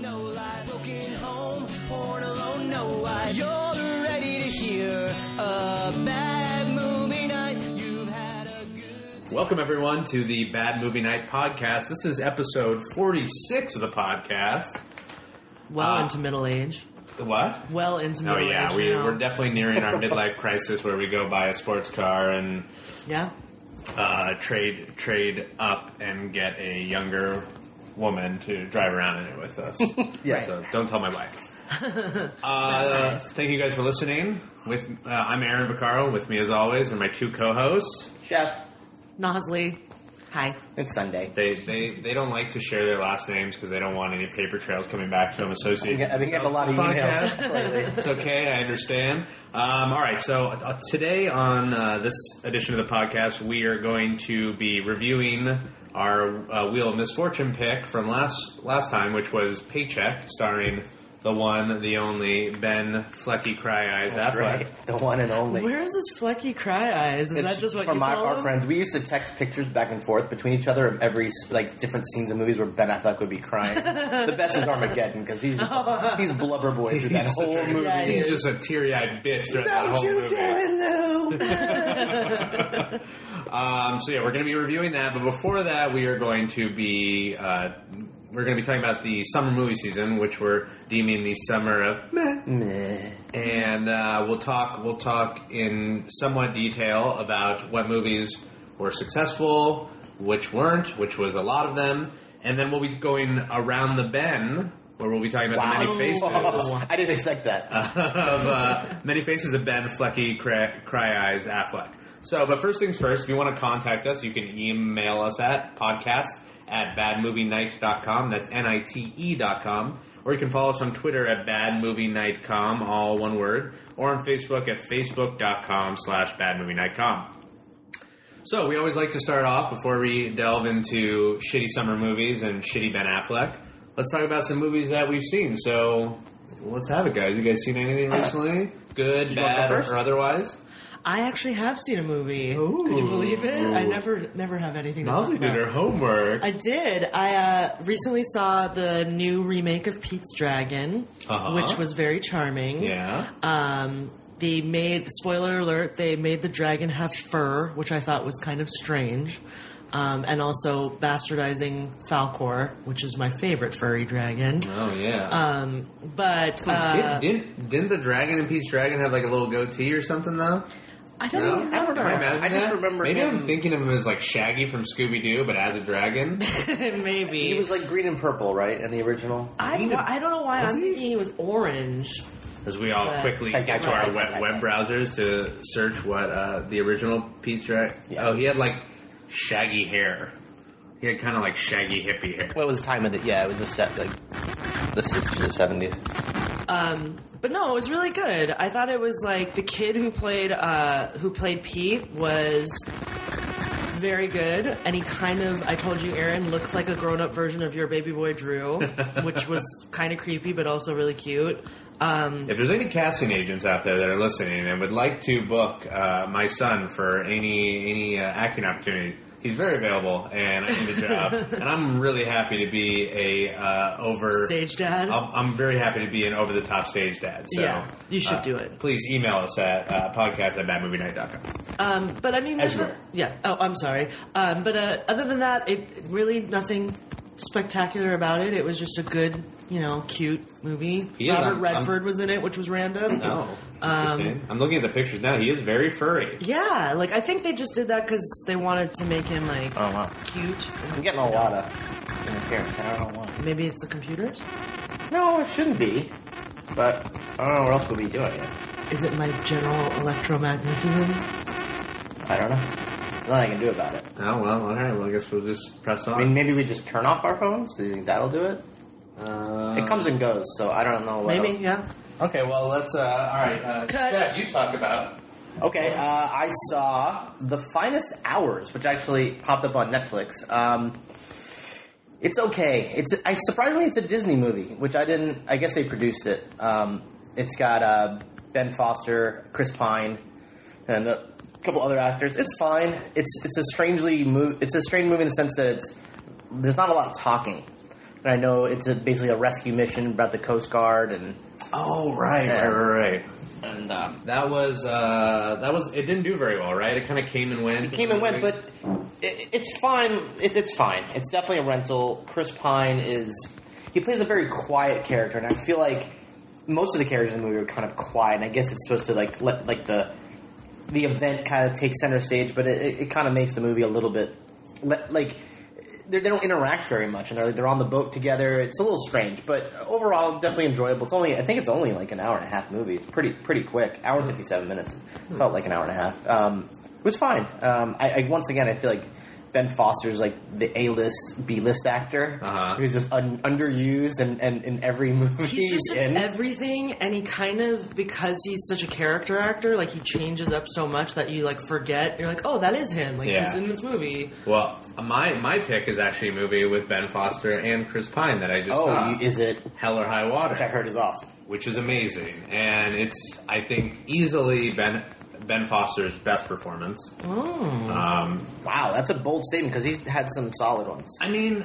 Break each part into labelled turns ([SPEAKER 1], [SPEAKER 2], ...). [SPEAKER 1] no lie. Broken home, born alone, no lie. You're ready to hear a bad movie night. You've had a good
[SPEAKER 2] Welcome, everyone, to the Bad Movie Night podcast. This is episode 46 of the podcast.
[SPEAKER 3] Well
[SPEAKER 2] Uh,
[SPEAKER 3] into middle age.
[SPEAKER 2] The What?
[SPEAKER 3] Well into
[SPEAKER 2] Oh,
[SPEAKER 3] middle age.
[SPEAKER 2] yeah, we,
[SPEAKER 3] now.
[SPEAKER 2] we're definitely nearing our midlife crisis where we go buy a sports car and
[SPEAKER 3] yeah.
[SPEAKER 2] uh, trade trade up and get a younger woman to drive around in it with us.
[SPEAKER 3] Right.
[SPEAKER 2] So don't tell my wife. Uh, thank you guys for listening. With uh, I'm Aaron Vaccaro. With me, as always, are my two co-hosts.
[SPEAKER 4] Jeff,
[SPEAKER 3] Nosley. Hi.
[SPEAKER 4] it's Sunday.
[SPEAKER 2] They they, they don't like to share their last names because they don't want any paper trails coming back to them associated.
[SPEAKER 4] I've been getting a lot of
[SPEAKER 2] Podcast.
[SPEAKER 4] emails lately.
[SPEAKER 2] It's okay, I understand. Um, all right, so uh, today on uh, this edition of the podcast, we are going to be reviewing our uh, Wheel of Misfortune pick from last last time, which was Paycheck, starring the one, the only Ben Flecky Cry Eyes
[SPEAKER 4] That's
[SPEAKER 2] Affleck.
[SPEAKER 4] right. The one and only.
[SPEAKER 3] Where is this flecky cry eyes? Is
[SPEAKER 4] It's
[SPEAKER 3] that just what
[SPEAKER 4] from
[SPEAKER 3] you
[SPEAKER 4] my,
[SPEAKER 3] call
[SPEAKER 4] our
[SPEAKER 3] them?
[SPEAKER 4] friends? We used to text pictures back and forth between each other of every like different scenes of movies where Ben Affleck would be crying. the best is Armageddon because he's just, he's blubber boy through that
[SPEAKER 2] He's,
[SPEAKER 4] whole
[SPEAKER 2] such a-
[SPEAKER 4] movie.
[SPEAKER 3] Yeah, he
[SPEAKER 2] he's
[SPEAKER 3] is.
[SPEAKER 2] just a teary eyed bitch throughout that whole movie.
[SPEAKER 4] Lou?
[SPEAKER 2] Um, so yeah, we're going to be reviewing that, but before that, we are going to be uh, we're going to be talking about the summer movie season, which we're deeming the summer of meh.
[SPEAKER 4] Meh.
[SPEAKER 2] and uh, we'll talk we'll talk in somewhat detail about what movies were successful, which weren't, which was a lot of them, and then we'll be going around the bend where we'll be talking about the
[SPEAKER 4] Wow.
[SPEAKER 2] many faces
[SPEAKER 4] I didn't expect that.
[SPEAKER 2] of uh, many faces of Ben Flecky, Cry, Cry Eyes, Affleck. So, but first things first, if you want to contact us, you can email us at podcast at badmovienight.com. That's N I T E dot com. Or you can follow us on Twitter at badmovienightcom, all one word, or on Facebook at facebook.com slash badmovienightcom. So we always like to start off before we delve into shitty summer movies and shitty Ben Affleck. Let's talk about some movies that we've seen. So let's have it, guys. You guys seen anything recently? Good,
[SPEAKER 4] want
[SPEAKER 2] bad,
[SPEAKER 4] to go first?
[SPEAKER 2] or otherwise?
[SPEAKER 3] I actually have seen a movie. Could you believe it? I never never have anything to talk
[SPEAKER 2] Mosley did
[SPEAKER 3] about.
[SPEAKER 2] her homework.
[SPEAKER 3] I did. I uh, recently saw the new remake of Pete's Dragon,
[SPEAKER 2] Uh-huh.
[SPEAKER 3] which was very charming.
[SPEAKER 2] yeah.
[SPEAKER 3] Um, they made spoiler alert. They made the dragon have fur, which I thought was kind of strange, um, and also bastardizing Falcor, which is my favorite furry dragon.
[SPEAKER 2] Oh yeah.
[SPEAKER 3] Um, but uh,
[SPEAKER 2] Did, Oh, didn't didn't the dragon and Pete's dragon have like a little goatee or something though?
[SPEAKER 3] I don't
[SPEAKER 2] No? Am
[SPEAKER 3] even
[SPEAKER 2] I
[SPEAKER 3] remember.
[SPEAKER 2] imagining
[SPEAKER 4] I just
[SPEAKER 2] that?
[SPEAKER 4] remember
[SPEAKER 2] Maybe I'm
[SPEAKER 4] him-
[SPEAKER 2] thinking of him as like Shaggy from Scooby Doo, but as a dragon.
[SPEAKER 3] Maybe
[SPEAKER 4] He was like green and purple, right, in the original.
[SPEAKER 3] I, don't know- I don't know why
[SPEAKER 2] Was
[SPEAKER 3] I'm
[SPEAKER 2] he?
[SPEAKER 3] thinking he was orange.
[SPEAKER 2] As we all
[SPEAKER 3] But-
[SPEAKER 2] quickly
[SPEAKER 4] Check,
[SPEAKER 2] get
[SPEAKER 4] check,
[SPEAKER 2] to our
[SPEAKER 4] check,
[SPEAKER 2] web,
[SPEAKER 4] check,
[SPEAKER 2] web
[SPEAKER 4] check.
[SPEAKER 2] browsers to search what uh, the original Pete's Dragon.
[SPEAKER 4] Yeah.
[SPEAKER 2] Oh, he had like shaggy hair. He had kind of like shaggy hippie hair.
[SPEAKER 4] What was the time of the? Yeah, it was the set like the sixties or seventies.
[SPEAKER 3] Um, But no, it was really good. I thought it was like the kid who played uh, who played Pete was very good, and he kind of I told you, Aaron looks like a grown up version of your baby boy Drew, which was kind of creepy but also really cute. Um,
[SPEAKER 2] If there's any casting agents out there that are listening and would like to book uh, my son for any any uh, acting opportunities, he's very available and I need a job. and I'm really happy to be a uh, over
[SPEAKER 3] stage dad,
[SPEAKER 2] I'm, I'm very happy to be an over the top stage dad. So
[SPEAKER 3] yeah, you
[SPEAKER 2] Uh,
[SPEAKER 3] should do it.
[SPEAKER 2] please email us at uh, podcast at badmovienight.com.
[SPEAKER 3] Um, but I mean, there's
[SPEAKER 2] Ezra.
[SPEAKER 3] a- yeah. Oh, I'm sorry. Um, but uh, other than that, it really nothing spectacular about it. It was just a good, you know, cute movie.
[SPEAKER 2] He is-
[SPEAKER 3] Robert
[SPEAKER 2] I'm- I'm-
[SPEAKER 3] Redford was in it, which was random.
[SPEAKER 2] Oh,
[SPEAKER 3] Um,
[SPEAKER 2] interesting. I'm looking at the pictures now. He is very furry.
[SPEAKER 3] Yeah, like I think they just did that because they wanted to make him like
[SPEAKER 4] Oh wow,
[SPEAKER 3] cute.
[SPEAKER 4] I'm getting a lot of interference. I don't know why.
[SPEAKER 3] Maybe it's the computers.
[SPEAKER 4] No, it shouldn't be. But I don't know what else we'll be doing. Yet.
[SPEAKER 3] Is it my general electromagnetism?
[SPEAKER 4] I don't know. Nothing I can do about it.
[SPEAKER 2] Oh well, all right. Well, I guess we'll just press
[SPEAKER 4] I
[SPEAKER 2] on.
[SPEAKER 4] mean, maybe we just turn off our phones. Do you think that'll do it?
[SPEAKER 2] Uh,
[SPEAKER 4] It comes and goes, so I don't know. What
[SPEAKER 3] Maybe,
[SPEAKER 4] else-
[SPEAKER 3] yeah.
[SPEAKER 2] Okay. Well, let's. Uh, all right. Uh,
[SPEAKER 3] Cut.
[SPEAKER 2] Jeff, you talk about.
[SPEAKER 4] Okay, uh, I saw The Finest Hours, which actually popped up on Netflix. Um, it's okay. It's I surprisingly it's a Disney movie, which I didn't. I guess they produced it. Um, it's got uh, Ben Foster, Chris Pine, and a couple other actors. It's fine. It's it's a strangely move. It's a strange movie in the sense that it's there's not a lot of talking. And And I know it's a, basically a rescue mission about the Coast Guard and
[SPEAKER 2] Oh right,
[SPEAKER 4] Yeah.
[SPEAKER 2] right, right, right.
[SPEAKER 4] and um,
[SPEAKER 2] That was uh, that was it. Didn't do very well, right? It kind of came and went.
[SPEAKER 4] it came and went, but it, it's fine. It, it's fine. It's definitely a rental. Chris Pine is he plays a very quiet character, and I feel like most of the characters in the movie are kind of quiet. And I guess it's supposed to like let like the the event kind of takes center stage, but it, it, it kind of makes the movie a little bit le- like they they don't interact very much, and they're they're on the boat together. It's a little strange, but overall, definitely enjoyable. It's only I think it's only like an hour and a half movie. It's pretty pretty quick. Hour and fifty seven minutes felt like an hour and a half. Um, it was fine. Um, I, I once again I feel like. Ben Foster's like the A list, B list actor.
[SPEAKER 2] Uh-huh.
[SPEAKER 4] He's just un- underused and, and in every movie.
[SPEAKER 3] He's just
[SPEAKER 4] in.
[SPEAKER 3] in everything, and he kind of because he's such a character actor, like he changes up so much that you like forget. You're like, oh, that is him. Like
[SPEAKER 2] Yeah.
[SPEAKER 3] he's in this movie.
[SPEAKER 2] well, my my pick is actually a movie with Ben Foster and Chris Pine that I just
[SPEAKER 4] oh,
[SPEAKER 2] saw.
[SPEAKER 4] you, is it?
[SPEAKER 2] Hell or High Water.
[SPEAKER 4] Which I heard is awesome.
[SPEAKER 2] which is amazing, and it's I think easily Ben Ben Foster's best performance.
[SPEAKER 4] Mm-hmm.
[SPEAKER 3] Oh.
[SPEAKER 2] Um,
[SPEAKER 4] Wow, that's a bold statement because he's had some solid ones.
[SPEAKER 2] I mean,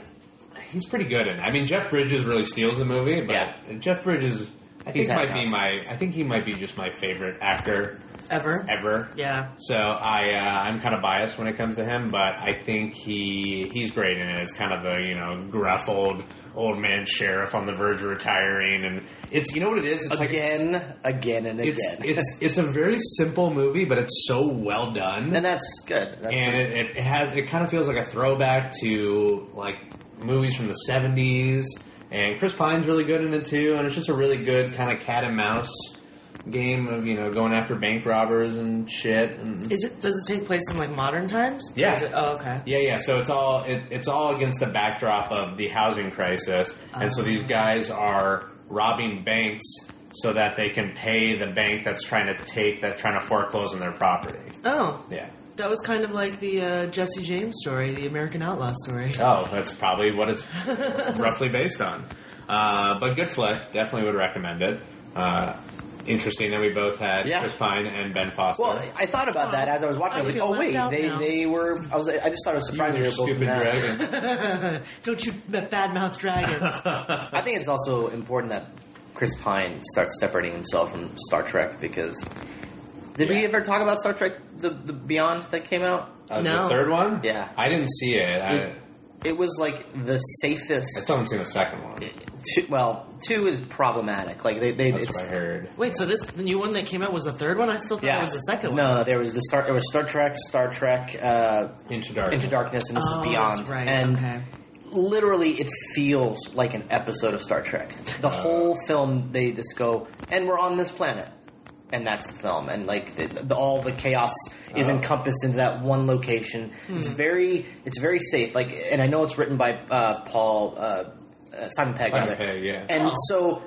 [SPEAKER 2] he's pretty good in. It. I mean, Jeff Bridges really steals the movie, but
[SPEAKER 4] Yeah.
[SPEAKER 2] Jeff Bridges I
[SPEAKER 4] He's
[SPEAKER 2] think
[SPEAKER 4] had
[SPEAKER 2] might be
[SPEAKER 4] enough.
[SPEAKER 2] my I think he might be just my favorite actor
[SPEAKER 3] Ever.
[SPEAKER 2] ever.
[SPEAKER 3] Yeah.
[SPEAKER 2] So I uh, I'm kind of biased when it comes to him, but I think he he's great in it as kind of a you know gruff old old man sheriff on the verge of retiring, and it's you know what it is it's like
[SPEAKER 4] Again, again, and again.
[SPEAKER 2] it's it's it's a very simple movie, but it's so well done,
[SPEAKER 4] and that's good. That's
[SPEAKER 2] and
[SPEAKER 4] good.
[SPEAKER 2] it, it has it kind of feels like a throwback to like movies from the seventies. And Chris Pine's really good in it too, and it's just a really good kind of cat and mouse game of you know going after bank robbers and shit. And
[SPEAKER 3] Is it? Does it take place in like modern times? Or
[SPEAKER 2] Yeah.
[SPEAKER 3] is it- oh, okay.
[SPEAKER 2] yeah, yeah. So it's all it, it's all against the backdrop of the housing crisis, and so these guys are robbing banks so that they can pay the bank that's trying to take that trying to foreclose on their property.
[SPEAKER 3] Oh,
[SPEAKER 2] Yeah.
[SPEAKER 3] that was kind of like the uh, Jesse James story, the American Outlaw story.
[SPEAKER 2] Oh, that's probably what it's roughly based on. Uh, but good flick. Definitely would recommend it. Uh, interesting that we both had
[SPEAKER 4] Yeah.
[SPEAKER 2] Chris Pine and Ben Foster.
[SPEAKER 4] well, I thought about that as I was watching. I was
[SPEAKER 3] I
[SPEAKER 4] like,
[SPEAKER 3] feel
[SPEAKER 4] oh
[SPEAKER 3] left
[SPEAKER 4] wait,
[SPEAKER 3] out
[SPEAKER 4] they,
[SPEAKER 3] now.
[SPEAKER 4] they were. I was. I just thought it was surprising.
[SPEAKER 2] Your
[SPEAKER 4] they were both in
[SPEAKER 2] stupid
[SPEAKER 4] that.
[SPEAKER 2] dragon.
[SPEAKER 3] Don't you badmouth dragons?
[SPEAKER 4] I think it's also important that Chris Pine starts separating himself from Star Trek because did we
[SPEAKER 2] Yeah.
[SPEAKER 4] ever talk about Star Trek the, the Beyond that came out?
[SPEAKER 2] Uh, The
[SPEAKER 3] No.
[SPEAKER 2] third one?
[SPEAKER 4] Yeah.
[SPEAKER 2] I didn't see it. I,
[SPEAKER 4] It- It was like the
[SPEAKER 2] I
[SPEAKER 4] safest.
[SPEAKER 2] still haven't seen the second one.
[SPEAKER 4] Two, well, two is problematic. Like they, they
[SPEAKER 2] That's
[SPEAKER 4] it's,
[SPEAKER 2] what I heard.
[SPEAKER 3] Wait, so this the new one that came out was the third one? I still thought it was the second one.
[SPEAKER 4] No, no, there was the Star. There was Star Trek, Star Trek, uh,
[SPEAKER 2] Into Dark.
[SPEAKER 4] Into Darkness, and this
[SPEAKER 3] Oh,
[SPEAKER 4] is Beyond.
[SPEAKER 3] That's right.
[SPEAKER 4] And
[SPEAKER 3] okay.
[SPEAKER 4] literally, it feels like an episode of Star Trek. The
[SPEAKER 2] Uh.
[SPEAKER 4] whole film, they just go, and we're on this planet, and that's the film, and like the, the, all the chaos is
[SPEAKER 2] Uh.
[SPEAKER 4] encompassed into that one location. It's
[SPEAKER 3] Hmm.
[SPEAKER 4] very, it's very safe. Like, and I know it's written by uh, Paul uh, uh, Simon Pegg.
[SPEAKER 2] Simon
[SPEAKER 4] rather.
[SPEAKER 2] Pegg, yeah.
[SPEAKER 4] And so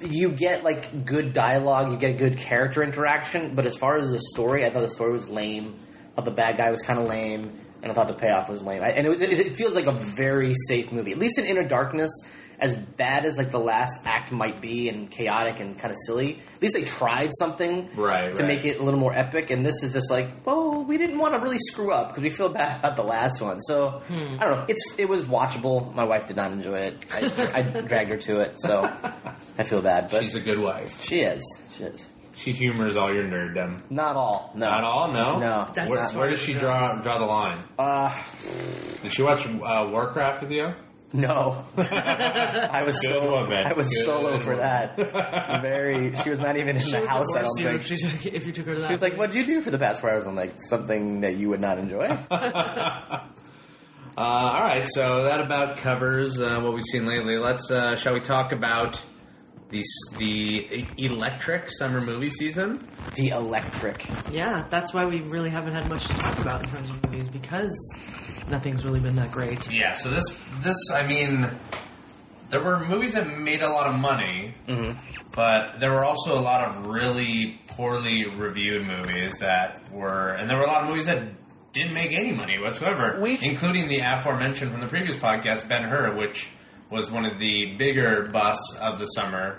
[SPEAKER 4] you get like good dialogue, you get good character interaction, but as far as the story, I thought the story was lame. I thought the bad guy was kind of lame, and I thought the payoff was lame. I, and it, was- it, it feels like a very safe movie, at least in Inner Darkness. As bad as like the last act might be, and chaotic and kind of silly, at least they tried something
[SPEAKER 2] Right,
[SPEAKER 4] to
[SPEAKER 2] right.
[SPEAKER 4] make it a little more epic. And this is just like, oh, we didn't want to really screw up because we feel bad about the last one. So I don't know. It's it was watchable. My wife did not enjoy it. I, I dragged her to it, so I feel bad. But
[SPEAKER 2] She's a good wife.
[SPEAKER 4] she is. She is.
[SPEAKER 2] She humors all your nerddom.
[SPEAKER 4] Not all. No.
[SPEAKER 2] Not all, no?
[SPEAKER 4] No.
[SPEAKER 3] That's
[SPEAKER 2] where,
[SPEAKER 3] not
[SPEAKER 2] where does
[SPEAKER 3] what
[SPEAKER 2] she
[SPEAKER 3] it
[SPEAKER 2] draw
[SPEAKER 3] does.
[SPEAKER 2] draw the line?
[SPEAKER 4] Uh,
[SPEAKER 2] Did she watch uh, Warcraft with you?
[SPEAKER 4] no. I was
[SPEAKER 2] Good
[SPEAKER 4] solo.
[SPEAKER 2] woman.
[SPEAKER 4] I was
[SPEAKER 2] Good
[SPEAKER 4] solo for
[SPEAKER 2] woman.
[SPEAKER 4] that. Very. She was not even in
[SPEAKER 3] She
[SPEAKER 4] the
[SPEAKER 3] would
[SPEAKER 4] house. I
[SPEAKER 3] divorce
[SPEAKER 4] don't
[SPEAKER 3] you
[SPEAKER 4] think.
[SPEAKER 3] if, she took, if you took her to that.
[SPEAKER 4] She was like, "What'd you do for the past four hours?" I'm like, "Something that you would not enjoy."
[SPEAKER 2] Uh, all right, so that about covers uh, what we've seen lately. Let's uh, shall we talk about the s- the e- electric summer movie season?
[SPEAKER 4] the electric.
[SPEAKER 3] yeah, that's why we really haven't had much to talk about in terms of movies because nothing's really been that great.
[SPEAKER 2] Yeah. So this this I mean, there were movies that made a lot of money, but there were also a lot of really poorly reviewed movies that were, and there were a lot of movies that didn't make any money whatsoever,
[SPEAKER 4] We've-
[SPEAKER 2] including the aforementioned from the previous podcast, Ben Hur, which was one of the bigger busts of the summer,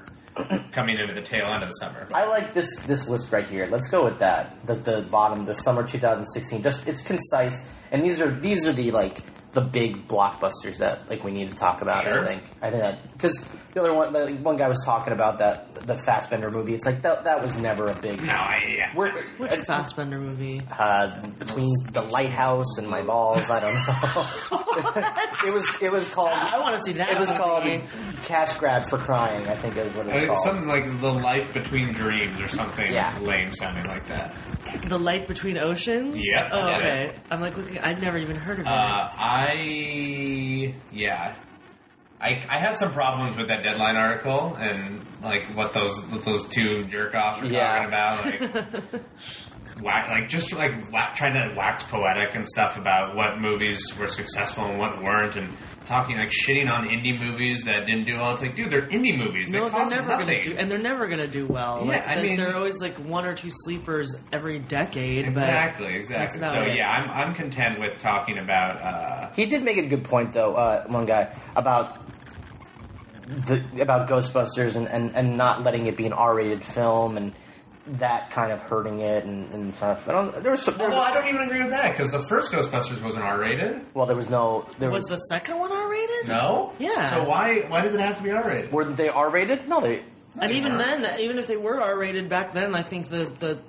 [SPEAKER 2] coming into the tail end of the summer.
[SPEAKER 4] I like this this list right here. Let's go with that. The the bottom, the summer 2016. Just it's concise, and these are these are the like the big blockbusters that like we need to talk about.
[SPEAKER 2] Sure.
[SPEAKER 4] I think I think that because the other one, like, one guy was talking about that the Fassbender movie. It's like that that was never a big.
[SPEAKER 2] No, I, yeah.
[SPEAKER 4] We're-
[SPEAKER 3] Which Fassbender movie?
[SPEAKER 4] uh, between the lighthouse and my balls, I don't know. it was it was called
[SPEAKER 3] I want to see that.
[SPEAKER 4] it was
[SPEAKER 3] movie.
[SPEAKER 4] called cash grab for crying. I think is what
[SPEAKER 2] I
[SPEAKER 4] it's
[SPEAKER 2] think
[SPEAKER 4] called.
[SPEAKER 2] something like the life between dreams or something
[SPEAKER 4] Yeah.
[SPEAKER 2] lame sounding like that.
[SPEAKER 3] The Light Between Oceans.
[SPEAKER 2] Yep,
[SPEAKER 3] Oh,
[SPEAKER 2] that's
[SPEAKER 3] okay. I'm like looking. I'd never even heard of it.
[SPEAKER 2] Uh, I yeah, I, I had some problems with that deadline article and like what those what those two jerk offs were talking
[SPEAKER 4] Yeah.
[SPEAKER 2] about, like
[SPEAKER 4] Uh,
[SPEAKER 2] whack, like just like whack, trying to wax poetic and stuff about what movies were successful and what weren't, and talking like shitting on indie movies that didn't do well. It's like, dude, they're indie movies.
[SPEAKER 3] no,
[SPEAKER 2] they
[SPEAKER 3] they're
[SPEAKER 2] cost
[SPEAKER 3] never
[SPEAKER 2] nothing.
[SPEAKER 3] gonna do, and they're never gonna do well.
[SPEAKER 2] Yeah,
[SPEAKER 3] like,
[SPEAKER 2] I
[SPEAKER 3] they-
[SPEAKER 2] mean-
[SPEAKER 3] they're always like one or two sleepers every decade.
[SPEAKER 2] Exactly, exactly.
[SPEAKER 3] about
[SPEAKER 2] So
[SPEAKER 3] it.
[SPEAKER 2] yeah, I'm I'm content with talking about uh,
[SPEAKER 4] He did make a good point though. Uh, one guy about the, about Ghostbusters and, and, and not letting it be an R-rated film and that kind of hurting it and, and stuff. I don't. There was some. There
[SPEAKER 2] Although I
[SPEAKER 4] was,
[SPEAKER 2] don't even agree with that because the first Ghostbusters wasn't R-rated.
[SPEAKER 4] well, there was no. There
[SPEAKER 3] But
[SPEAKER 4] was.
[SPEAKER 3] was the second one R-rated?
[SPEAKER 2] No.
[SPEAKER 3] Yeah.
[SPEAKER 2] So why why does it have to be R-rated?
[SPEAKER 4] were they R-rated? No, they.
[SPEAKER 3] And
[SPEAKER 2] They
[SPEAKER 3] even
[SPEAKER 2] weren't.
[SPEAKER 3] then, even if they were R-rated back then, I think the the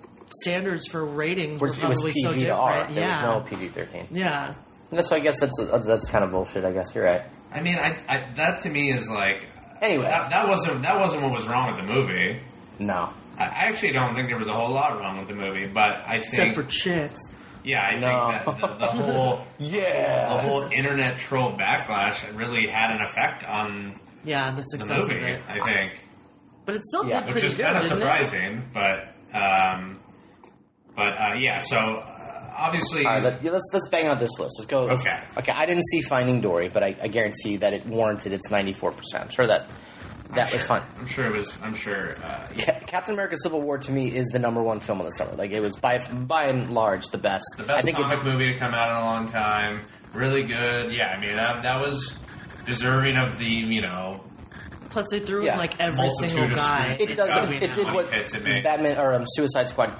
[SPEAKER 3] standards for ratings
[SPEAKER 4] Were,
[SPEAKER 3] were
[SPEAKER 4] it was
[SPEAKER 3] probably
[SPEAKER 4] PG
[SPEAKER 3] so
[SPEAKER 4] to
[SPEAKER 3] different.
[SPEAKER 4] R. There
[SPEAKER 3] yeah.
[SPEAKER 4] was no PG thirteen.
[SPEAKER 3] yeah.
[SPEAKER 4] And That's. I guess that's that's kind of bullshit. I guess you're right.
[SPEAKER 2] I mean, I, I that to me is like
[SPEAKER 4] Anyway.
[SPEAKER 2] that, that wasn't that wasn't what was wrong with the movie.
[SPEAKER 4] No.
[SPEAKER 2] I I actually don't think there was a whole lot wrong with the movie, but I think
[SPEAKER 3] Except for chicks.
[SPEAKER 2] yeah, I
[SPEAKER 4] No.
[SPEAKER 2] think that the, the whole the
[SPEAKER 4] Yeah.
[SPEAKER 2] whole internet troll backlash really had an effect on
[SPEAKER 3] Yeah, the
[SPEAKER 2] the
[SPEAKER 3] success of
[SPEAKER 2] movie.
[SPEAKER 3] it.
[SPEAKER 2] I think.
[SPEAKER 3] But it still
[SPEAKER 4] Yeah.
[SPEAKER 3] did
[SPEAKER 2] which
[SPEAKER 3] pretty
[SPEAKER 2] is
[SPEAKER 3] good,
[SPEAKER 2] kind of
[SPEAKER 3] didn't it?
[SPEAKER 2] surprising. But um, but uh, yeah, so uh, obviously,
[SPEAKER 4] All right, let, yeah, let's let's bang out this list. Let's go. let's-
[SPEAKER 2] Okay.
[SPEAKER 4] Okay. I didn't see Finding Dory, but I, I guarantee that it warranted its ninety four percent. I'm sure that
[SPEAKER 2] I'm
[SPEAKER 4] that was
[SPEAKER 2] sure-
[SPEAKER 4] fun.
[SPEAKER 2] I'm sure it was. I'm sure. Uh, yeah,
[SPEAKER 4] Ca- Captain America: Civil War to me is the number one film of the summer. Like it was by by and large the best.
[SPEAKER 2] the best
[SPEAKER 4] I think
[SPEAKER 2] comic
[SPEAKER 4] it,
[SPEAKER 2] movie to come out in a long time. Really good. Yeah, I mean that that was deserving of the you know
[SPEAKER 3] Plus, they threw
[SPEAKER 4] Yeah.
[SPEAKER 3] in like every
[SPEAKER 2] Multitude
[SPEAKER 3] single
[SPEAKER 2] of
[SPEAKER 3] guy.
[SPEAKER 2] screws.
[SPEAKER 4] it does. It, it did what
[SPEAKER 2] Hits it made.
[SPEAKER 4] Batman or um, Suicide Squad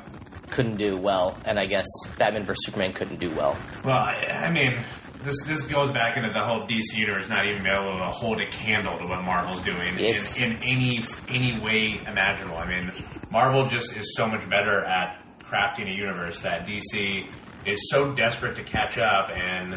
[SPEAKER 4] couldn't do well, and I guess Batman vs Superman couldn't do well.
[SPEAKER 2] Well, I, I mean, this this goes back into the whole DC universe not even being able to hold a candle to what Marvel's doing in,
[SPEAKER 4] It's-
[SPEAKER 2] in any any way imaginable. I mean, Marvel just is so much better at crafting a universe that DC is so desperate to catch up and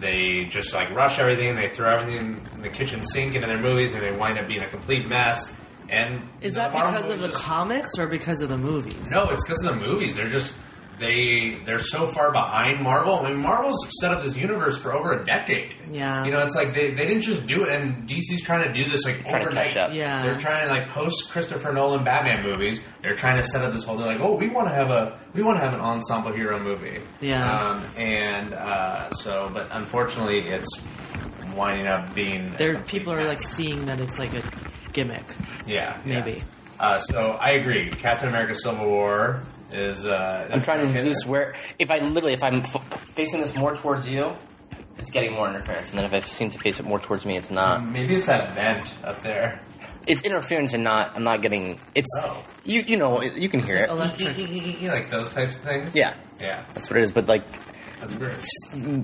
[SPEAKER 2] they just like rush everything. They throw everything in the kitchen sink into their movies, and they wind up being a complete mess. And
[SPEAKER 3] Is
[SPEAKER 2] the
[SPEAKER 3] that
[SPEAKER 2] Marvel
[SPEAKER 3] because of
[SPEAKER 2] movies
[SPEAKER 3] the
[SPEAKER 2] just-
[SPEAKER 3] comics or because of the movies?
[SPEAKER 2] no, it's because of the movies. They're just they they're so far behind Marvel. I mean, Marvel's set up this universe for over a decade.
[SPEAKER 3] Yeah.
[SPEAKER 2] you know, it's like they, they didn't just do it, and DC's trying to do this like
[SPEAKER 4] Trying to
[SPEAKER 2] overnight.
[SPEAKER 4] catch up.
[SPEAKER 3] Yeah.
[SPEAKER 2] they're trying to like post Christopher Nolan Batman movies. They're trying to set up this whole. They're like, oh, we want to have a we want to have an ensemble hero movie.
[SPEAKER 3] Yeah.
[SPEAKER 2] um, and uh, so, but unfortunately, it's winding up being a
[SPEAKER 3] There,
[SPEAKER 2] complete
[SPEAKER 3] people are like
[SPEAKER 2] mess.
[SPEAKER 3] seeing that it's like a gimmick.
[SPEAKER 2] yeah, yeah.
[SPEAKER 3] maybe.
[SPEAKER 2] Uh, so I agree. Captain America: Civil War is. Uh,
[SPEAKER 4] I'm trying to reduce where if I literally if I'm f- facing this more towards you, it's getting more interference, and then if I seem to face it more towards me, it's not.
[SPEAKER 2] Maybe it's that vent up there.
[SPEAKER 4] It's interference, and not I'm not getting. It's
[SPEAKER 2] Oh.
[SPEAKER 4] you you know you can hear it.
[SPEAKER 3] Electric.
[SPEAKER 2] like those types of things.
[SPEAKER 4] Yeah,
[SPEAKER 2] Yeah.
[SPEAKER 4] that's what it is. But like
[SPEAKER 2] That's weird.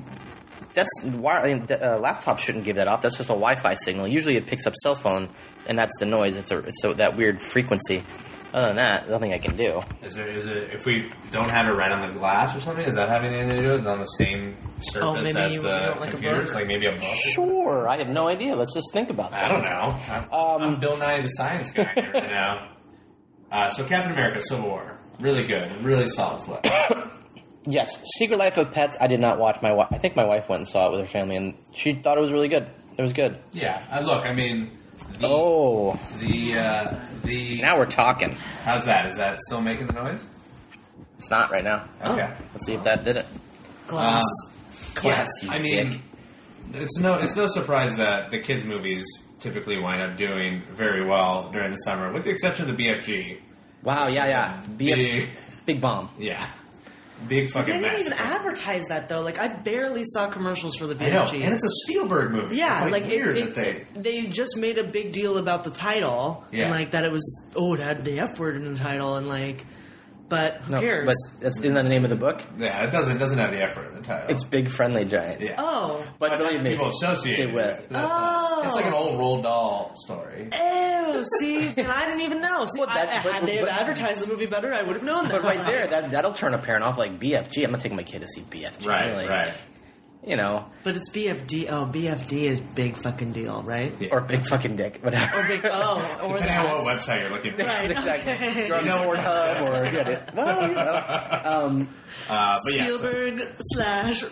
[SPEAKER 4] that's why I mean, the, uh, laptops shouldn't give that off. That's just a Wi-Fi signal. Usually it picks up cell phone, and that's the noise. It's a it's so that weird frequency. Other than that, nothing I can do.
[SPEAKER 2] Is there is it if we don't have it right on the glass or something? Is that having anything to do with it? on the same surface
[SPEAKER 3] Oh, maybe
[SPEAKER 2] as
[SPEAKER 3] you
[SPEAKER 2] the
[SPEAKER 3] want, like, a
[SPEAKER 2] computers?
[SPEAKER 3] book?
[SPEAKER 2] Like maybe a book.
[SPEAKER 4] Sure, I have no idea. Let's just think about that.
[SPEAKER 2] I don't know. I'm,
[SPEAKER 4] Um,
[SPEAKER 2] I'm Bill Nye the Science Guy here right now. Uh, so Captain America: Civil War, really good, really solid flick.
[SPEAKER 4] Yes, Secret Life of Pets. I did not watch. My wife. I think my wife went and saw it with her family, and she thought it was really good. It was good.
[SPEAKER 2] yeah. I look, I mean, the
[SPEAKER 4] Oh,
[SPEAKER 2] the uh, the
[SPEAKER 4] now we're talking.
[SPEAKER 2] how's that? Is that still making the noise?
[SPEAKER 4] It's not right now.
[SPEAKER 3] Oh.
[SPEAKER 2] Okay. Um,
[SPEAKER 4] Let's see if that did it.
[SPEAKER 3] Glass.
[SPEAKER 2] Ah,
[SPEAKER 4] Class, you
[SPEAKER 2] I mean,
[SPEAKER 4] dick.
[SPEAKER 2] it's no it's no surprise that the kids' movies typically wind up doing very well during the summer, with the exception of the BFG.
[SPEAKER 4] Wow. Yeah. Yeah. Big,
[SPEAKER 2] Big,
[SPEAKER 4] big bomb.
[SPEAKER 2] yeah, big
[SPEAKER 3] They
[SPEAKER 2] fucking
[SPEAKER 3] didn't
[SPEAKER 2] mess.
[SPEAKER 3] even advertise that though. Like I barely saw commercials for the
[SPEAKER 2] I know,
[SPEAKER 3] BFG.
[SPEAKER 2] and it's a Spielberg movie.
[SPEAKER 3] yeah,
[SPEAKER 2] it's like,
[SPEAKER 3] like,
[SPEAKER 2] weird
[SPEAKER 3] it, it,
[SPEAKER 2] that they.
[SPEAKER 3] they just made a big deal about the title
[SPEAKER 2] Yeah.
[SPEAKER 3] and like that it was oh it had the F word in the title and like But who
[SPEAKER 4] No,
[SPEAKER 3] cares?
[SPEAKER 4] But that's isn't that the name of the book?
[SPEAKER 2] Yeah, it doesn't doesn't have the effort in the title.
[SPEAKER 4] It's Big Friendly Giant.
[SPEAKER 2] yeah.
[SPEAKER 3] oh.
[SPEAKER 4] But,
[SPEAKER 2] But
[SPEAKER 4] believe
[SPEAKER 2] that's
[SPEAKER 4] me,
[SPEAKER 2] people associate
[SPEAKER 4] Say what?
[SPEAKER 2] That's not- It's like an old Roald doll story.
[SPEAKER 3] Ew, see, and I didn't even know. See,
[SPEAKER 4] Well, that-
[SPEAKER 3] I-
[SPEAKER 4] but-
[SPEAKER 3] had they
[SPEAKER 4] but-
[SPEAKER 3] have advertised the movie better, I would have known that.
[SPEAKER 4] But right there, that that'll turn a parent off. Like BFG, I'm not taking my kid to see BFG.
[SPEAKER 2] Right,
[SPEAKER 4] like,
[SPEAKER 2] right.
[SPEAKER 4] You know,
[SPEAKER 3] But it's BFD. Oh, BFD is big fucking deal, right?
[SPEAKER 2] Yeah.
[SPEAKER 4] or big fucking dick, whatever.
[SPEAKER 3] Or big. Oh, or
[SPEAKER 2] Depending
[SPEAKER 3] that.
[SPEAKER 2] on what website you're looking at.
[SPEAKER 3] Right. okay.
[SPEAKER 4] You're on
[SPEAKER 2] You know what
[SPEAKER 4] Pornhub or yeah, it- well, you know. Um,
[SPEAKER 2] Uh, but yeah, so-
[SPEAKER 3] Spielberg slash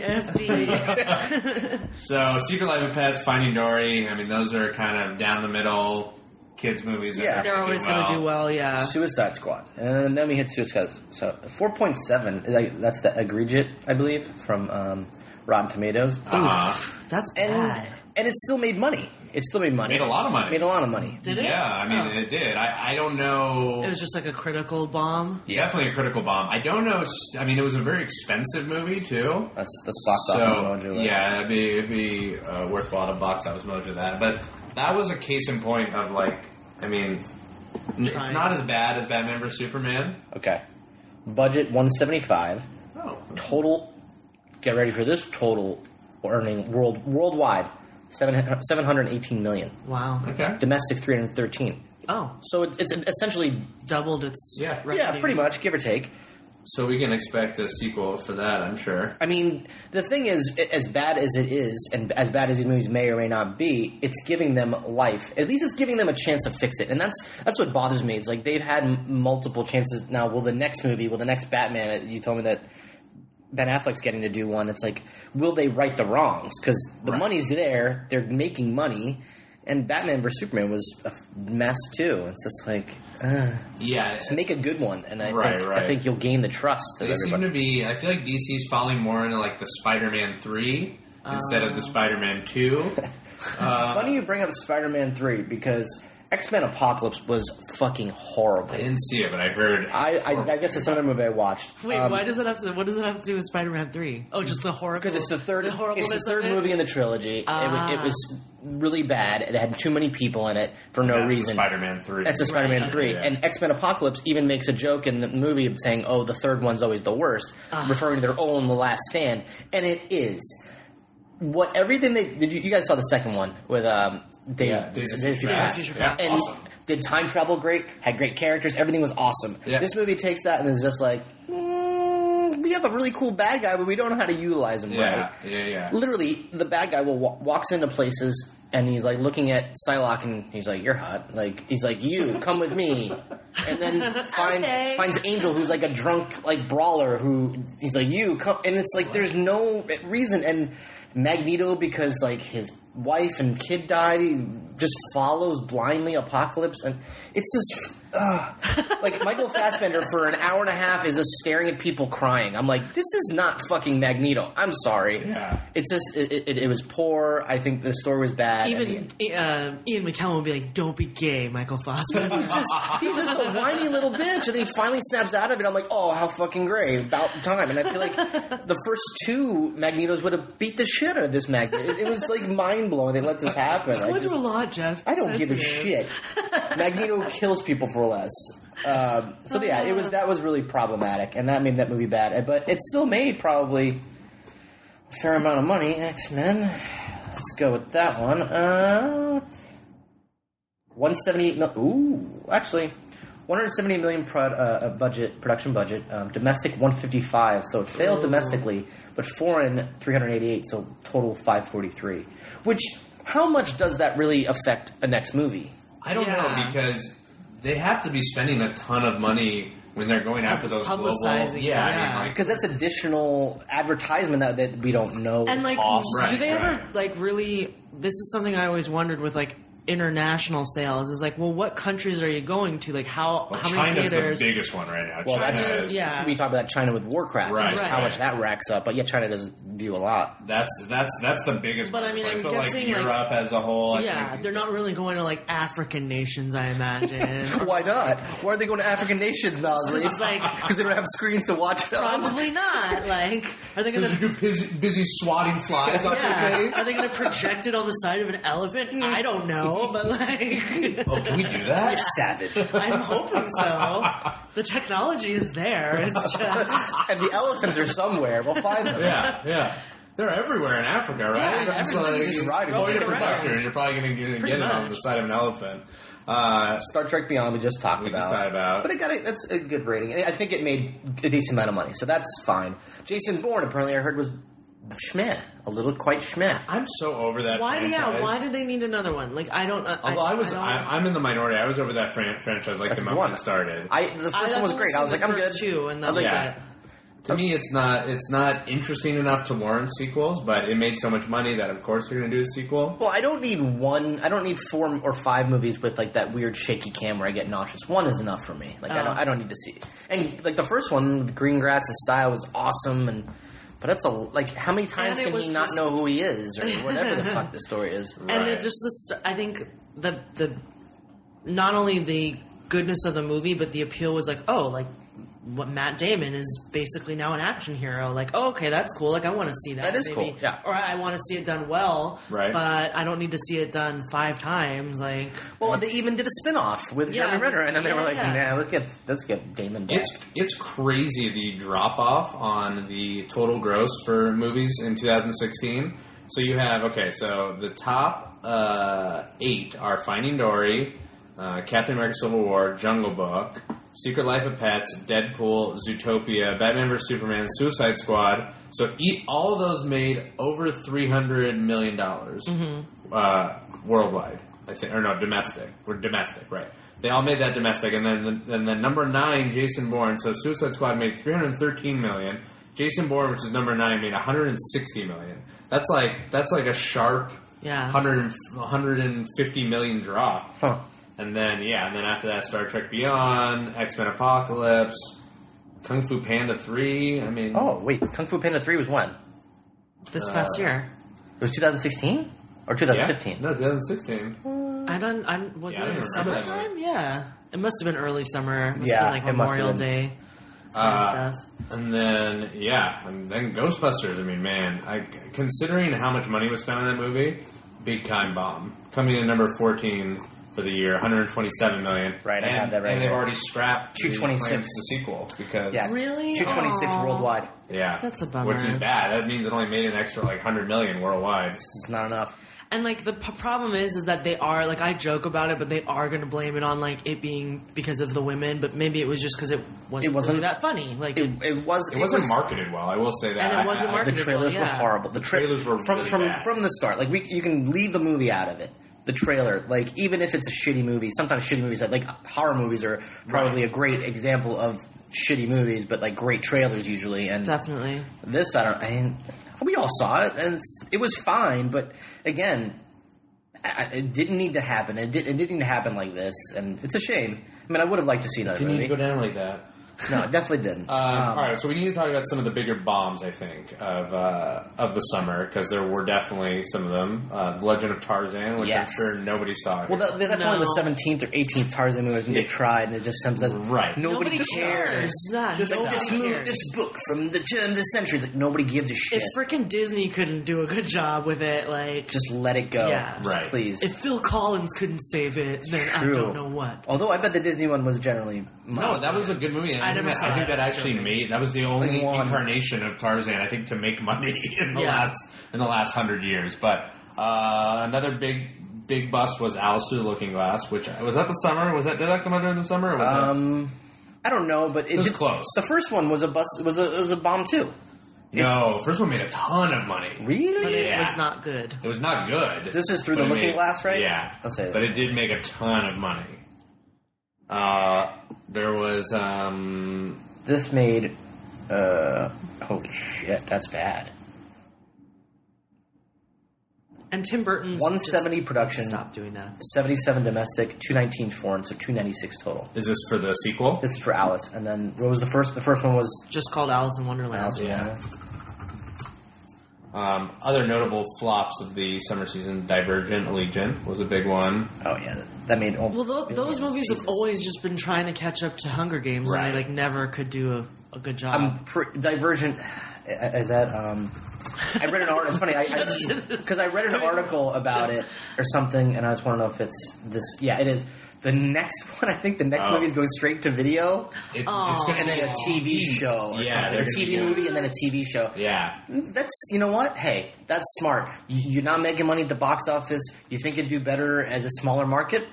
[SPEAKER 3] BFD.
[SPEAKER 2] So Secret Life of Pets, Finding Dory. I mean, those are kind of down the middle kids movies. that
[SPEAKER 4] Yeah.
[SPEAKER 2] are
[SPEAKER 3] They're always going to do well, yeah.
[SPEAKER 4] Suicide Squad, and then we hit Suicide. So four point seven. That's the egregit, I believe, from um, Rotten Tomatoes.
[SPEAKER 2] Uh-huh.
[SPEAKER 3] That's
[SPEAKER 4] and
[SPEAKER 3] bad.
[SPEAKER 4] and it still made money. It still made money.
[SPEAKER 2] Made a lot of money.
[SPEAKER 4] Made a lot of money.
[SPEAKER 3] Did it?
[SPEAKER 2] Yeah, I mean, it did. I, I don't know.
[SPEAKER 3] Oh. It was just like a critical bomb.
[SPEAKER 2] definitely a critical bomb. I don't know. s- I mean, it was a very expensive movie too.
[SPEAKER 4] That's that's box office
[SPEAKER 2] so
[SPEAKER 4] mojo. right?
[SPEAKER 2] yeah, it'd be, it'd be uh, worthwhile to box office mojo that. But that was a case in point of like, I mean, n- it's
[SPEAKER 3] Trying.
[SPEAKER 2] not as bad as Batman vs Superman.
[SPEAKER 4] Okay. Budget one seventy five.
[SPEAKER 2] Oh,
[SPEAKER 4] Total. Get ready for this. Total earning world worldwide seven seven hundred eighteen million.
[SPEAKER 3] Wow.
[SPEAKER 2] okay,
[SPEAKER 4] Domestic three hundred thirteen.
[SPEAKER 3] Oh,
[SPEAKER 4] So it, it's essentially
[SPEAKER 3] doubled its.
[SPEAKER 2] Yeah.
[SPEAKER 3] revenue.
[SPEAKER 4] yeah, pretty much give or take.
[SPEAKER 2] so we can expect a sequel for that, I'm sure.
[SPEAKER 4] I mean, the thing is, a- as bad as it is, and as bad as these movies may or may not be, it's giving them life. At least it's giving them a chance to fix it, and that's that's what bothers me. It's like they've had m- multiple chances. Now, will the next movie, will the next Batman? uh, You told me that Ben Affleck's getting to do one. It's like, will they right the wrongs? Because the
[SPEAKER 2] Right.
[SPEAKER 4] money's there, they're making money, and Batman vs Superman was a f- mess too. It's just like uh,
[SPEAKER 2] Yeah,
[SPEAKER 4] make a good one, and I
[SPEAKER 2] Right,
[SPEAKER 4] think, I
[SPEAKER 2] right.
[SPEAKER 4] think you'll gain the trust of
[SPEAKER 2] They seem
[SPEAKER 4] everybody.
[SPEAKER 2] to be. I feel like DC's falling more into like the Spider-Man three instead
[SPEAKER 3] Uh.
[SPEAKER 2] of the Spider-Man two. uh,
[SPEAKER 4] Funny you bring up Spider Man 3 because X Men Apocalypse was fucking horrible.
[SPEAKER 2] I didn't see it, but I heard.
[SPEAKER 4] I, I, I guess it's another movie I watched.
[SPEAKER 3] Wait,
[SPEAKER 4] Um,
[SPEAKER 3] why does it have to? What does it have to do with Spider-Man Three? Oh, just the horrible.
[SPEAKER 4] Because it's the third,
[SPEAKER 3] horribleness
[SPEAKER 4] it's the third
[SPEAKER 3] of it?
[SPEAKER 4] movie in the trilogy. It,
[SPEAKER 3] Ah.
[SPEAKER 4] was, it was really bad. It had too many people in it for no
[SPEAKER 2] that's
[SPEAKER 4] reason.
[SPEAKER 2] Spider-Man three.
[SPEAKER 4] That's a Spider-Man
[SPEAKER 3] Right.
[SPEAKER 4] three,
[SPEAKER 2] Yeah.
[SPEAKER 4] and X-Men Apocalypse even makes a joke in the movie of saying, "Oh, the third one's always the worst,"
[SPEAKER 3] Ah.
[SPEAKER 4] referring to their own The Last Stand, and it is. What everything they did, you, you guys saw the second one with um, Dave,
[SPEAKER 2] Yeah, Days of
[SPEAKER 4] Days
[SPEAKER 2] Future
[SPEAKER 4] of Future
[SPEAKER 2] Past.
[SPEAKER 4] Past.
[SPEAKER 2] Yeah,
[SPEAKER 4] and
[SPEAKER 2] awesome.
[SPEAKER 4] did time travel great, had great characters, everything was awesome.
[SPEAKER 2] Yeah.
[SPEAKER 4] This movie takes that and is just like, mm, we have a really cool bad guy, but we don't know how to utilize him right
[SPEAKER 2] yeah, yeah, yeah.
[SPEAKER 4] literally the bad guy will wa- walks into places and he's like looking at Psylocke and he's like, "You're hot." Like he's like, "You come with me," and then finds
[SPEAKER 3] Okay.
[SPEAKER 4] finds Angel who's like a drunk like brawler who he's like, "You come," and it's like there's no reason and Magneto because like his wife and kid died he just follows blindly apocalypse and it's just uh, like michael fassbender for an hour and a half is just staring at people crying i'm like this is not fucking magneto i'm sorry
[SPEAKER 2] Yeah.
[SPEAKER 4] it's just it, it, it was poor. I think the story was bad.
[SPEAKER 3] Even
[SPEAKER 4] And
[SPEAKER 3] uh, Ian McKellen would be like, "Don't be gay, Michael Fassbender."
[SPEAKER 4] he's just he's just a whiny little bitch, and then he finally snaps out of it. I'm like, oh, how fucking great! About time. And I feel like the first two Magnetos would have beat the shit out of this Magneto. It, it was like mind blowing. They let this happen. I,
[SPEAKER 3] Going
[SPEAKER 4] just-
[SPEAKER 3] through a lot, Jeff.
[SPEAKER 4] I don't give a
[SPEAKER 3] Sensitive.
[SPEAKER 4] shit. Magneto kills people for less. Um, so yeah, it was that was really problematic, and that made that movie bad. But it still made probably a fair amount of money. X Men. Let's go with that one. Uh, one seventy eight. No, ooh, actually, one hundred seventy million prod, uh, uh, budget production budget. Um, domestic one fifty five. So it failed domestically, but foreign three hundred eighty eight. So total five forty three. Which how much does that really affect a next movie?
[SPEAKER 2] I don't know
[SPEAKER 3] Yeah.
[SPEAKER 2] because they have to be spending a ton of money when they're going after those global. Yeah,
[SPEAKER 3] Publicizing, yeah.
[SPEAKER 2] I mean, like,
[SPEAKER 4] Because that's additional advertisement that, that we don't know.
[SPEAKER 3] And like,
[SPEAKER 2] Off,
[SPEAKER 3] do
[SPEAKER 2] right,
[SPEAKER 3] they ever
[SPEAKER 2] right.
[SPEAKER 3] like really? This is something I always wondered with like international sales. Is like, well, what countries are you going to? Like, how
[SPEAKER 2] well,
[SPEAKER 3] how many
[SPEAKER 2] China's
[SPEAKER 3] theaters?
[SPEAKER 2] the biggest one right now.
[SPEAKER 4] Well,
[SPEAKER 2] China
[SPEAKER 4] that's-
[SPEAKER 2] is,
[SPEAKER 3] yeah.
[SPEAKER 4] we talked about China with Warcraft,
[SPEAKER 2] Right,
[SPEAKER 4] and just how
[SPEAKER 2] right.
[SPEAKER 4] much that racks up. But yeah, China doesn't do a lot.
[SPEAKER 2] that's that's that's the biggest.
[SPEAKER 3] But I
[SPEAKER 2] one.
[SPEAKER 3] mean,
[SPEAKER 2] Like,
[SPEAKER 3] I'm
[SPEAKER 2] but,
[SPEAKER 3] guessing,
[SPEAKER 2] like
[SPEAKER 3] like-
[SPEAKER 2] Europe as a whole. I
[SPEAKER 3] yeah,
[SPEAKER 2] think-
[SPEAKER 3] they're not really going to like African nations, I imagine.
[SPEAKER 4] Why not? Why are they going to African nations now?
[SPEAKER 3] This is like
[SPEAKER 4] Because they don't have screens to watch it on.
[SPEAKER 3] probably not. Like, are they going
[SPEAKER 2] Because
[SPEAKER 3] to?
[SPEAKER 2] you're busy, busy swatting flies on your
[SPEAKER 3] Yeah.
[SPEAKER 2] face. Hmm.
[SPEAKER 3] Are they going to project it on the side of an elephant? I don't know. people, but like,
[SPEAKER 2] Oh, can we do that?
[SPEAKER 4] Savage.
[SPEAKER 3] I'm hoping so. The technology is there. It's just
[SPEAKER 4] and the elephants are somewhere. We'll find them.
[SPEAKER 2] Yeah, yeah. They're everywhere in Africa, right?
[SPEAKER 3] Yeah,
[SPEAKER 2] It's
[SPEAKER 3] everybody's
[SPEAKER 2] like,
[SPEAKER 4] riding
[SPEAKER 2] Go to
[SPEAKER 4] around.
[SPEAKER 2] a doctor, and you're probably going to get
[SPEAKER 3] Pretty
[SPEAKER 2] it on the
[SPEAKER 3] much.
[SPEAKER 2] side of an elephant. Uh,
[SPEAKER 4] Star Trek Beyond we just talked
[SPEAKER 2] we
[SPEAKER 4] about.
[SPEAKER 2] just thought about.
[SPEAKER 4] But it got a, that's a good rating. And I think it made a decent amount of money, so that's fine. Jason Bourne, apparently, I heard was schmeh, a little quite schmeh.
[SPEAKER 2] I'm so over that.
[SPEAKER 3] why? Yeah,
[SPEAKER 2] franchise.
[SPEAKER 3] why did they need another one? Like, I don't.
[SPEAKER 2] Although I, was,
[SPEAKER 3] don't-
[SPEAKER 2] I I'm in the minority. I was over that fran- franchise like
[SPEAKER 4] That's
[SPEAKER 2] the
[SPEAKER 4] the
[SPEAKER 2] moment
[SPEAKER 4] one.
[SPEAKER 2] it started.
[SPEAKER 4] I the first
[SPEAKER 3] I
[SPEAKER 4] one was
[SPEAKER 3] definitely
[SPEAKER 4] great. I
[SPEAKER 3] seen
[SPEAKER 4] was
[SPEAKER 3] the
[SPEAKER 4] like, I'm good.
[SPEAKER 3] first two, and
[SPEAKER 4] I
[SPEAKER 3] that was
[SPEAKER 4] like
[SPEAKER 2] that.
[SPEAKER 3] it.
[SPEAKER 2] to me, it's not it's not interesting enough to warrant sequels, but it made so much money that of course you're going to do a sequel.
[SPEAKER 4] Well, I don't need one. I don't need four or five movies with like that weird shaky cam where I get nauseous. One is enough for me. Like I don't.
[SPEAKER 3] Oh.
[SPEAKER 4] I don't need to see. And like the first one, the green grass and style was awesome. And but that's a like how many times
[SPEAKER 3] it
[SPEAKER 4] can
[SPEAKER 3] was
[SPEAKER 4] he not
[SPEAKER 3] just-
[SPEAKER 4] know who he is or whatever the fuck the story is?
[SPEAKER 3] and
[SPEAKER 2] Right.
[SPEAKER 3] it just the st- I think the the not only the goodness of the movie, but the appeal was like, oh, like what Matt Damon is basically now an action hero. Like, oh, okay, that's cool. Like, I want to see that.
[SPEAKER 4] That is
[SPEAKER 3] maybe.
[SPEAKER 4] cool, yeah.
[SPEAKER 3] Or I want to see it done well.
[SPEAKER 2] Right.
[SPEAKER 3] But I don't need to see it done five times. Like,
[SPEAKER 4] Well, they even did a spin off with
[SPEAKER 3] Yeah,
[SPEAKER 4] Jeremy Renner, and then they were like,
[SPEAKER 3] yeah.
[SPEAKER 4] "Nah, let's get let's get Damon back."
[SPEAKER 2] It's it's crazy the drop off on the total gross for movies in 2016. So you have okay, so the top uh, eight are Finding Dory, uh, Captain America: Civil War, Jungle Book, Secret Life of Pets, Deadpool, Zootopia, Batman vs Superman, Suicide Squad. So eat all of those made over 300 million dollars uh, worldwide, I think, or no, domestic. We're domestic, right? They all made that domestic, and then the, then the number nine, Jason Bourne. So Suicide Squad made 313 million. Jason Bourne, which is number nine, made 160 million. That's like that's like a sharp
[SPEAKER 3] Yeah.
[SPEAKER 2] 100, and- 150 million drop.
[SPEAKER 4] Huh.
[SPEAKER 2] And then yeah, and then after that, Star Trek Beyond, X Men Apocalypse, Kung Fu Panda three. I mean,
[SPEAKER 4] Oh wait, Kung Fu Panda three was when? It
[SPEAKER 3] this past
[SPEAKER 4] uh,
[SPEAKER 3] year,
[SPEAKER 4] was 2016
[SPEAKER 2] yeah,
[SPEAKER 4] or 2015.
[SPEAKER 2] no, 2016.
[SPEAKER 3] I don't. I was
[SPEAKER 2] Yeah, I
[SPEAKER 3] it in
[SPEAKER 2] don't remember
[SPEAKER 3] the
[SPEAKER 2] that
[SPEAKER 3] summertime? Yeah. It must have been early summer. It must
[SPEAKER 4] Yeah,
[SPEAKER 3] have been like
[SPEAKER 4] it must have
[SPEAKER 3] Memorial
[SPEAKER 4] been.
[SPEAKER 3] Day.
[SPEAKER 2] Uh,
[SPEAKER 3] stuff.
[SPEAKER 2] And then yeah, and then Ghostbusters. I mean, man, I, considering how much money was spent on that movie, big time bomb. Coming in number fourteen for the year, 127 million.
[SPEAKER 4] Right, I
[SPEAKER 2] and,
[SPEAKER 4] have that right
[SPEAKER 2] And they've
[SPEAKER 4] here.
[SPEAKER 2] already scrapped the
[SPEAKER 4] 226.
[SPEAKER 2] plans to sequel because
[SPEAKER 4] Yeah,
[SPEAKER 3] Really?
[SPEAKER 4] 226
[SPEAKER 3] Aw.
[SPEAKER 4] worldwide.
[SPEAKER 2] yeah,
[SPEAKER 3] That's a bummer.
[SPEAKER 2] Which is bad. That means it only made an extra like 100 million worldwide.
[SPEAKER 4] It's not enough.
[SPEAKER 3] And like the p- problem is, is that they are like I joke about it, but they are going to blame it on like it being because of the women. But maybe it was just because it wasn't,
[SPEAKER 4] It wasn't-
[SPEAKER 3] really that funny. Like
[SPEAKER 4] It, it was.
[SPEAKER 2] It wasn't
[SPEAKER 4] was-
[SPEAKER 2] marketed well. I will say that.
[SPEAKER 3] And it
[SPEAKER 2] I-
[SPEAKER 3] wasn't
[SPEAKER 2] I-
[SPEAKER 3] marketed
[SPEAKER 4] The trailers were
[SPEAKER 3] yeah.
[SPEAKER 4] horrible. The tra-
[SPEAKER 2] Trailers were
[SPEAKER 4] from
[SPEAKER 2] really
[SPEAKER 4] from
[SPEAKER 2] bad.
[SPEAKER 4] from the start. Like we, you can leave the movie out of it. The trailer, like even if it's a shitty movie, sometimes shitty movies, like horror movies, are probably
[SPEAKER 2] Right.
[SPEAKER 4] a great example of shitty movies, but like great trailers usually. And
[SPEAKER 3] definitely,
[SPEAKER 4] this, I don't. I mean, we all saw it, and it's, it was fine. But again, I, I- it didn't need to happen. It, did, it didn't need to happen like this, and it's a shame. I mean, I would have liked to see another
[SPEAKER 2] Didn't
[SPEAKER 4] movie.
[SPEAKER 2] need to go down like that.
[SPEAKER 4] no, it definitely
[SPEAKER 2] Um,
[SPEAKER 4] didn't.
[SPEAKER 2] all right, so we need to talk about some of the bigger bombs, I think, of uh, of the summer because there were definitely some of them. Uh, the Legend of Tarzan, which
[SPEAKER 4] Yes.
[SPEAKER 2] I'm sure nobody saw.
[SPEAKER 4] Well, that, that's one of the
[SPEAKER 3] No.
[SPEAKER 4] seventeenth or eighteenth Tarzan movies, and they
[SPEAKER 2] Yeah.
[SPEAKER 4] tried, and it just seems that
[SPEAKER 2] Right.
[SPEAKER 4] nobody,
[SPEAKER 3] nobody cares. Nah,
[SPEAKER 4] Just
[SPEAKER 3] nobody
[SPEAKER 4] this, movie,
[SPEAKER 3] cares.
[SPEAKER 4] this book from the turn of the century, it's like nobody gives a shit.
[SPEAKER 3] if freaking Disney couldn't do a good job with it, like
[SPEAKER 4] just let it go,
[SPEAKER 3] Yeah.
[SPEAKER 2] Right.
[SPEAKER 4] Please.
[SPEAKER 3] if Phil Collins couldn't save it, then I
[SPEAKER 4] True.
[SPEAKER 3] don't know what.
[SPEAKER 4] Although I bet the Disney one was generally
[SPEAKER 2] no,
[SPEAKER 4] mild.
[SPEAKER 2] that was a good movie. and
[SPEAKER 3] I never
[SPEAKER 2] think that-
[SPEAKER 3] saw
[SPEAKER 2] I think
[SPEAKER 3] it.
[SPEAKER 2] that actually made that was the only
[SPEAKER 4] Like one.
[SPEAKER 2] incarnation of Tarzan I think to make money in the
[SPEAKER 3] Yeah.
[SPEAKER 2] last in the last hundred years. But uh, another big big bust was Alice Through the Looking Glass, which was that the summer? Was that did that come out during the summer? Or was that-
[SPEAKER 4] Um, I don't know, but it,
[SPEAKER 2] was
[SPEAKER 4] did-
[SPEAKER 2] close.
[SPEAKER 4] The first one was a bus. Was a was a bomb too.
[SPEAKER 2] no, first one made a ton of money.
[SPEAKER 4] Really?
[SPEAKER 3] But it
[SPEAKER 2] Yeah.
[SPEAKER 3] was not good.
[SPEAKER 2] It was not good.
[SPEAKER 4] This is through
[SPEAKER 2] but
[SPEAKER 4] the
[SPEAKER 2] it
[SPEAKER 4] Looking
[SPEAKER 2] made-
[SPEAKER 4] Glass, right?
[SPEAKER 2] Yeah.
[SPEAKER 4] I'll say that.
[SPEAKER 2] But it did make a ton of money. Uh, there was um,
[SPEAKER 4] This made. Uh, holy shit, that's bad.
[SPEAKER 3] And Tim Burton's
[SPEAKER 4] One
[SPEAKER 3] just-
[SPEAKER 4] seventy production.
[SPEAKER 3] Stop doing that.
[SPEAKER 4] 77 domestic, 219 foreign, so 296 total.
[SPEAKER 2] is this for the sequel?
[SPEAKER 4] This is for Alice. And then what was the first? The first one was
[SPEAKER 3] Just called Alice in Wonderland.
[SPEAKER 4] Alice.
[SPEAKER 2] Yeah. Um, other notable flops of the summer season: Divergent, Allegiant was a big one.
[SPEAKER 4] Oh yeah, that, that made.
[SPEAKER 3] Well, th- those movies have always just been trying to catch up to Hunger Games,
[SPEAKER 2] Right.
[SPEAKER 3] and they like never could do a, a good job.
[SPEAKER 4] I'm pr- Divergent. Is that um? I read an article. It's funny, I because I, read an article about it or something, and I just want to know if it's this. Yeah, it is. The next one, I think the next
[SPEAKER 2] Oh.
[SPEAKER 4] movie is going straight to video,
[SPEAKER 2] It,
[SPEAKER 3] Aw.
[SPEAKER 2] it's going
[SPEAKER 4] and
[SPEAKER 2] to
[SPEAKER 4] then
[SPEAKER 2] be
[SPEAKER 4] a TV show or
[SPEAKER 2] Yeah,
[SPEAKER 4] something,
[SPEAKER 2] they're
[SPEAKER 4] a
[SPEAKER 2] gonna be
[SPEAKER 4] TV
[SPEAKER 2] doing-
[SPEAKER 4] movie, and then a TV show.
[SPEAKER 2] Yeah.
[SPEAKER 4] That's you know what? Hey, that's smart. You- You're not making money at the box office. You think you'd do better as a smaller market.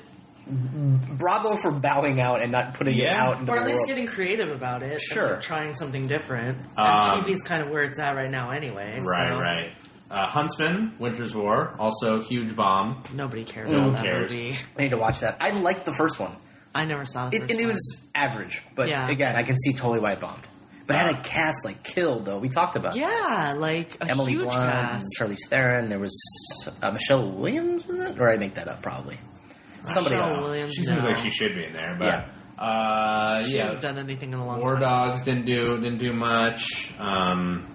[SPEAKER 4] Bravo for bowing out and not putting it
[SPEAKER 2] Yeah.
[SPEAKER 4] out into
[SPEAKER 3] Or
[SPEAKER 4] the
[SPEAKER 3] at least
[SPEAKER 4] world.
[SPEAKER 3] getting creative about it. and,
[SPEAKER 4] Sure.
[SPEAKER 3] like, trying something different.
[SPEAKER 2] Um,
[SPEAKER 3] and TV's kind of where it's at right now, anyway.
[SPEAKER 2] Right,
[SPEAKER 3] so
[SPEAKER 2] right. Uh, Huntsman, Winter's War, also huge bomb.
[SPEAKER 3] Nobody cared
[SPEAKER 4] No
[SPEAKER 3] about
[SPEAKER 4] one
[SPEAKER 3] that
[SPEAKER 2] cares.
[SPEAKER 3] movie.
[SPEAKER 4] I need to watch that. I liked the first one.
[SPEAKER 3] I never saw the
[SPEAKER 4] It,
[SPEAKER 3] first
[SPEAKER 4] and it
[SPEAKER 3] one.
[SPEAKER 4] was average, but
[SPEAKER 3] Yeah.
[SPEAKER 4] again, I can see totally why it bombed. But it had a cast like killed though. We talked about it.
[SPEAKER 3] yeah, like a
[SPEAKER 4] Emily
[SPEAKER 3] huge
[SPEAKER 4] Blunt,
[SPEAKER 3] cast.
[SPEAKER 4] Charlie Theron. There was uh, Michelle Williams, was it? or I make that up probably. Somebody
[SPEAKER 3] Michelle
[SPEAKER 4] else.
[SPEAKER 3] Oh, Williams.
[SPEAKER 2] She seems
[SPEAKER 3] no.
[SPEAKER 2] like she should be in there, but uh,
[SPEAKER 3] She
[SPEAKER 2] yeah.
[SPEAKER 3] hasn't done anything in a long
[SPEAKER 2] War
[SPEAKER 3] time.
[SPEAKER 2] Dogs didn't do didn't do much. Um,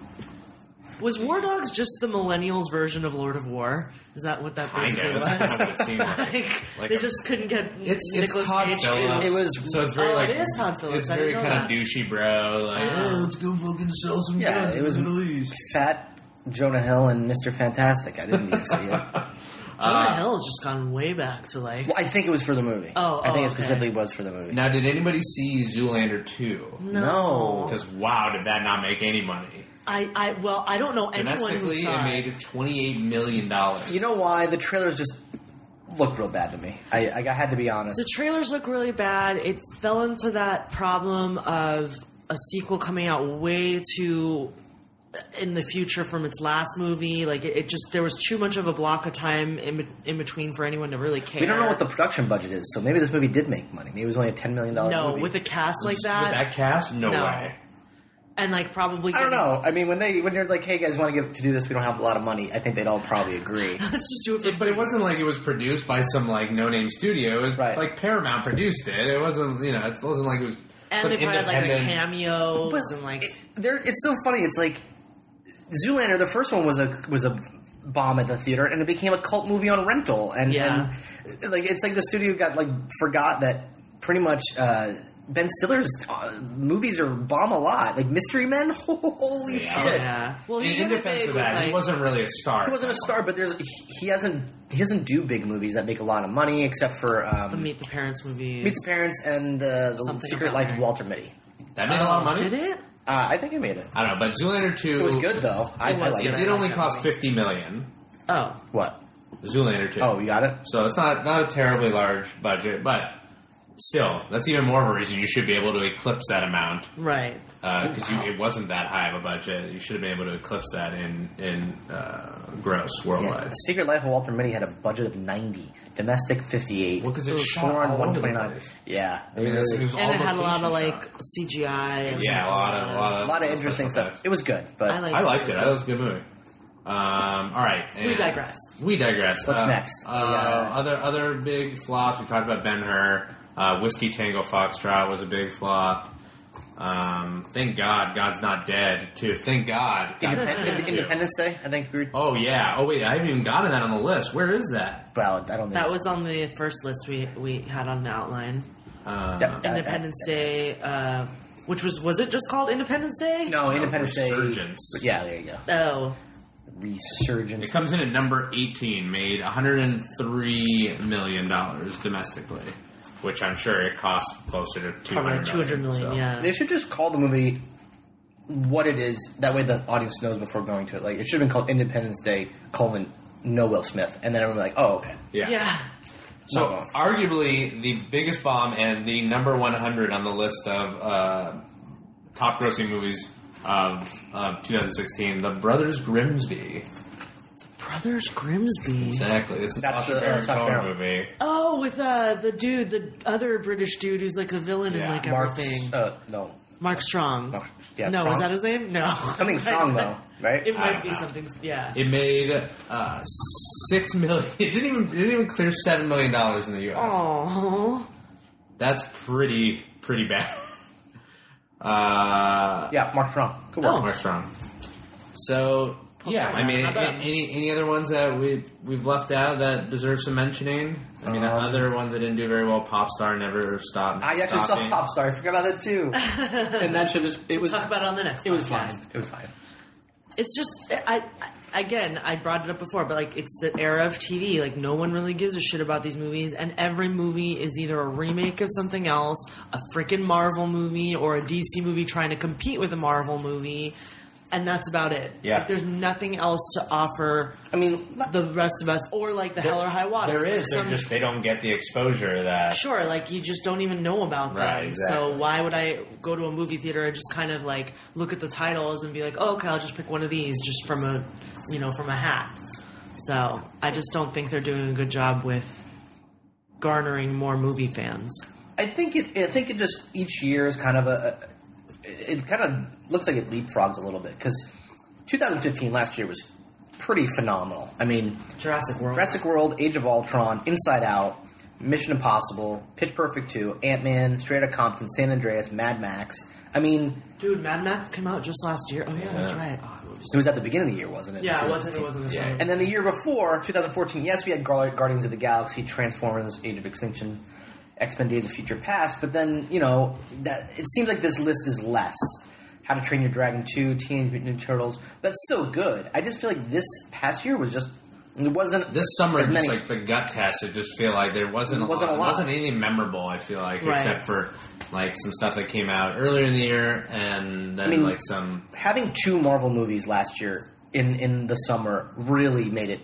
[SPEAKER 3] Was War Dogs just the millennials version of Lord of War? Is that what that
[SPEAKER 2] I
[SPEAKER 3] basically
[SPEAKER 2] know
[SPEAKER 3] was?
[SPEAKER 2] that's kind of what it seemed like.
[SPEAKER 3] like,
[SPEAKER 2] Like
[SPEAKER 3] they
[SPEAKER 2] a-
[SPEAKER 3] just couldn't get
[SPEAKER 2] It's it's
[SPEAKER 3] Nicholas
[SPEAKER 2] Todd
[SPEAKER 3] Cage.
[SPEAKER 2] Phillips.
[SPEAKER 3] to-
[SPEAKER 4] It was-
[SPEAKER 2] so it's very
[SPEAKER 3] Oh,
[SPEAKER 2] like
[SPEAKER 3] it is Todd Phillips.
[SPEAKER 2] It's
[SPEAKER 3] I
[SPEAKER 2] very
[SPEAKER 3] didn't
[SPEAKER 2] kind
[SPEAKER 3] know
[SPEAKER 2] of douchey, bro. Like,
[SPEAKER 3] Yeah.
[SPEAKER 2] oh, let's go fucking sell some
[SPEAKER 4] Yeah,
[SPEAKER 2] guns
[SPEAKER 4] it
[SPEAKER 2] in the
[SPEAKER 4] was-
[SPEAKER 2] Middle East.
[SPEAKER 4] Fat Jonah Hill and Mr. Fantastic. I didn't even see it. Well,
[SPEAKER 3] Jonah
[SPEAKER 2] Uh,
[SPEAKER 3] Hill has just gone way back to like.
[SPEAKER 4] I think it was for the movie.
[SPEAKER 3] Oh,
[SPEAKER 4] I think
[SPEAKER 3] oh,
[SPEAKER 4] it
[SPEAKER 3] okay.
[SPEAKER 4] specifically was for the movie.
[SPEAKER 2] Now, did anybody see Zoolander two?
[SPEAKER 4] No.
[SPEAKER 2] Because wow, did that not make any money?
[SPEAKER 3] I, I well, I don't know anyone who
[SPEAKER 2] Domestically, it
[SPEAKER 3] saw it.
[SPEAKER 2] made twenty eight million dollars.
[SPEAKER 4] You know why? The trailers just looked real bad to me. I, I, had to be honest.
[SPEAKER 3] The trailers look really bad. It fell into that problem of a sequel coming out way too uh, in the future from its last movie. Like it, it just there was too much of a block of time in, be- in between for anyone to really care.
[SPEAKER 4] We don't know what the production budget is, so maybe this movie did make money. Maybe it was only a ten million dollar
[SPEAKER 3] no
[SPEAKER 4] movie.
[SPEAKER 3] with a cast like that,
[SPEAKER 2] With that cast, no,
[SPEAKER 3] No.
[SPEAKER 2] way.
[SPEAKER 3] and like probably
[SPEAKER 4] I don't
[SPEAKER 3] getting-
[SPEAKER 4] know. I mean, when they when you're like, "Hey guys, want to get to do this? We don't have a lot of money." I think they'd all probably agree.
[SPEAKER 3] Let's just do it for
[SPEAKER 2] But it wasn't like it was produced by some like no name studio. It was
[SPEAKER 4] Right.
[SPEAKER 2] like Paramount produced it. It wasn't you know it wasn't like it was. some
[SPEAKER 3] and they probably had like a
[SPEAKER 2] independent-
[SPEAKER 3] cameo
[SPEAKER 4] But
[SPEAKER 3] and like
[SPEAKER 4] it, there, it's so funny. It's like Zoolander. The first one was a was a bomb at the theater, and it became a cult movie on rental. And,
[SPEAKER 3] Yeah.
[SPEAKER 4] and like it's like the studio got like forgot that pretty much. Uh, Ben Stiller's uh, movies are bomb a lot. Like Mystery Men, holy
[SPEAKER 2] Yeah.
[SPEAKER 4] shit!
[SPEAKER 3] oh, yeah. Well,
[SPEAKER 2] In,
[SPEAKER 3] he
[SPEAKER 2] in
[SPEAKER 3] did it
[SPEAKER 2] defense
[SPEAKER 3] big
[SPEAKER 2] of
[SPEAKER 3] with,
[SPEAKER 2] that, he
[SPEAKER 3] like-
[SPEAKER 2] wasn't really a star.
[SPEAKER 4] He wasn't a star, but there's he- he hasn't he doesn't do big movies that make a lot of money, except for
[SPEAKER 3] the
[SPEAKER 4] um, Meet
[SPEAKER 3] Meet the Parents movies.
[SPEAKER 4] the Parents and uh, the
[SPEAKER 3] Something
[SPEAKER 4] Secret
[SPEAKER 3] about
[SPEAKER 4] Life
[SPEAKER 3] Mary.
[SPEAKER 4] of Walter Mitty.
[SPEAKER 2] That made a lot of money.
[SPEAKER 3] Oh, Did it?
[SPEAKER 4] Uh, I think I made it.
[SPEAKER 2] I don't know, but Zoolander two
[SPEAKER 4] It was good though. I,
[SPEAKER 3] It
[SPEAKER 4] I
[SPEAKER 3] was
[SPEAKER 4] liked
[SPEAKER 2] It
[SPEAKER 3] good.
[SPEAKER 4] it.
[SPEAKER 2] did only
[SPEAKER 3] Yeah.
[SPEAKER 2] cost fifty million.
[SPEAKER 3] Oh,
[SPEAKER 4] What?
[SPEAKER 2] Zoolander two.
[SPEAKER 4] Oh, you got it.
[SPEAKER 2] So it's not not a terribly large budget, but still, that's even more of a reason you should be able to eclipse that amount
[SPEAKER 3] right.
[SPEAKER 2] because you it wasn't that high of a budget. You should have been able to eclipse that in in uh, gross
[SPEAKER 4] Yeah.
[SPEAKER 2] worldwide.
[SPEAKER 4] Secret Life of Walter Mitty had a budget of ninety, domestic fifty-eight,
[SPEAKER 2] Well, 'cause it shot all
[SPEAKER 4] foreign
[SPEAKER 2] over the
[SPEAKER 4] one-twenty-nine.
[SPEAKER 2] place.
[SPEAKER 4] Yeah,
[SPEAKER 2] I mean, it was, it was all
[SPEAKER 3] And it had a lot of
[SPEAKER 2] location
[SPEAKER 3] like
[SPEAKER 2] shots.
[SPEAKER 3] CGI.
[SPEAKER 2] yeah, a
[SPEAKER 3] And stuff
[SPEAKER 2] lot
[SPEAKER 3] like
[SPEAKER 2] of
[SPEAKER 3] that.
[SPEAKER 2] a lot of
[SPEAKER 4] a lot of interesting
[SPEAKER 2] special
[SPEAKER 4] stuff.
[SPEAKER 2] effects.
[SPEAKER 4] It was good, but
[SPEAKER 3] I like-
[SPEAKER 2] I liked it. I thought it was a good movie. Um, all right, and-
[SPEAKER 3] digress.
[SPEAKER 2] We digress.
[SPEAKER 4] What's
[SPEAKER 2] Uh,
[SPEAKER 4] next?
[SPEAKER 2] Uh,
[SPEAKER 4] Yeah.
[SPEAKER 2] Other other big flops. We talked about Ben Hur. Uh, Whiskey Tango Foxtrot was a big flop. Um, thank God, God's not dead too. Thank God. God-
[SPEAKER 4] Independ- Independence Day. I think. we
[SPEAKER 2] oh yeah. Oh wait, I haven't even gotten that on the list. Where is that?
[SPEAKER 4] Well, I don't think
[SPEAKER 3] That was on the first list we we had on the outline.
[SPEAKER 2] Uh,
[SPEAKER 4] That- that-
[SPEAKER 3] Independence Day, uh, which was was it just called Independence Day?
[SPEAKER 4] no Independence Day.
[SPEAKER 2] Resurgence.
[SPEAKER 4] Yeah, there you go.
[SPEAKER 3] Oh,
[SPEAKER 4] Resurgence.
[SPEAKER 2] It comes in at number 18, made 103 million dollars domestically, which I'm sure it costs closer to 200
[SPEAKER 3] probably two hundred million.
[SPEAKER 2] so.
[SPEAKER 3] Yeah.
[SPEAKER 4] They should just call the movie what it is. That way, the audience knows before going to it. Like it should have been called Independence Day: colon No Will Smith, and then everyone would be like, "Oh, okay."
[SPEAKER 2] Yeah.
[SPEAKER 3] yeah.
[SPEAKER 2] So
[SPEAKER 4] Not
[SPEAKER 2] arguably the biggest bomb and the number 100 on the list of uh, top grossing movies of, of 2016, The Brothers Grimsby.
[SPEAKER 3] Brothers Grimsby.
[SPEAKER 2] Exactly. This is
[SPEAKER 4] That's
[SPEAKER 2] Sacha
[SPEAKER 4] the-
[SPEAKER 2] Baron
[SPEAKER 4] that's Sacha
[SPEAKER 2] Cohen
[SPEAKER 4] Baron.
[SPEAKER 2] movie.
[SPEAKER 3] Oh, with uh, the dude, the other British dude who's like the villain in
[SPEAKER 2] Yeah.
[SPEAKER 3] like everything.
[SPEAKER 4] Mark's uh, no.
[SPEAKER 3] Mark Strong.
[SPEAKER 4] Mark- yeah,
[SPEAKER 3] no,
[SPEAKER 4] Strong.
[SPEAKER 3] was that his name? No.
[SPEAKER 4] Something strong though, right?
[SPEAKER 3] It
[SPEAKER 2] I
[SPEAKER 3] might
[SPEAKER 2] don't
[SPEAKER 3] be
[SPEAKER 2] know.
[SPEAKER 3] something. Yeah.
[SPEAKER 2] It made uh, six million. It didn't even it didn't even clear seven million dollars in the U.S.
[SPEAKER 3] Oh.
[SPEAKER 2] That's pretty pretty bad. Uh,
[SPEAKER 4] yeah, Mark Strong. Good work.
[SPEAKER 3] Oh.
[SPEAKER 2] We're strong. So yeah, I mean,
[SPEAKER 3] Not bad.
[SPEAKER 2] any any other ones that we we've left out that deserve some mentioning? I mean, the
[SPEAKER 4] Um,
[SPEAKER 2] other ones that didn't do very well. Popstar never stopped.
[SPEAKER 4] I actually
[SPEAKER 2] stopping.
[SPEAKER 4] saw Popstar. I forgot about that too. and that should just it was
[SPEAKER 3] Talk about it on the next.
[SPEAKER 4] it was
[SPEAKER 3] podcast.
[SPEAKER 4] fine. It was fine.
[SPEAKER 3] it's just I, I again I brought it up before, but like it's the era of TV. Like no one really gives a shit about these movies, and every movie is either a remake of something else, a freaking Marvel movie, or a DC movie trying to compete with a Marvel movie, and that's about it.
[SPEAKER 2] Yeah.
[SPEAKER 3] like, there's nothing else to offer
[SPEAKER 4] I mean,
[SPEAKER 3] the rest of us, or like the hell or high water.
[SPEAKER 2] There is. They're just they don't get the exposure that.
[SPEAKER 3] Sure, like you just don't even know about them.
[SPEAKER 2] Right,
[SPEAKER 3] So
[SPEAKER 2] exactly.
[SPEAKER 3] why would I go to a movie theater and just kind of like look at the titles and be like, oh, okay, I'll just pick one of these just from a, you know, from a hat. So I just don't think they're doing a good job with garnering more movie fans.
[SPEAKER 4] I think it. I think it just each year is kind of a. It kind of looks like it leapfrogs a little bit because 2015 last year was pretty phenomenal. I mean,
[SPEAKER 3] Jurassic World.
[SPEAKER 4] Jurassic World, Age of Ultron, Inside Out, Mission Impossible, Pitch Perfect 2, Ant Man, Straight Outta Compton, San Andreas, Mad Max. I mean,
[SPEAKER 3] Dude, Mad Max came out just last year. Oh yeah, that's
[SPEAKER 2] Yeah.
[SPEAKER 3] right. Oh, it was-
[SPEAKER 4] it was at the beginning of the year, wasn't it?
[SPEAKER 3] yeah, it wasn't. It
[SPEAKER 4] 2015.
[SPEAKER 3] wasn't the
[SPEAKER 2] Yeah.
[SPEAKER 3] same.
[SPEAKER 4] And then the year before, 2014, yes, we had Gar- Guardians of the Galaxy, Transformers, Age of Extinction, X Men: Days of Future Past. But then, you know, that, it seems like this list is less. How to Train Your Dragon 2, Teenage Mutant Ninja Turtles. That's still good. I just feel like this past year was just it wasn't
[SPEAKER 2] This summer,
[SPEAKER 4] as
[SPEAKER 2] just
[SPEAKER 4] many.
[SPEAKER 2] like the gut test, it just feel like there wasn't a
[SPEAKER 4] Wasn't
[SPEAKER 2] lot.
[SPEAKER 4] a lot.
[SPEAKER 2] wasn't anything memorable. I feel like
[SPEAKER 3] Right.
[SPEAKER 2] except for like some stuff that came out earlier in the year, and then
[SPEAKER 4] I mean-
[SPEAKER 2] like some
[SPEAKER 4] having two Marvel movies last year in in the summer really made it.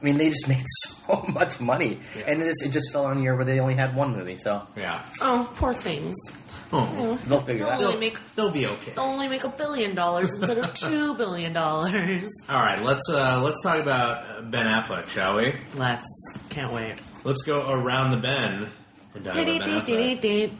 [SPEAKER 4] I mean, they just made so much money,
[SPEAKER 2] Yeah.
[SPEAKER 4] and this it just fell on a year where they only had one movie. So
[SPEAKER 2] yeah.
[SPEAKER 3] Oh, poor things.
[SPEAKER 2] Oh,
[SPEAKER 4] they'll figure that
[SPEAKER 3] They'll
[SPEAKER 4] out.
[SPEAKER 3] only make
[SPEAKER 2] they'll be okay.
[SPEAKER 3] they'll only make a billion dollars instead of two billion dollars.
[SPEAKER 2] All right, let's uh, let's talk about uh, Ben Affleck, shall we?
[SPEAKER 3] Let's can't wait.
[SPEAKER 2] Let's go around the bend. And talk about Ben Affleck.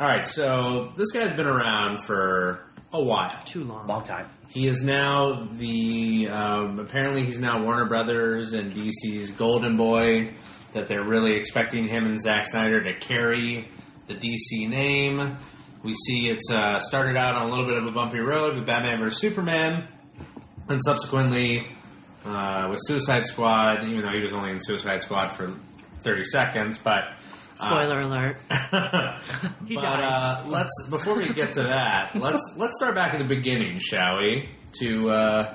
[SPEAKER 2] All right, so this guy's been around for a while.
[SPEAKER 3] Too long.
[SPEAKER 4] Long time.
[SPEAKER 2] He is now the um, apparently he's now Warner Brothers and DC's golden boy. That they're really expecting him and Zack Snyder to carry the DC name. We see it's uh, started out on a little bit of a bumpy road with Batman vs Superman, and subsequently uh, with Suicide Squad. Even though he was only in Suicide Squad for thirty seconds, but uh,
[SPEAKER 3] Spoiler alert. He
[SPEAKER 2] but, Uh,
[SPEAKER 3] dies.
[SPEAKER 2] let's before we get to that, let's let's start back at the beginning, shall we? To uh,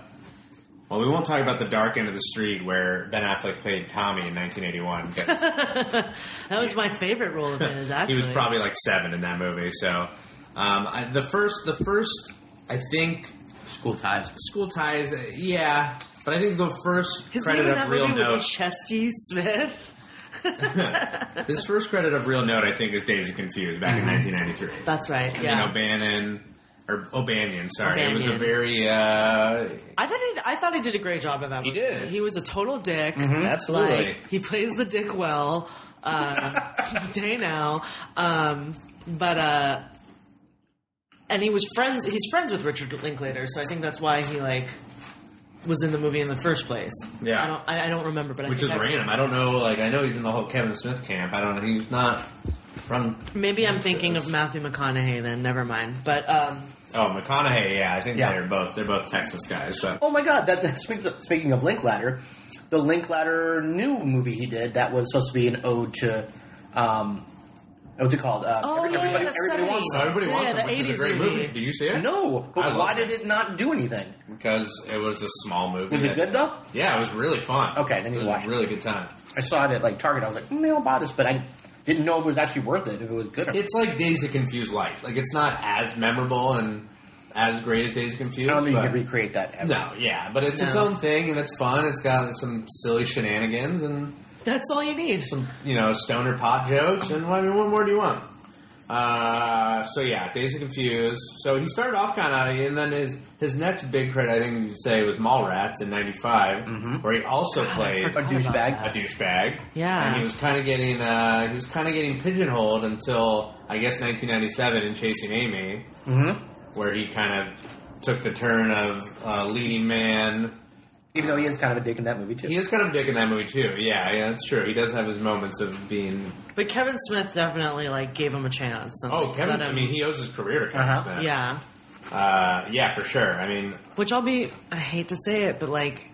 [SPEAKER 2] well, we won't talk about the dark end of the street where Ben Affleck played Tommy in 1981. 'cause
[SPEAKER 3] That was my favorite role of his. Actually,
[SPEAKER 2] he was probably like seven in that movie. So um, I, the first, the first, I think
[SPEAKER 5] School ties.
[SPEAKER 2] school ties. uh, Yeah, but I think the first
[SPEAKER 3] his name
[SPEAKER 2] credit
[SPEAKER 3] in
[SPEAKER 2] of
[SPEAKER 3] that
[SPEAKER 2] real
[SPEAKER 3] movie
[SPEAKER 2] note.
[SPEAKER 3] was Chesty Smith.
[SPEAKER 2] this first credit of real note, I think, is Days of Confused back
[SPEAKER 3] Mm-hmm.
[SPEAKER 2] in 1993.
[SPEAKER 3] That's right.
[SPEAKER 2] yeah.
[SPEAKER 3] Yeah,
[SPEAKER 2] O'Bannon or O'Banion. Sorry, it was a
[SPEAKER 3] O'Banion.
[SPEAKER 2] very uh,
[SPEAKER 3] I thought he, I thought he did a great job of that.
[SPEAKER 2] He
[SPEAKER 3] movie.
[SPEAKER 2] did. Mm-hmm.
[SPEAKER 3] He was a total dick.
[SPEAKER 4] Mm-hmm.
[SPEAKER 2] absolutely.
[SPEAKER 3] Like he plays the dick well. Uh, day now, um, but uh, and he was friends. He's friends with Richard Linklater, so I think that's why he like was in the movie in the first place.
[SPEAKER 2] Yeah.
[SPEAKER 3] I don't. I, I don't remember, but I
[SPEAKER 2] which
[SPEAKER 3] think
[SPEAKER 2] is
[SPEAKER 3] I-
[SPEAKER 2] random. I don't know. Like I know he's in the whole Kevin Smith camp. I don't know. He's not from.
[SPEAKER 3] Maybe I'm thinking of Matthew McConaughey. Then never mind. But um,
[SPEAKER 2] Oh, McConaughey. Yeah, I think
[SPEAKER 4] Yeah.
[SPEAKER 2] they're both they're both Texas guys. So
[SPEAKER 4] Oh my god! That, that speaks of, speaking of Link Ladder, the Link Ladder new movie he did that was supposed to be an ode to, um, what's it called? Uh,
[SPEAKER 3] Oh,
[SPEAKER 4] Every-
[SPEAKER 3] yeah,
[SPEAKER 4] everybody,
[SPEAKER 3] the
[SPEAKER 4] everybody wants
[SPEAKER 2] So
[SPEAKER 3] 70s.
[SPEAKER 2] everybody
[SPEAKER 3] Oh, Yeah,
[SPEAKER 2] wants
[SPEAKER 3] the
[SPEAKER 2] him, which is
[SPEAKER 3] 80s
[SPEAKER 2] a great
[SPEAKER 3] movie.
[SPEAKER 2] movie. Did you see it?
[SPEAKER 4] it. No,
[SPEAKER 2] I
[SPEAKER 4] but
[SPEAKER 2] love
[SPEAKER 4] why
[SPEAKER 2] it.
[SPEAKER 4] did it not do anything?
[SPEAKER 2] because it was a small movie.
[SPEAKER 4] Was it
[SPEAKER 2] that-
[SPEAKER 4] good, though?
[SPEAKER 2] Yeah, it was really fun.
[SPEAKER 4] Okay, then
[SPEAKER 2] it
[SPEAKER 4] you
[SPEAKER 2] was
[SPEAKER 4] watch
[SPEAKER 2] a
[SPEAKER 4] it.
[SPEAKER 2] really good time.
[SPEAKER 4] I saw it at like Target. I was like, mm, I'll buy this, but I didn't know if it was actually worth it. If it was good. Or
[SPEAKER 2] It's like Days of Confused Light. Like it's not as memorable and as great as Days of Confused.
[SPEAKER 4] I don't think you
[SPEAKER 2] but-
[SPEAKER 4] can recreate that. Ever.
[SPEAKER 2] No, yeah, but it's its
[SPEAKER 3] No.
[SPEAKER 2] own thing and it's fun. It's got some silly shenanigans and
[SPEAKER 3] that's all you need.
[SPEAKER 2] some you know stoner pot jokes and I mean, what more do you want? Uh, so yeah, Days of Confused. So he started off kind of, and then his his next big credit, I think you could say, was Mallrats in '95, where he also played
[SPEAKER 4] A
[SPEAKER 3] forgot.
[SPEAKER 2] a
[SPEAKER 4] douchebag.
[SPEAKER 2] douchebag.
[SPEAKER 3] Yeah.
[SPEAKER 2] and he was kind of getting uh, he was kind of getting pigeonholed until I guess 1997 in Chasing Amy,
[SPEAKER 4] Mm-hmm.
[SPEAKER 2] where he kind of took the turn of uh, leading man.
[SPEAKER 4] Even though he is kind of a dick in that movie too.
[SPEAKER 2] He is kind of a dick in that movie too. Yeah, yeah, that's true. He does have his moments of being
[SPEAKER 3] But Kevin Smith definitely like gave him a chance. and,
[SPEAKER 2] Oh,
[SPEAKER 3] like,
[SPEAKER 2] Kevin!
[SPEAKER 3] let him-
[SPEAKER 2] I mean, he owes his career to Kevin
[SPEAKER 4] Uh-huh.
[SPEAKER 2] Smith.
[SPEAKER 3] yeah.
[SPEAKER 2] uh, yeah, for sure. I mean,
[SPEAKER 3] Which I'll be. I hate to say it, but like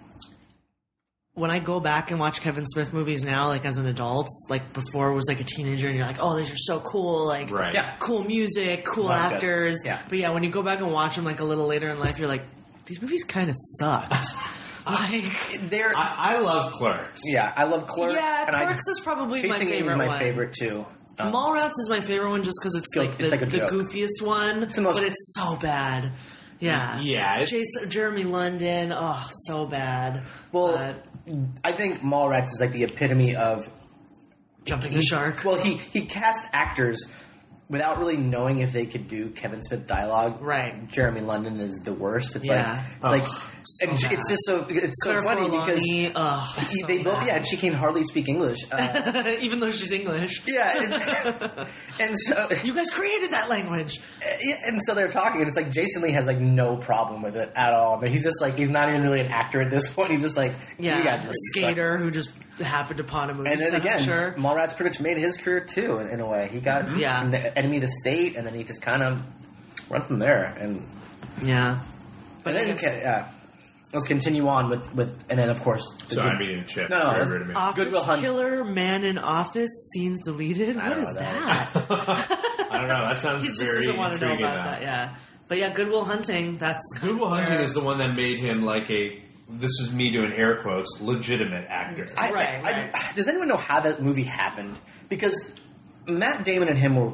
[SPEAKER 3] when I go back and watch Kevin Smith movies now, like as an adult, like before was like a teenager, and you're like, oh, these are so cool. Like
[SPEAKER 2] right?
[SPEAKER 4] Yeah.
[SPEAKER 3] cool music, cool
[SPEAKER 4] Love that.
[SPEAKER 3] actors.
[SPEAKER 4] Yeah.
[SPEAKER 3] But yeah, when you go back and watch them like a little later in life, you're like, these movies kind of sucked. like,
[SPEAKER 4] They're
[SPEAKER 2] I, I love Clerks.
[SPEAKER 4] yeah, I love Clerks.
[SPEAKER 3] yeah,
[SPEAKER 4] and I-
[SPEAKER 3] Clerks is probably
[SPEAKER 4] Chasing
[SPEAKER 3] my
[SPEAKER 4] Amy
[SPEAKER 3] favorite
[SPEAKER 4] is my
[SPEAKER 3] one.
[SPEAKER 4] favorite too. Um,
[SPEAKER 3] Mallrats is my favorite one just because it's
[SPEAKER 4] Guilt-
[SPEAKER 3] like the,
[SPEAKER 4] it's like a
[SPEAKER 3] the
[SPEAKER 4] joke.
[SPEAKER 3] goofiest one,
[SPEAKER 4] the most-
[SPEAKER 3] but it's so bad. Yeah,
[SPEAKER 2] Yeah, it's-
[SPEAKER 3] Jason, Jeremy London, oh, so bad. Uh,
[SPEAKER 4] well,
[SPEAKER 3] But
[SPEAKER 4] I think Mallrats is like the epitome of
[SPEAKER 3] jumping the shark.
[SPEAKER 4] well, he he cast actors without really knowing if they could do Kevin Smith dialogue.
[SPEAKER 3] Right.
[SPEAKER 4] Jeremy London is the worst. It's
[SPEAKER 3] Yeah.
[SPEAKER 4] like
[SPEAKER 2] Oh,
[SPEAKER 4] it's like
[SPEAKER 3] so
[SPEAKER 4] and
[SPEAKER 3] bad.
[SPEAKER 4] it's just so it's so
[SPEAKER 3] Claire
[SPEAKER 4] funny because
[SPEAKER 3] Forlani, oh,
[SPEAKER 4] he-
[SPEAKER 3] so
[SPEAKER 4] they both
[SPEAKER 3] bad.
[SPEAKER 4] yeah, and she can hardly speak English. Uh,
[SPEAKER 3] even though she's English.
[SPEAKER 4] yeah, it's, and so
[SPEAKER 3] You guys created that language.
[SPEAKER 4] Yeah, and so they're talking, and it's like Jason Lee has like no problem with it at all. But he's just like he's not even really an actor at this point. He's just like
[SPEAKER 3] Yeah,
[SPEAKER 4] you guys
[SPEAKER 3] a
[SPEAKER 4] really suck.
[SPEAKER 3] skater who just happened upon a movie
[SPEAKER 4] And then
[SPEAKER 3] set,
[SPEAKER 4] again,
[SPEAKER 3] I'm sure.
[SPEAKER 4] Mallrats pretty much made his career too in, in a way. He got
[SPEAKER 3] Mm-hmm. Yeah.
[SPEAKER 4] in the enemy to state, and then he just kind of went from there. And,
[SPEAKER 3] Yeah,
[SPEAKER 4] but then
[SPEAKER 3] I guess
[SPEAKER 4] okay, yeah, let's continue on with with and then of course the
[SPEAKER 2] Sorry,
[SPEAKER 4] good-
[SPEAKER 2] I'm eating a chip.
[SPEAKER 4] No, no,
[SPEAKER 2] Very
[SPEAKER 4] that's-
[SPEAKER 2] rude of me.
[SPEAKER 3] Office
[SPEAKER 4] Goodwill Hunt-
[SPEAKER 3] killer, man in office, scenes deleted.
[SPEAKER 4] I
[SPEAKER 3] What
[SPEAKER 4] don't
[SPEAKER 3] is
[SPEAKER 4] know
[SPEAKER 3] that?
[SPEAKER 4] that
[SPEAKER 2] I don't know. That sounds
[SPEAKER 3] He just
[SPEAKER 2] very
[SPEAKER 3] doesn't want to know
[SPEAKER 2] intriguing.
[SPEAKER 3] about
[SPEAKER 2] though.
[SPEAKER 3] that. Yeah, but yeah, Goodwill Hunting. That's kind
[SPEAKER 2] Goodwill
[SPEAKER 3] of
[SPEAKER 2] Hunting
[SPEAKER 3] where-
[SPEAKER 2] is the one that made him like a. This is me doing air quotes. Legitimate actor.
[SPEAKER 4] I,
[SPEAKER 3] Right,
[SPEAKER 4] I- Does anyone know how that movie happened? Because Matt Damon and him were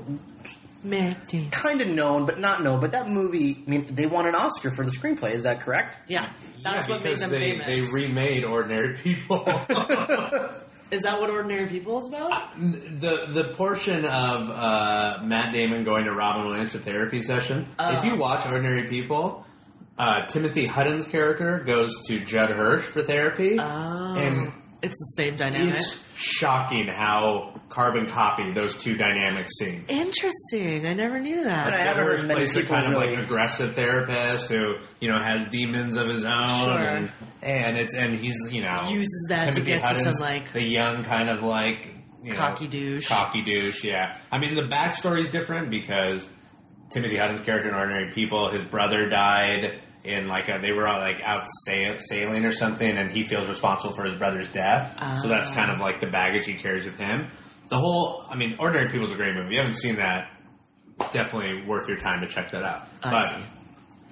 [SPEAKER 3] Matty.
[SPEAKER 4] kind of known, but not known. But that movie, I mean, they won an Oscar for the screenplay. Is that correct?
[SPEAKER 3] Yeah, that's
[SPEAKER 2] yeah,
[SPEAKER 3] what made
[SPEAKER 2] because
[SPEAKER 3] them
[SPEAKER 2] they,
[SPEAKER 3] famous.
[SPEAKER 2] They remade ordinary people.
[SPEAKER 3] is that what Ordinary People is about?
[SPEAKER 2] the the portion of uh, Matt Damon going to Robin Williams for therapy session.
[SPEAKER 3] Oh.
[SPEAKER 2] If you watch Ordinary People, uh, Timothy Hutton's character goes to Judd Hirsch for therapy,
[SPEAKER 3] Oh,
[SPEAKER 2] and
[SPEAKER 3] it's the same dynamic.
[SPEAKER 2] it's shocking how carbon copy those two dynamics seem.
[SPEAKER 3] Interesting. I never knew that.
[SPEAKER 4] But I
[SPEAKER 2] Judd
[SPEAKER 4] haven't
[SPEAKER 2] Hirsch
[SPEAKER 4] heard many
[SPEAKER 2] plays a
[SPEAKER 4] people
[SPEAKER 2] kind of
[SPEAKER 4] really.
[SPEAKER 2] like aggressive therapist who you know has demons of his own,
[SPEAKER 3] Sure.
[SPEAKER 2] and, and it's and he's you know
[SPEAKER 3] Uses that to get to some, like,
[SPEAKER 2] the young kind of like you know,
[SPEAKER 3] Cocky douche.
[SPEAKER 2] cocky douche. Yeah, I mean the backstory's different because Timothy Hutton's character in Ordinary People, his brother died in like a, they were all like out sa- sailing or something, and he feels responsible for his brother's death. So that's kind of like the baggage he carries with him. The whole, I mean, Ordinary People's a great movie. If you haven't seen that, definitely worth your time to check that out.
[SPEAKER 3] I
[SPEAKER 2] but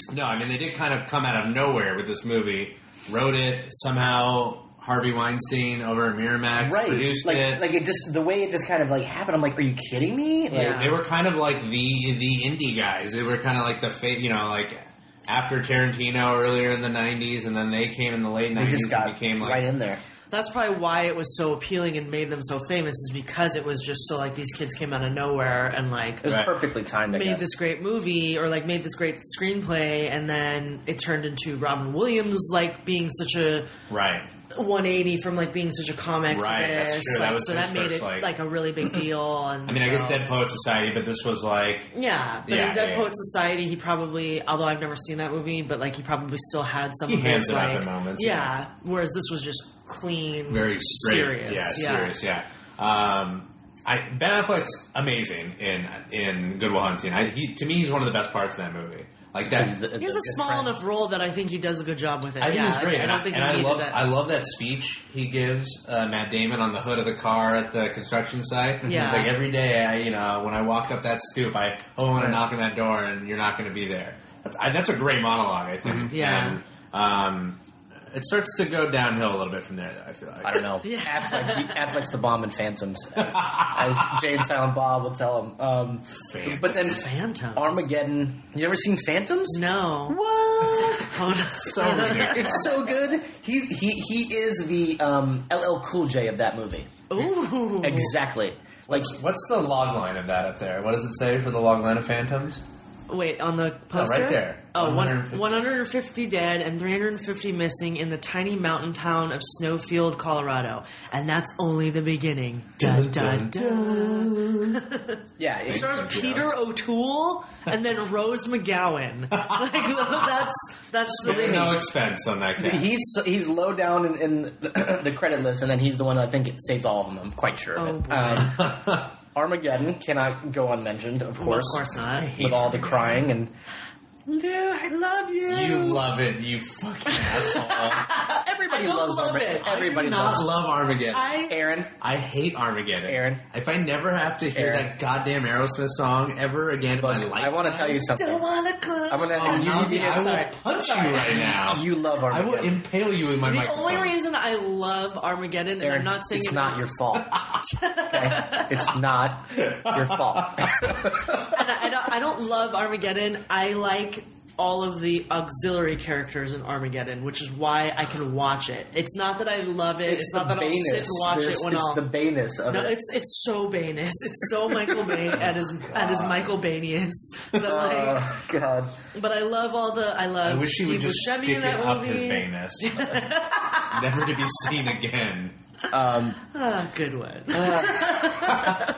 [SPEAKER 3] see.
[SPEAKER 2] no, I mean they did kind of come out of nowhere with this movie. Wrote it somehow. Harvey Weinstein over at Miramax
[SPEAKER 4] Right,
[SPEAKER 2] produced
[SPEAKER 4] like
[SPEAKER 2] it.
[SPEAKER 4] like it just the way it just kind of like happened. I'm like, are you kidding me? Like,
[SPEAKER 3] Yeah.
[SPEAKER 2] They were kind of like the the indie guys. They were kind of like the fa- you know like after Tarantino earlier in the '90s, and then they came in the late
[SPEAKER 4] They
[SPEAKER 2] '90s
[SPEAKER 4] just
[SPEAKER 2] and
[SPEAKER 4] got
[SPEAKER 2] became like
[SPEAKER 4] right in there.
[SPEAKER 3] that's probably why it was so appealing and made them so famous is because it was just so like these kids came out of nowhere and like
[SPEAKER 4] It was
[SPEAKER 2] Right.
[SPEAKER 4] perfectly timed. I
[SPEAKER 3] made
[SPEAKER 4] guess.
[SPEAKER 3] this great movie or like made this great screenplay and then it turned into Robin Williams like being such a
[SPEAKER 2] right.
[SPEAKER 3] 180 from like being such a comic
[SPEAKER 2] Right,
[SPEAKER 3] to
[SPEAKER 2] that's
[SPEAKER 3] this
[SPEAKER 2] true. That
[SPEAKER 3] like,
[SPEAKER 2] was
[SPEAKER 3] so
[SPEAKER 2] his
[SPEAKER 3] that made
[SPEAKER 2] first,
[SPEAKER 3] it
[SPEAKER 2] like-
[SPEAKER 3] like, a really big deal and
[SPEAKER 2] I mean, I guess
[SPEAKER 3] so-
[SPEAKER 2] Dead Poet Society, but this was like
[SPEAKER 3] yeah, but
[SPEAKER 2] Yeah,
[SPEAKER 3] in Dead
[SPEAKER 2] yeah,
[SPEAKER 3] Poet
[SPEAKER 2] yeah.
[SPEAKER 3] Society, he probably, although I've never seen that movie, but like he probably still had some.
[SPEAKER 2] He
[SPEAKER 3] of
[SPEAKER 2] hands
[SPEAKER 3] his,
[SPEAKER 2] it out
[SPEAKER 3] like,
[SPEAKER 2] the moments,
[SPEAKER 3] Yeah,
[SPEAKER 2] yeah.
[SPEAKER 3] whereas this was just clean,
[SPEAKER 2] very straight,
[SPEAKER 3] serious.
[SPEAKER 2] yeah, serious, yeah. Um, I, ben Affleck's amazing in in Good Will Hunting. I, he, to me, he's one of the best parts of that movie. Like that,
[SPEAKER 4] The-
[SPEAKER 3] He has
[SPEAKER 4] the
[SPEAKER 3] a
[SPEAKER 4] good
[SPEAKER 3] small
[SPEAKER 4] friend.
[SPEAKER 3] enough role that I think he does a good job with it.
[SPEAKER 2] I think
[SPEAKER 3] yeah,
[SPEAKER 2] it's great.
[SPEAKER 3] I, I
[SPEAKER 2] and
[SPEAKER 3] don't think
[SPEAKER 2] and
[SPEAKER 3] he
[SPEAKER 2] I
[SPEAKER 3] needed
[SPEAKER 2] love
[SPEAKER 3] that.
[SPEAKER 2] I love that speech he gives uh, Matt Damon on the hood of the car at the construction site.
[SPEAKER 3] Yeah.
[SPEAKER 2] He's like every day, I you know, when I walk up that stoop, I oh, I want to knock on that door, and you're not going to be there. That's, I, that's a great monologue, I think.
[SPEAKER 3] Mm-hmm. Yeah.
[SPEAKER 2] And, um, it starts to go downhill a little bit from there. Though I feel like
[SPEAKER 4] I don't know.
[SPEAKER 3] Yeah.
[SPEAKER 4] Affleck, he, Affleck's the bomb in Phantoms, as, as Jay and Silent Bob will tell him. Um,
[SPEAKER 2] Phantoms.
[SPEAKER 4] but then
[SPEAKER 3] Phantoms.
[SPEAKER 4] Armageddon. You ever seen Phantoms?
[SPEAKER 3] No.
[SPEAKER 4] What?
[SPEAKER 3] Hold on.
[SPEAKER 2] so ridiculous.
[SPEAKER 4] it's so good. He he he is the um, LL Cool J of that movie.
[SPEAKER 3] Ooh.
[SPEAKER 4] Exactly. Like
[SPEAKER 2] What's the log line of that up there? What does it say for the log line of phantoms?
[SPEAKER 3] Wait, on the poster?
[SPEAKER 2] right there.
[SPEAKER 3] Oh, one-
[SPEAKER 2] 150.
[SPEAKER 3] 150. dead and 350 missing in the tiny mountain town of Snowfield, Colorado. And that's only the beginning. Dun, dun, dun.
[SPEAKER 4] yeah,
[SPEAKER 3] It
[SPEAKER 4] it's-
[SPEAKER 3] stars
[SPEAKER 2] Thank you.
[SPEAKER 3] Peter O'Toole and then Rose McGowan. Like, that's, that's
[SPEAKER 2] There's no
[SPEAKER 3] really...
[SPEAKER 2] expense on that guy.
[SPEAKER 4] he's he's low down in, in the credit list, and then he's the one I think it saves all of them. I'm quite sure. of
[SPEAKER 3] Oh,
[SPEAKER 4] it.
[SPEAKER 3] boy.
[SPEAKER 4] Um, Armageddon cannot go unmentioned, of
[SPEAKER 3] Well, of
[SPEAKER 4] course.
[SPEAKER 3] course not.
[SPEAKER 4] With all the crying and
[SPEAKER 3] No, I love you.
[SPEAKER 2] You love it, you fucking asshole.
[SPEAKER 4] Everybody
[SPEAKER 3] don't
[SPEAKER 4] loves
[SPEAKER 3] love
[SPEAKER 4] Armageddon.
[SPEAKER 3] it. I do
[SPEAKER 4] Everybody
[SPEAKER 2] not
[SPEAKER 4] loves
[SPEAKER 2] love Armageddon.
[SPEAKER 3] I
[SPEAKER 4] Aaron.
[SPEAKER 2] I hate Armageddon.
[SPEAKER 4] Aaron.
[SPEAKER 2] If I never have to hear
[SPEAKER 4] Aaron.
[SPEAKER 2] that goddamn Aerosmith song ever again in my life,
[SPEAKER 4] I want to tell you something.
[SPEAKER 3] don't want to cry.
[SPEAKER 4] I'm gonna-
[SPEAKER 2] Oh,
[SPEAKER 4] you-
[SPEAKER 2] Ozzy,
[SPEAKER 4] you-
[SPEAKER 2] I
[SPEAKER 4] sorry.
[SPEAKER 2] will punch you right now.
[SPEAKER 4] You love
[SPEAKER 2] I will
[SPEAKER 4] Armageddon.
[SPEAKER 2] impale you in my
[SPEAKER 3] the
[SPEAKER 2] microphone.
[SPEAKER 3] only reason I love Armageddon, and
[SPEAKER 4] Aaron,
[SPEAKER 3] I'm not saying
[SPEAKER 4] it's
[SPEAKER 3] it-
[SPEAKER 4] not your fault. okay? It's not your fault.
[SPEAKER 3] and I, I don't, I don't love Armageddon. I like all of the auxiliary characters in Armageddon, which is why I can watch it. It's not that I love it. It's, not that I'll sit and watch
[SPEAKER 4] There's-
[SPEAKER 3] it when
[SPEAKER 4] it's
[SPEAKER 3] I'll.
[SPEAKER 4] the banus of
[SPEAKER 3] no,
[SPEAKER 4] it.
[SPEAKER 3] it's it's so Baneus. It's so Michael Bay at his at his Michael Banius. But like,
[SPEAKER 4] Oh god.
[SPEAKER 3] but I love all the
[SPEAKER 2] Uh,
[SPEAKER 3] I
[SPEAKER 2] I
[SPEAKER 3] love.
[SPEAKER 2] wish he
[SPEAKER 3] Steve
[SPEAKER 2] would just
[SPEAKER 3] Buscemi
[SPEAKER 2] stick
[SPEAKER 3] in
[SPEAKER 2] it
[SPEAKER 3] that
[SPEAKER 2] up
[SPEAKER 3] movie.
[SPEAKER 2] his banus, never to be seen again.
[SPEAKER 4] Um,
[SPEAKER 3] Ah, good one.
[SPEAKER 2] Uh,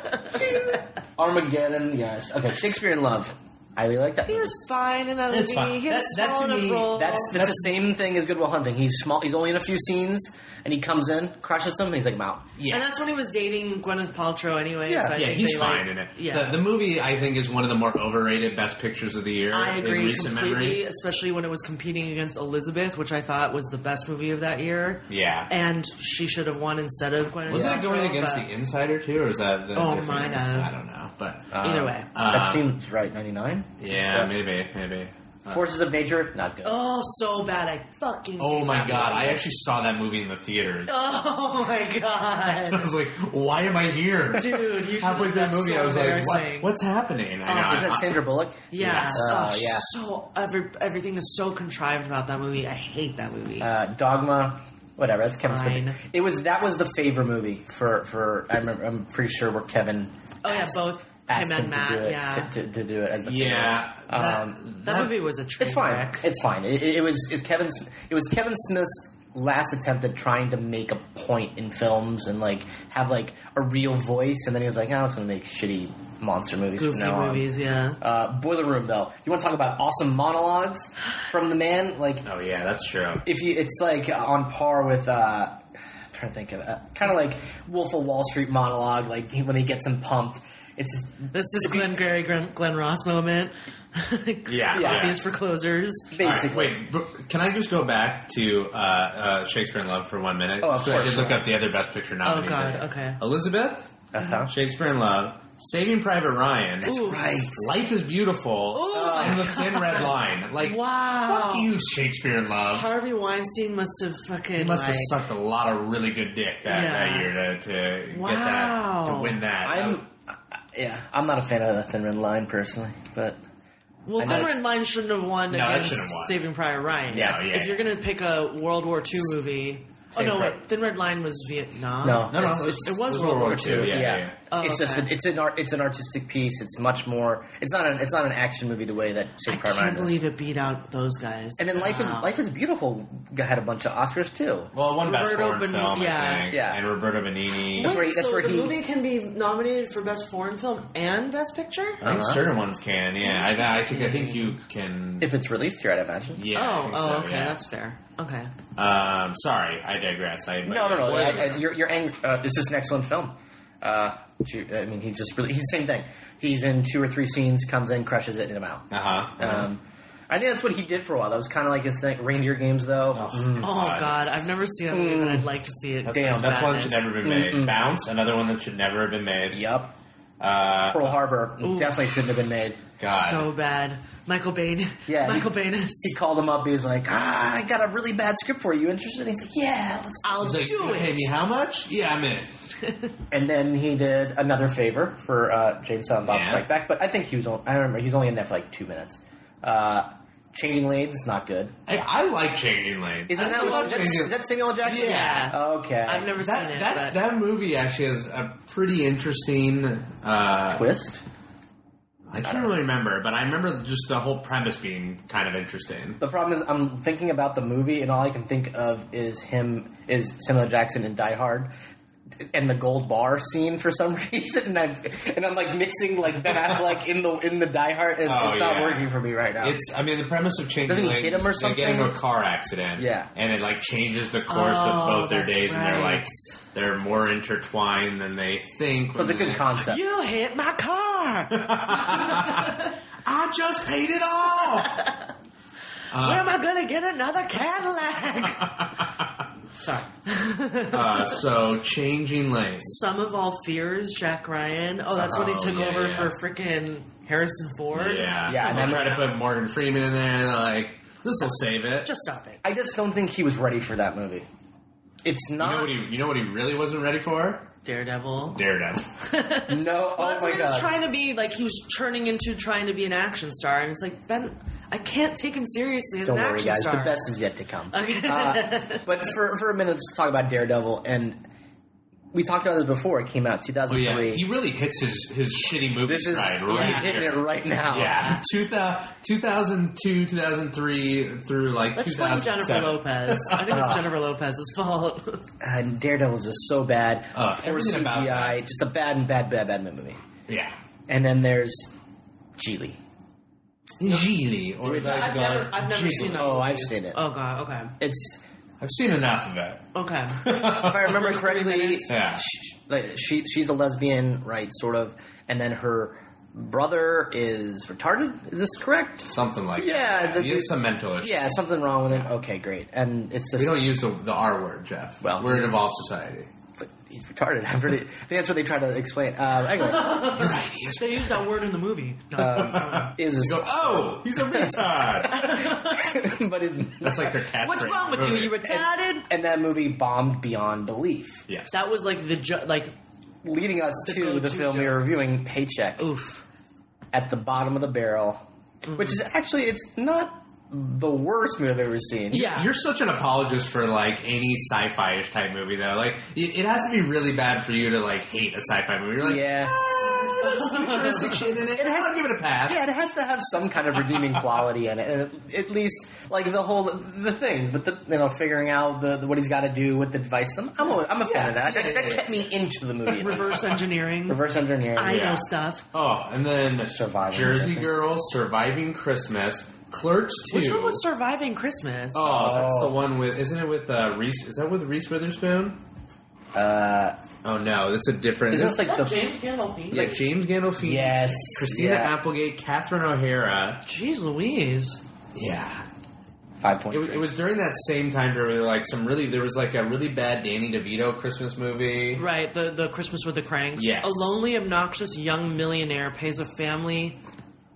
[SPEAKER 4] Armageddon. Yes. Okay. Shakespeare in Love. I really like that.
[SPEAKER 3] he was fine in that
[SPEAKER 2] It's
[SPEAKER 3] movie.
[SPEAKER 2] fine.
[SPEAKER 3] He had a
[SPEAKER 2] That- that
[SPEAKER 3] small
[SPEAKER 2] to
[SPEAKER 3] enough
[SPEAKER 2] me-
[SPEAKER 3] role.
[SPEAKER 4] That's that's the same thing as Goodwill Hunting. He's small. He's only in a few scenes, and he comes in, crushes them, and he's like, "I'm out."
[SPEAKER 2] Yeah.
[SPEAKER 3] And that's when he was dating Gwyneth Paltrow, anyway.
[SPEAKER 4] Yeah.
[SPEAKER 3] so I
[SPEAKER 2] yeah,
[SPEAKER 3] think
[SPEAKER 2] he's
[SPEAKER 3] they, like-
[SPEAKER 2] fine in it.
[SPEAKER 3] Yeah,
[SPEAKER 2] The, the movie, I think, is one of the more overrated best pictures of the year
[SPEAKER 3] I
[SPEAKER 2] in
[SPEAKER 3] agree
[SPEAKER 2] recent
[SPEAKER 3] completely,
[SPEAKER 2] memory.
[SPEAKER 3] especially when it was competing against Elizabeth, which I thought was the best movie of that year.
[SPEAKER 2] Yeah.
[SPEAKER 3] and she should have won instead of Gwyneth.
[SPEAKER 2] Wasn't it
[SPEAKER 3] Paltrow,
[SPEAKER 2] going against
[SPEAKER 3] but
[SPEAKER 2] the Insider too, or is that the
[SPEAKER 3] Oh,
[SPEAKER 2] different-
[SPEAKER 3] might have.
[SPEAKER 2] I don't know, but uh,
[SPEAKER 3] Either way.
[SPEAKER 4] that
[SPEAKER 2] uh,
[SPEAKER 4] seems right. Ninety nine.
[SPEAKER 2] yeah, maybe, maybe.
[SPEAKER 3] Uh,
[SPEAKER 4] Forces of Nature. Not good.
[SPEAKER 3] Oh, so bad! I fucking.
[SPEAKER 2] Oh my god, I actually saw that movie in the theaters.
[SPEAKER 3] Oh my
[SPEAKER 2] I
[SPEAKER 3] god,
[SPEAKER 2] was like, why am I here?
[SPEAKER 3] dude! You
[SPEAKER 2] Halfway
[SPEAKER 3] should have
[SPEAKER 2] through that
[SPEAKER 3] been
[SPEAKER 2] movie,
[SPEAKER 3] so
[SPEAKER 2] I was like,
[SPEAKER 3] embarrassing. Oh,
[SPEAKER 2] what, what's happening? I know. I-
[SPEAKER 4] Isn't Oh, that
[SPEAKER 2] I-
[SPEAKER 4] Sandra Bullock?
[SPEAKER 3] Yeah,
[SPEAKER 2] Yes.
[SPEAKER 3] oh,
[SPEAKER 4] Oh, yeah.
[SPEAKER 3] So every everything is so contrived about that movie. I hate that movie.
[SPEAKER 4] Uh, Dogma. Whatever. That's Kevin's.
[SPEAKER 3] Fine.
[SPEAKER 4] favorite. It was that was the favor movie for for. I remember. I'm pretty sure where Kevin.
[SPEAKER 3] oh yeah,
[SPEAKER 4] asked-
[SPEAKER 3] both
[SPEAKER 4] asked
[SPEAKER 3] him and
[SPEAKER 4] him
[SPEAKER 3] Matt.
[SPEAKER 4] to do it,
[SPEAKER 3] yeah,
[SPEAKER 4] to, to, to do it as the
[SPEAKER 2] yeah.
[SPEAKER 4] favorite. Um,
[SPEAKER 3] that, movie was a train
[SPEAKER 4] It's fine.
[SPEAKER 3] wreck.
[SPEAKER 4] It's fine. It, it- it was it Kevin. It was Kevin Smith's last attempt at trying to make a point in films and like have like a real voice, and then he was like, "Oh, it's going to make shitty monster movies
[SPEAKER 3] Goofy
[SPEAKER 4] from now on."
[SPEAKER 3] movies, yeah.
[SPEAKER 4] Uh, Boiler Room, though. You want to talk about awesome monologues from the man? Like,
[SPEAKER 2] oh yeah, that's true.
[SPEAKER 4] if you, it's like on par with. Uh, I'm trying to think of it. Kind of like Wolf of Wall Street monologue, like when he gets him pumped. It's
[SPEAKER 3] This is Glenn Gary, Glenn, Glenn Ross moment.
[SPEAKER 2] Yeah,
[SPEAKER 3] Coffee
[SPEAKER 2] yeah.
[SPEAKER 3] is for closers.
[SPEAKER 4] basically.
[SPEAKER 2] All right, wait, but can I just go back to uh, uh, Shakespeare in Love for one minute?
[SPEAKER 4] Oh, of
[SPEAKER 2] Because I
[SPEAKER 4] course.
[SPEAKER 2] did look up the other Best Picture nominees.
[SPEAKER 3] Oh, God, okay.
[SPEAKER 2] Elizabeth,
[SPEAKER 4] Uh-huh.
[SPEAKER 2] Shakespeare in Love, Saving Private Ryan,
[SPEAKER 3] Ooh.
[SPEAKER 4] Right.
[SPEAKER 2] Life is Beautiful,
[SPEAKER 3] Oh, my
[SPEAKER 2] and The Thin Red Line. Like,
[SPEAKER 3] Wow.
[SPEAKER 2] fuck you, Shakespeare in Love.
[SPEAKER 3] Harvey Weinstein must have fucking
[SPEAKER 2] He must have
[SPEAKER 3] like,
[SPEAKER 2] sucked a lot of really good dick that,
[SPEAKER 3] Yeah.
[SPEAKER 2] that year to, to get that to
[SPEAKER 3] Wow.
[SPEAKER 2] win that. Um,
[SPEAKER 4] I'm, yeah, I'm not a fan of the Thin Red Line personally, but
[SPEAKER 3] Well,
[SPEAKER 4] I know
[SPEAKER 3] Thin
[SPEAKER 4] it's-
[SPEAKER 3] Red Line shouldn't have won
[SPEAKER 2] No, that
[SPEAKER 3] against
[SPEAKER 2] shouldn't have won.
[SPEAKER 3] Saving Private Ryan.
[SPEAKER 2] Yeah, yeah.
[SPEAKER 3] If you're gonna pick a World War II movie, oh
[SPEAKER 4] Saving
[SPEAKER 3] no,
[SPEAKER 4] Pri-
[SPEAKER 3] wait, Thin Red Line was Vietnam.
[SPEAKER 4] no,
[SPEAKER 2] no, no,
[SPEAKER 4] it's-
[SPEAKER 2] it was,
[SPEAKER 3] it was World War
[SPEAKER 2] II. Yeah, yeah. yeah.
[SPEAKER 3] Oh,
[SPEAKER 4] it's just
[SPEAKER 3] okay.
[SPEAKER 4] a, it's an art, it's an artistic piece. It's much more. It's not an it's not an action movie the way that
[SPEAKER 3] I
[SPEAKER 4] Saving Private
[SPEAKER 3] can't
[SPEAKER 4] Ryan is.
[SPEAKER 3] believe it beat out those guys.
[SPEAKER 4] And then Life is
[SPEAKER 3] Wow.
[SPEAKER 4] Life is Beautiful had a bunch of Oscars too.
[SPEAKER 2] Well, one Best
[SPEAKER 3] Roberto
[SPEAKER 2] Foreign
[SPEAKER 3] Ben-
[SPEAKER 2] Film,
[SPEAKER 3] yeah.
[SPEAKER 2] I think,
[SPEAKER 4] Yeah.
[SPEAKER 2] and Roberto Benigni.
[SPEAKER 4] That's where he-
[SPEAKER 3] Wait,
[SPEAKER 4] that's
[SPEAKER 3] so
[SPEAKER 4] where
[SPEAKER 3] the
[SPEAKER 4] he-
[SPEAKER 3] movie can be nominated for Best Foreign Film and Best Picture.
[SPEAKER 2] I think certain ones can, yeah. I, I think I think you can.
[SPEAKER 4] If it's released here, I'd imagine.
[SPEAKER 2] yeah. I
[SPEAKER 3] oh,
[SPEAKER 2] think
[SPEAKER 3] oh,
[SPEAKER 2] so,
[SPEAKER 3] okay,
[SPEAKER 2] yeah.
[SPEAKER 3] that's fair. Okay,
[SPEAKER 2] Um, sorry, I digress. I
[SPEAKER 4] No, no, no.
[SPEAKER 2] Boiler
[SPEAKER 4] I,
[SPEAKER 2] Room.
[SPEAKER 4] I, you're you're angry. Uh, this is an excellent film. Uh, ju- I mean, he just really he's the same thing. He's in two or three scenes, comes in, crushes it, and I'm out.
[SPEAKER 2] uh-huh.
[SPEAKER 4] Um, I think that's what he did for a while. That was kind of like his thing. Reindeer Games, though.
[SPEAKER 2] Mm.
[SPEAKER 4] Mm-hmm.
[SPEAKER 3] Oh God, I've never seen that movie, but
[SPEAKER 4] Mm.
[SPEAKER 3] I'd like to see it.
[SPEAKER 2] That's,
[SPEAKER 4] damn,
[SPEAKER 2] that's one that
[SPEAKER 3] Badness.
[SPEAKER 2] should never be made. Bounce, another one that should never have been made.
[SPEAKER 4] Yup.
[SPEAKER 2] Uh,
[SPEAKER 4] Pearl Harbor
[SPEAKER 3] Ooh.
[SPEAKER 4] definitely shouldn't have been made.
[SPEAKER 2] God.
[SPEAKER 3] So bad, Michael Bain.
[SPEAKER 4] Yeah,
[SPEAKER 3] Michael Bainus.
[SPEAKER 4] He called him up. He was like, "Ah, I got a really bad script for you. Interested?" He's like, "Yeah, let's."
[SPEAKER 3] I'll
[SPEAKER 2] He's like,
[SPEAKER 3] do
[SPEAKER 2] "You
[SPEAKER 3] it.
[SPEAKER 2] pay me how much? Yeah, I'm in.
[SPEAKER 4] And then he did another favor for uh, Jane Silent Bob
[SPEAKER 2] Yeah.
[SPEAKER 4] Strike Back, but I think he was. On, I remember he was only in there for like two minutes. Uh, Changing Lanes, not good.
[SPEAKER 2] Hey, I like changing lanes.
[SPEAKER 4] Isn't
[SPEAKER 2] I
[SPEAKER 4] that
[SPEAKER 2] love
[SPEAKER 4] what, that's,
[SPEAKER 2] Changing-
[SPEAKER 4] that's Samuel L. Jackson?
[SPEAKER 3] Yeah.
[SPEAKER 4] Okay.
[SPEAKER 3] I've never
[SPEAKER 2] that,
[SPEAKER 3] seen it.
[SPEAKER 2] that,
[SPEAKER 3] but
[SPEAKER 2] that movie actually has a pretty interesting uh,
[SPEAKER 4] twist.
[SPEAKER 2] I can't really remember, but I remember just the whole premise being kind of interesting.
[SPEAKER 4] The problem is, I'm thinking about the movie, and all I can think of is him, is Samuel L. Jackson in Die Hard, and the gold bar scene for some reason. And I'm, and I'm like mixing like Ben Affleck in the in the Die Hard, and
[SPEAKER 2] Oh,
[SPEAKER 4] it's not
[SPEAKER 2] yeah.
[SPEAKER 4] working for me right now.
[SPEAKER 2] It's, I mean, the premise of changing
[SPEAKER 4] Doesn't he
[SPEAKER 2] lanes
[SPEAKER 4] hit him or
[SPEAKER 2] is they get into
[SPEAKER 4] something?
[SPEAKER 2] a car accident,
[SPEAKER 4] Yeah.
[SPEAKER 2] and it like changes the course of
[SPEAKER 3] Oh,
[SPEAKER 2] both their
[SPEAKER 3] that's
[SPEAKER 2] days, and they're
[SPEAKER 3] right.
[SPEAKER 2] like they're more intertwined than they think.
[SPEAKER 4] but the good concept.
[SPEAKER 3] you hit my car.
[SPEAKER 2] I just paid it off.
[SPEAKER 3] Uh, Where am I gonna get another Cadillac?
[SPEAKER 4] Sorry.
[SPEAKER 2] Uh, so changing lanes.
[SPEAKER 3] Some of all fears, Jack Ryan. Oh, that's when he
[SPEAKER 2] Oh,
[SPEAKER 3] took
[SPEAKER 2] yeah,
[SPEAKER 3] over
[SPEAKER 2] yeah.
[SPEAKER 3] for freaking Harrison Ford.
[SPEAKER 2] Yeah,
[SPEAKER 4] Yeah,
[SPEAKER 2] They
[SPEAKER 4] and
[SPEAKER 2] try
[SPEAKER 4] then-
[SPEAKER 2] to put Morgan Freeman in there. and they're like, this will save it.
[SPEAKER 3] Just stop it.
[SPEAKER 4] I just don't think he was ready for that movie. It's
[SPEAKER 2] you know
[SPEAKER 4] not.
[SPEAKER 2] what he? You know what he really wasn't ready for?
[SPEAKER 3] Daredevil.
[SPEAKER 2] Daredevil.
[SPEAKER 4] no,
[SPEAKER 3] Well,
[SPEAKER 4] oh
[SPEAKER 3] that's
[SPEAKER 4] my
[SPEAKER 3] what he was
[SPEAKER 4] god.
[SPEAKER 3] trying to be. Like he was turning into trying to be an action star, and it's like Ben, I can't take him seriously as
[SPEAKER 4] Don't
[SPEAKER 3] an
[SPEAKER 4] worry,
[SPEAKER 3] action
[SPEAKER 4] guys.
[SPEAKER 3] star.
[SPEAKER 4] The best is yet to come.
[SPEAKER 3] Okay.
[SPEAKER 4] Uh, but for, for a minute, let's talk about Daredevil. And we talked about this before. It came out
[SPEAKER 2] Oh
[SPEAKER 4] 2003.
[SPEAKER 2] yeah, he really hits his his shitty movie
[SPEAKER 4] this is
[SPEAKER 2] stride right
[SPEAKER 4] he's hitting
[SPEAKER 2] here.
[SPEAKER 4] it right now.
[SPEAKER 2] Yeah, 2000, 2002, 2003 through like
[SPEAKER 3] Let's blame
[SPEAKER 2] 2007.
[SPEAKER 3] Jennifer Lopez. I think it's Jennifer Lopez's fault.
[SPEAKER 4] And Daredevil's just so bad.
[SPEAKER 2] Uh,
[SPEAKER 4] Poor
[SPEAKER 2] everything about
[SPEAKER 4] CGI. Just a bad and bad, bad, bad movie.
[SPEAKER 2] Yeah.
[SPEAKER 4] And then there's Geely.
[SPEAKER 2] Gili, or
[SPEAKER 4] I've
[SPEAKER 2] like,
[SPEAKER 3] I've never, I've never
[SPEAKER 2] Geely.
[SPEAKER 3] seen that.
[SPEAKER 4] Oh,
[SPEAKER 3] movie.
[SPEAKER 4] I've seen it.
[SPEAKER 3] Oh god. Okay.
[SPEAKER 4] It's
[SPEAKER 2] I've seen enough of it.
[SPEAKER 3] Okay.
[SPEAKER 4] if I remember
[SPEAKER 3] First three
[SPEAKER 4] correctly,
[SPEAKER 3] minutes.
[SPEAKER 2] Yeah.
[SPEAKER 4] sh- like, she she's a lesbian, right? Sort of, and then her brother is retarded. Is this correct?
[SPEAKER 2] Something like
[SPEAKER 4] Yeah,
[SPEAKER 2] that.
[SPEAKER 4] the-
[SPEAKER 2] he has some mental issues.
[SPEAKER 4] Yeah, something wrong with him. Okay, great. And it's
[SPEAKER 2] We
[SPEAKER 4] just
[SPEAKER 2] don't use the, the R word, Jeff.
[SPEAKER 4] Well,
[SPEAKER 2] we're an
[SPEAKER 4] yes.
[SPEAKER 2] evolved society.
[SPEAKER 4] but he's retarded. I've really, I think that's what they try to explain. Um, anyway,
[SPEAKER 2] Right. Yes.
[SPEAKER 3] They use that word in the movie. No,
[SPEAKER 4] Uh, is
[SPEAKER 2] You go, oh, he's a retard.
[SPEAKER 4] but it,
[SPEAKER 2] That's like their cat.
[SPEAKER 3] What's
[SPEAKER 2] phrase.
[SPEAKER 3] wrong with you? You retarded.
[SPEAKER 4] and that movie bombed beyond belief,
[SPEAKER 2] Yes.
[SPEAKER 3] That was like the ju- like
[SPEAKER 4] leading us
[SPEAKER 3] The
[SPEAKER 4] to the
[SPEAKER 3] go-to
[SPEAKER 4] film we
[SPEAKER 3] joke.
[SPEAKER 4] were reviewing, Paycheck,
[SPEAKER 3] oof.
[SPEAKER 4] at the bottom of the barrel,
[SPEAKER 3] Mm-hmm.
[SPEAKER 4] which is actually it's not the worst movie I've ever seen.
[SPEAKER 3] Yeah.
[SPEAKER 2] You're such an apologist for like any sci-fi-ish type movie though. Like it, it has to be really bad for you to like hate a sci-fi movie. You're like,
[SPEAKER 4] Yeah.
[SPEAKER 2] "Ah, there's futuristic shit in it. I'll give it a pass.
[SPEAKER 4] Yeah, it has to have some kind of redeeming quality in it, and at- at least like the whole the things, but the, you know, figuring out the, the what he's got to do with the device. I'm I'm a, I'm a fan of that.
[SPEAKER 2] Yeah, yeah,
[SPEAKER 4] that, that
[SPEAKER 2] yeah.
[SPEAKER 4] kept me into the movie.
[SPEAKER 3] Reverse engineering.
[SPEAKER 4] Reverse engineering.
[SPEAKER 3] I
[SPEAKER 2] Yeah.
[SPEAKER 3] know stuff.
[SPEAKER 2] Oh, and then
[SPEAKER 4] Surviving
[SPEAKER 2] Jersey
[SPEAKER 4] Christmas.
[SPEAKER 2] Girl, Surviving Christmas, Clerks Two.
[SPEAKER 3] Which one was surviving Christmas?
[SPEAKER 2] oh, that's
[SPEAKER 4] Oh.
[SPEAKER 2] the one with isn't it with uh, Reese? Is that with Reese Witherspoon?
[SPEAKER 4] uh,
[SPEAKER 2] Oh no, that's a different.
[SPEAKER 4] isn't this like the
[SPEAKER 3] Gandolfini.
[SPEAKER 2] yeah, James Gandolfini,
[SPEAKER 4] yes,
[SPEAKER 2] Christina
[SPEAKER 4] yeah.
[SPEAKER 2] Applegate, Catherine O'Hara.
[SPEAKER 3] Jeez Louise.
[SPEAKER 2] Yeah,
[SPEAKER 4] Five point.
[SPEAKER 2] It, was- it was during that same time period where like some really there was like a really bad Danny DeVito Christmas movie.
[SPEAKER 3] Right, the, the Christmas with the Cranks.
[SPEAKER 2] Yes.
[SPEAKER 3] A lonely, obnoxious young millionaire pays a family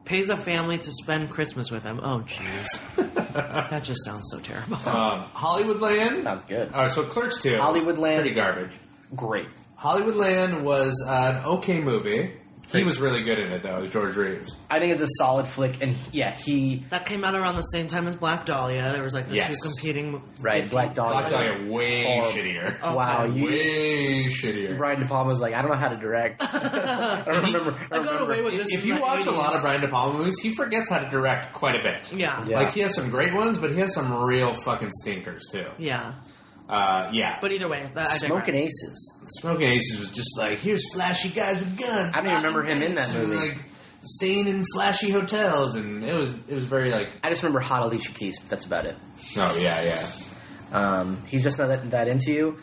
[SPEAKER 3] pays a family to spend Christmas with him. Oh jeez. that just sounds so terrible.
[SPEAKER 2] Um, Hollywoodland.
[SPEAKER 4] Sounds good.
[SPEAKER 2] All right, so Clerks Two.
[SPEAKER 4] Hollywoodland.
[SPEAKER 2] Pretty garbage.
[SPEAKER 4] Great.
[SPEAKER 2] Hollywoodland was uh, an okay movie. He was really good in it though, George Reeves.
[SPEAKER 4] I think it's a solid flick, and he- yeah, he
[SPEAKER 3] that came out around the same time as Black Dahlia. There was like the
[SPEAKER 2] Yes.
[SPEAKER 3] two competing
[SPEAKER 4] right.
[SPEAKER 3] fifty-
[SPEAKER 4] Black Dahlia.
[SPEAKER 2] Black Dahlia way
[SPEAKER 4] Oh, Horrible.
[SPEAKER 2] shittier.
[SPEAKER 3] Oh,
[SPEAKER 4] Wow,
[SPEAKER 3] okay.
[SPEAKER 4] you.
[SPEAKER 2] Way shittier.
[SPEAKER 4] Brian De Palma's like, I don't know how to direct. I don't remember. I,
[SPEAKER 3] I got
[SPEAKER 4] don't remember.
[SPEAKER 3] away with this.
[SPEAKER 2] If
[SPEAKER 3] in
[SPEAKER 2] you
[SPEAKER 3] the
[SPEAKER 2] watch a lot of
[SPEAKER 3] 80s.
[SPEAKER 2] Brian De Palma movies, he forgets how to direct quite a bit.
[SPEAKER 3] Yeah.
[SPEAKER 4] Yeah.
[SPEAKER 3] yeah.
[SPEAKER 2] Like he has some great ones, but he has some real fucking stinkers too. Uh, yeah.
[SPEAKER 3] But either way, that, I
[SPEAKER 4] Smoking
[SPEAKER 3] digress.
[SPEAKER 4] Aces.
[SPEAKER 2] Smoking Aces was just like, here's flashy guys with guns.
[SPEAKER 4] I don't even remember him in that
[SPEAKER 2] And,
[SPEAKER 4] movie.
[SPEAKER 2] Like staying in flashy hotels, and it was it was very like,
[SPEAKER 4] I just remember Hot Alicia Keys, but that's about it.
[SPEAKER 2] oh yeah, yeah.
[SPEAKER 4] Um, he's just not that, that into you.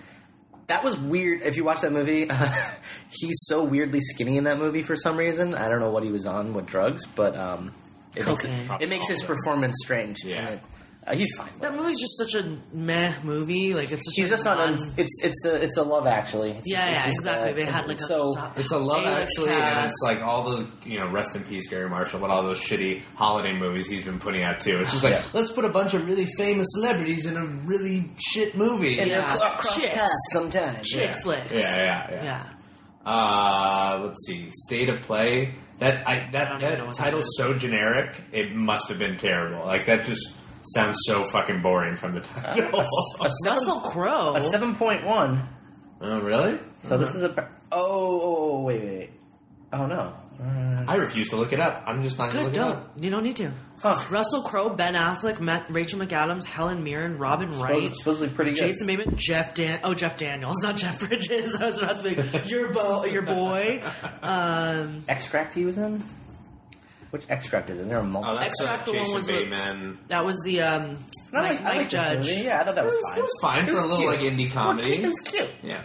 [SPEAKER 4] That was weird. If you watch that movie, he's so weirdly skinny in that movie for some reason. I don't know what he was on, what drugs, but um, it, makes,
[SPEAKER 3] Cocaine.
[SPEAKER 4] it makes his performance strange.
[SPEAKER 2] Yeah.
[SPEAKER 4] And it- uh, he's fine.
[SPEAKER 3] That movie's just such a meh movie. Like it's such
[SPEAKER 4] She's
[SPEAKER 3] a
[SPEAKER 4] just not. Un-
[SPEAKER 3] non-
[SPEAKER 4] it's it's a it's a love actually. It's-
[SPEAKER 3] Yeah,
[SPEAKER 4] it's
[SPEAKER 3] yeah,
[SPEAKER 4] just,
[SPEAKER 3] exactly.
[SPEAKER 4] uh,
[SPEAKER 3] They had like a
[SPEAKER 4] so.
[SPEAKER 3] just
[SPEAKER 2] It's a love
[SPEAKER 3] A-list
[SPEAKER 2] actually, and
[SPEAKER 3] cast.
[SPEAKER 2] it's like all those you know, rest in peace Gary Marshall, but all those shitty holiday movies he's been putting out too. It's just like
[SPEAKER 4] Yeah.
[SPEAKER 2] let's put a bunch of really famous celebrities in a really shit movie.
[SPEAKER 4] And
[SPEAKER 2] yeah.
[SPEAKER 3] Yeah.
[SPEAKER 4] they're cl- cross
[SPEAKER 3] Chicks.
[SPEAKER 4] paths sometimes.
[SPEAKER 3] Chick
[SPEAKER 4] Yeah.
[SPEAKER 3] flicks.
[SPEAKER 2] Yeah, yeah, yeah.
[SPEAKER 3] yeah.
[SPEAKER 2] Uh, let's see, State of Play. That I,
[SPEAKER 3] I
[SPEAKER 2] that,
[SPEAKER 3] don't even know
[SPEAKER 2] that
[SPEAKER 3] what that
[SPEAKER 2] title's
[SPEAKER 3] is.
[SPEAKER 2] so generic, it must have been terrible. Like that just sounds so fucking boring from the title.
[SPEAKER 4] A seven,
[SPEAKER 3] Russell Crowe.
[SPEAKER 4] a seven point one.
[SPEAKER 2] oh really?
[SPEAKER 4] So
[SPEAKER 3] Uh-huh.
[SPEAKER 4] this is a. par- Oh, oh, oh, wait, wait, wait. Oh no. Uh,
[SPEAKER 2] I refuse to look it up. I'm just not gonna
[SPEAKER 3] Good,
[SPEAKER 2] look it
[SPEAKER 3] don't.
[SPEAKER 2] up.
[SPEAKER 3] You don't need to.
[SPEAKER 4] Huh.
[SPEAKER 3] Russell Crowe, Ben Affleck, Matt, Rachel McAdams, Helen Mirren, Robin Wright,
[SPEAKER 4] Supposedly, supposedly pretty good.
[SPEAKER 3] Jason Bateman, Jeff Dan. Oh, Jeff Daniels, not Jeff Bridges. I was about to make your bo- your boy. Um,
[SPEAKER 4] Extract he was in? Which extract is in there? Are
[SPEAKER 2] Oh,
[SPEAKER 4] multiple.
[SPEAKER 2] that's
[SPEAKER 3] Extract
[SPEAKER 2] uh,
[SPEAKER 3] the one
[SPEAKER 2] Jason
[SPEAKER 3] was with-
[SPEAKER 2] Bateman.
[SPEAKER 3] that was the um,
[SPEAKER 4] No,
[SPEAKER 3] Mike,
[SPEAKER 4] I like-
[SPEAKER 3] Mike
[SPEAKER 4] I like this
[SPEAKER 3] Judge.
[SPEAKER 4] movie. Yeah, I thought that was,
[SPEAKER 2] It was,
[SPEAKER 4] fine.
[SPEAKER 2] it was fine
[SPEAKER 4] It was
[SPEAKER 2] for a little
[SPEAKER 4] cute.
[SPEAKER 2] like indie
[SPEAKER 4] Well,
[SPEAKER 2] comedy.
[SPEAKER 4] It was cute.
[SPEAKER 2] Yeah.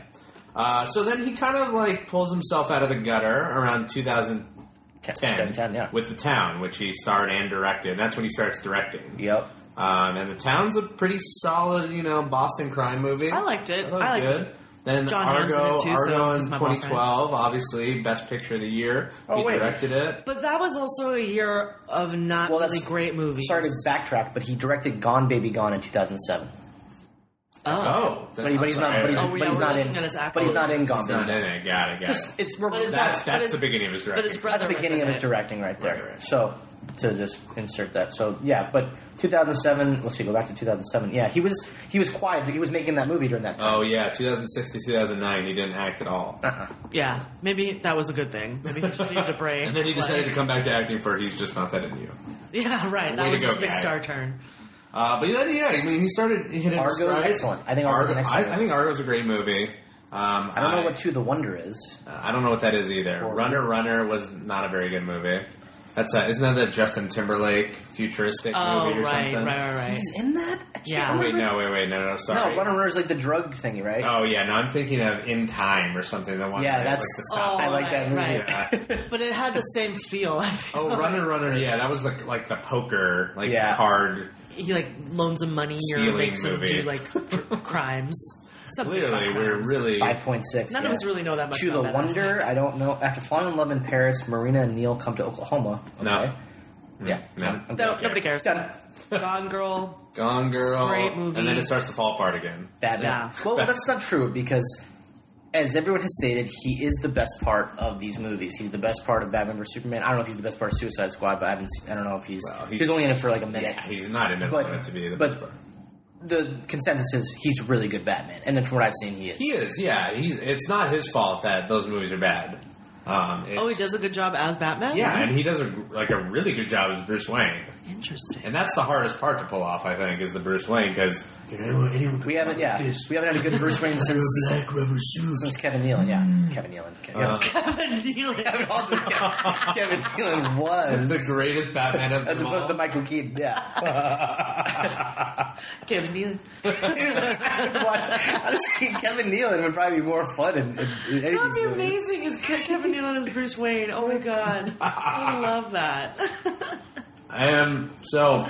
[SPEAKER 2] Uh, so then he kind of like pulls himself out of the gutter around 2010
[SPEAKER 4] 10, 10, yeah.
[SPEAKER 2] with The Town, which he starred and directed. That's when he starts directing.
[SPEAKER 4] Yep.
[SPEAKER 2] Um, and the town's a pretty solid, you know, Boston crime movie.
[SPEAKER 3] I liked it.
[SPEAKER 2] That was
[SPEAKER 3] I liked
[SPEAKER 2] good.
[SPEAKER 3] it.
[SPEAKER 2] Then
[SPEAKER 3] John Hamm's in
[SPEAKER 2] Argo,
[SPEAKER 3] it too, so
[SPEAKER 2] Argo in
[SPEAKER 3] he's my boyfriend.
[SPEAKER 2] 2012, obviously best picture of the year.
[SPEAKER 4] Oh,
[SPEAKER 2] he
[SPEAKER 4] wait.
[SPEAKER 2] directed it.
[SPEAKER 3] But that was also a year of not
[SPEAKER 4] Well, that's-
[SPEAKER 3] really great movies.
[SPEAKER 4] Sorry to backtrack, but he directed Gone Baby Gone in two thousand seven.
[SPEAKER 3] oh.
[SPEAKER 2] Oh,
[SPEAKER 4] But, he, but he's not. But he's,
[SPEAKER 3] Oh, we
[SPEAKER 4] but
[SPEAKER 3] know
[SPEAKER 4] he's
[SPEAKER 3] we're
[SPEAKER 4] not in.
[SPEAKER 3] looking at his
[SPEAKER 4] But he's not in
[SPEAKER 3] accolades.
[SPEAKER 4] Gone
[SPEAKER 2] He's
[SPEAKER 4] Baby.
[SPEAKER 2] not in it. Got it. Got
[SPEAKER 4] Just
[SPEAKER 2] it.
[SPEAKER 4] it's we're,
[SPEAKER 3] But his
[SPEAKER 2] That's
[SPEAKER 3] but
[SPEAKER 2] that's
[SPEAKER 3] his-
[SPEAKER 2] the beginning of his direction.
[SPEAKER 3] But his brother
[SPEAKER 4] that's the
[SPEAKER 3] was in
[SPEAKER 4] beginning of his
[SPEAKER 3] it.
[SPEAKER 4] directing right there.
[SPEAKER 2] Right, right.
[SPEAKER 4] So to just insert that. So yeah, but 2007. Let's see, go back to 2007. Yeah, he was he was quiet. He was making that movie during that time. Uh-huh.
[SPEAKER 2] Oh yeah, 2006 to 2009, he didn't act at all.
[SPEAKER 3] Yeah, maybe that was a good thing. Maybe he just needed a break.
[SPEAKER 2] And then he decided
[SPEAKER 3] Like-
[SPEAKER 2] to come back to acting for He's Just Not That Into You.
[SPEAKER 3] Yeah, right.
[SPEAKER 2] Way
[SPEAKER 3] That
[SPEAKER 2] to
[SPEAKER 3] was
[SPEAKER 2] go,
[SPEAKER 3] his big
[SPEAKER 2] guy.
[SPEAKER 3] star turn.
[SPEAKER 2] Uh, but then, yeah, I mean, he started hitting his
[SPEAKER 4] Argo's
[SPEAKER 2] stride.
[SPEAKER 4] excellent. I think Argo's an excellent
[SPEAKER 2] I, I think Argo's a great movie. Um, I
[SPEAKER 4] I don't know what Two the Wonder is.
[SPEAKER 2] I don't know what that is either.
[SPEAKER 4] Or-
[SPEAKER 2] Runner Runner was not a very good movie. That's a, isn't that the Justin Timberlake futuristic
[SPEAKER 3] Oh,
[SPEAKER 2] movie or
[SPEAKER 3] right, right,
[SPEAKER 2] something?
[SPEAKER 3] right, right.
[SPEAKER 4] He's in that. I can't
[SPEAKER 3] Yeah.
[SPEAKER 2] Wait,
[SPEAKER 4] remember.
[SPEAKER 2] no, wait, wait, no, no, sorry.
[SPEAKER 4] No, Runner Runner is like the drug thingy, right?
[SPEAKER 2] Oh yeah, no, I'm thinking of In Time or something. The one
[SPEAKER 4] Yeah,
[SPEAKER 2] that has,
[SPEAKER 4] that's-
[SPEAKER 2] like the stop.
[SPEAKER 4] I like that movie.
[SPEAKER 2] Yeah.
[SPEAKER 3] But it had the same feel. I feel
[SPEAKER 2] Oh,
[SPEAKER 3] like.
[SPEAKER 2] Runner Runner, yeah, that was the, like the poker, like
[SPEAKER 4] Yeah.
[SPEAKER 2] card.
[SPEAKER 3] He like loans him money or
[SPEAKER 2] Stealing
[SPEAKER 3] makes him
[SPEAKER 2] movie.
[SPEAKER 3] do like tr- crimes. Something about
[SPEAKER 2] Clearly, we're
[SPEAKER 3] crimes.
[SPEAKER 2] really
[SPEAKER 4] Five point six.
[SPEAKER 3] None
[SPEAKER 4] yeah.
[SPEAKER 3] of us really know that much.
[SPEAKER 4] To the
[SPEAKER 3] about that.
[SPEAKER 4] Wonder, I don't know. After falling in love in Paris, Marina and Neil come to Oklahoma. Okay.
[SPEAKER 2] No.
[SPEAKER 4] Yeah.
[SPEAKER 2] mm, no.
[SPEAKER 4] I'm- I'm
[SPEAKER 3] No,
[SPEAKER 4] good.
[SPEAKER 3] nobody cares.
[SPEAKER 4] Done.
[SPEAKER 3] Gone Girl.
[SPEAKER 2] Gone Girl,
[SPEAKER 3] Great movie.
[SPEAKER 2] and then it starts to fall apart again.
[SPEAKER 4] Bad
[SPEAKER 3] Yeah.
[SPEAKER 4] man. Well, that's not true because, as everyone has stated, he is the best part of these movies. He's the best part of Batman vs Superman. I don't know if he's the best part of Suicide Squad, but I haven't. Seen, I don't know if he's.
[SPEAKER 2] Well,
[SPEAKER 4] he's,
[SPEAKER 2] he's-
[SPEAKER 4] only in it for like a minute.
[SPEAKER 2] Yeah, he's not in it
[SPEAKER 4] But-
[SPEAKER 2] meant to be the
[SPEAKER 4] but-
[SPEAKER 2] best part.
[SPEAKER 4] the consensus is he's really good Batman, and then from what I've seen, he is.
[SPEAKER 2] He is, yeah. He's. It's not his fault that those movies are bad. Um, it's-
[SPEAKER 3] Oh, he does a good job as Batman.
[SPEAKER 2] Yeah, and he does a, like a really good job as Bruce Wayne,
[SPEAKER 3] Interesting.
[SPEAKER 2] and that's the hardest part to pull off. I think is the Bruce Wayne because you know anyone
[SPEAKER 4] we haven't. Yeah. We haven't had a good Bruce Wayne since
[SPEAKER 2] black rubber shoes.
[SPEAKER 4] since Kevin Nealon. Yeah. Kevin Nealon. Kevin,
[SPEAKER 2] Uh,
[SPEAKER 3] Kevin Nealon.
[SPEAKER 4] also, Kevin, Kevin Nealon
[SPEAKER 2] the
[SPEAKER 4] was
[SPEAKER 2] greatest Batman of
[SPEAKER 4] as
[SPEAKER 2] them
[SPEAKER 4] opposed
[SPEAKER 2] all.
[SPEAKER 4] to Michael Keaton. Yeah.
[SPEAKER 3] Kevin Nealon.
[SPEAKER 4] Watch, honestly, Kevin Nealon would probably be more fun in, in, in any
[SPEAKER 3] That
[SPEAKER 4] of
[SPEAKER 3] would
[SPEAKER 4] these
[SPEAKER 3] be
[SPEAKER 4] movies.
[SPEAKER 3] amazing. Is Ke- Kevin Nealon as Bruce Wayne? Oh my god, I love that.
[SPEAKER 2] Um, so,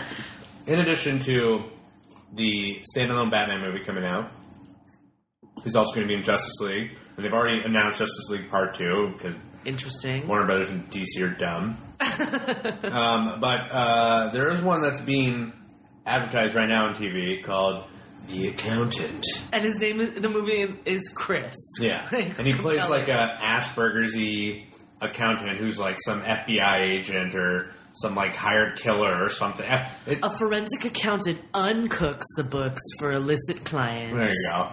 [SPEAKER 2] in addition to the standalone Batman movie coming out, he's also going to be in Justice League, and they've already announced Justice League Part Two because
[SPEAKER 3] Interesting.
[SPEAKER 2] Warner Brothers and DC are dumb. um, but uh, there is one that's being advertised right now on TV called The Accountant.
[SPEAKER 3] And his name, is, the movie is Chris.
[SPEAKER 2] Yeah,
[SPEAKER 3] Like,
[SPEAKER 2] and he plays
[SPEAKER 3] compelling.
[SPEAKER 2] like a Asperger's-y accountant who's like some FBI agent or some like hired killer or something. It-
[SPEAKER 3] A forensic accountant uncooks the books for illicit clients.
[SPEAKER 2] there you go.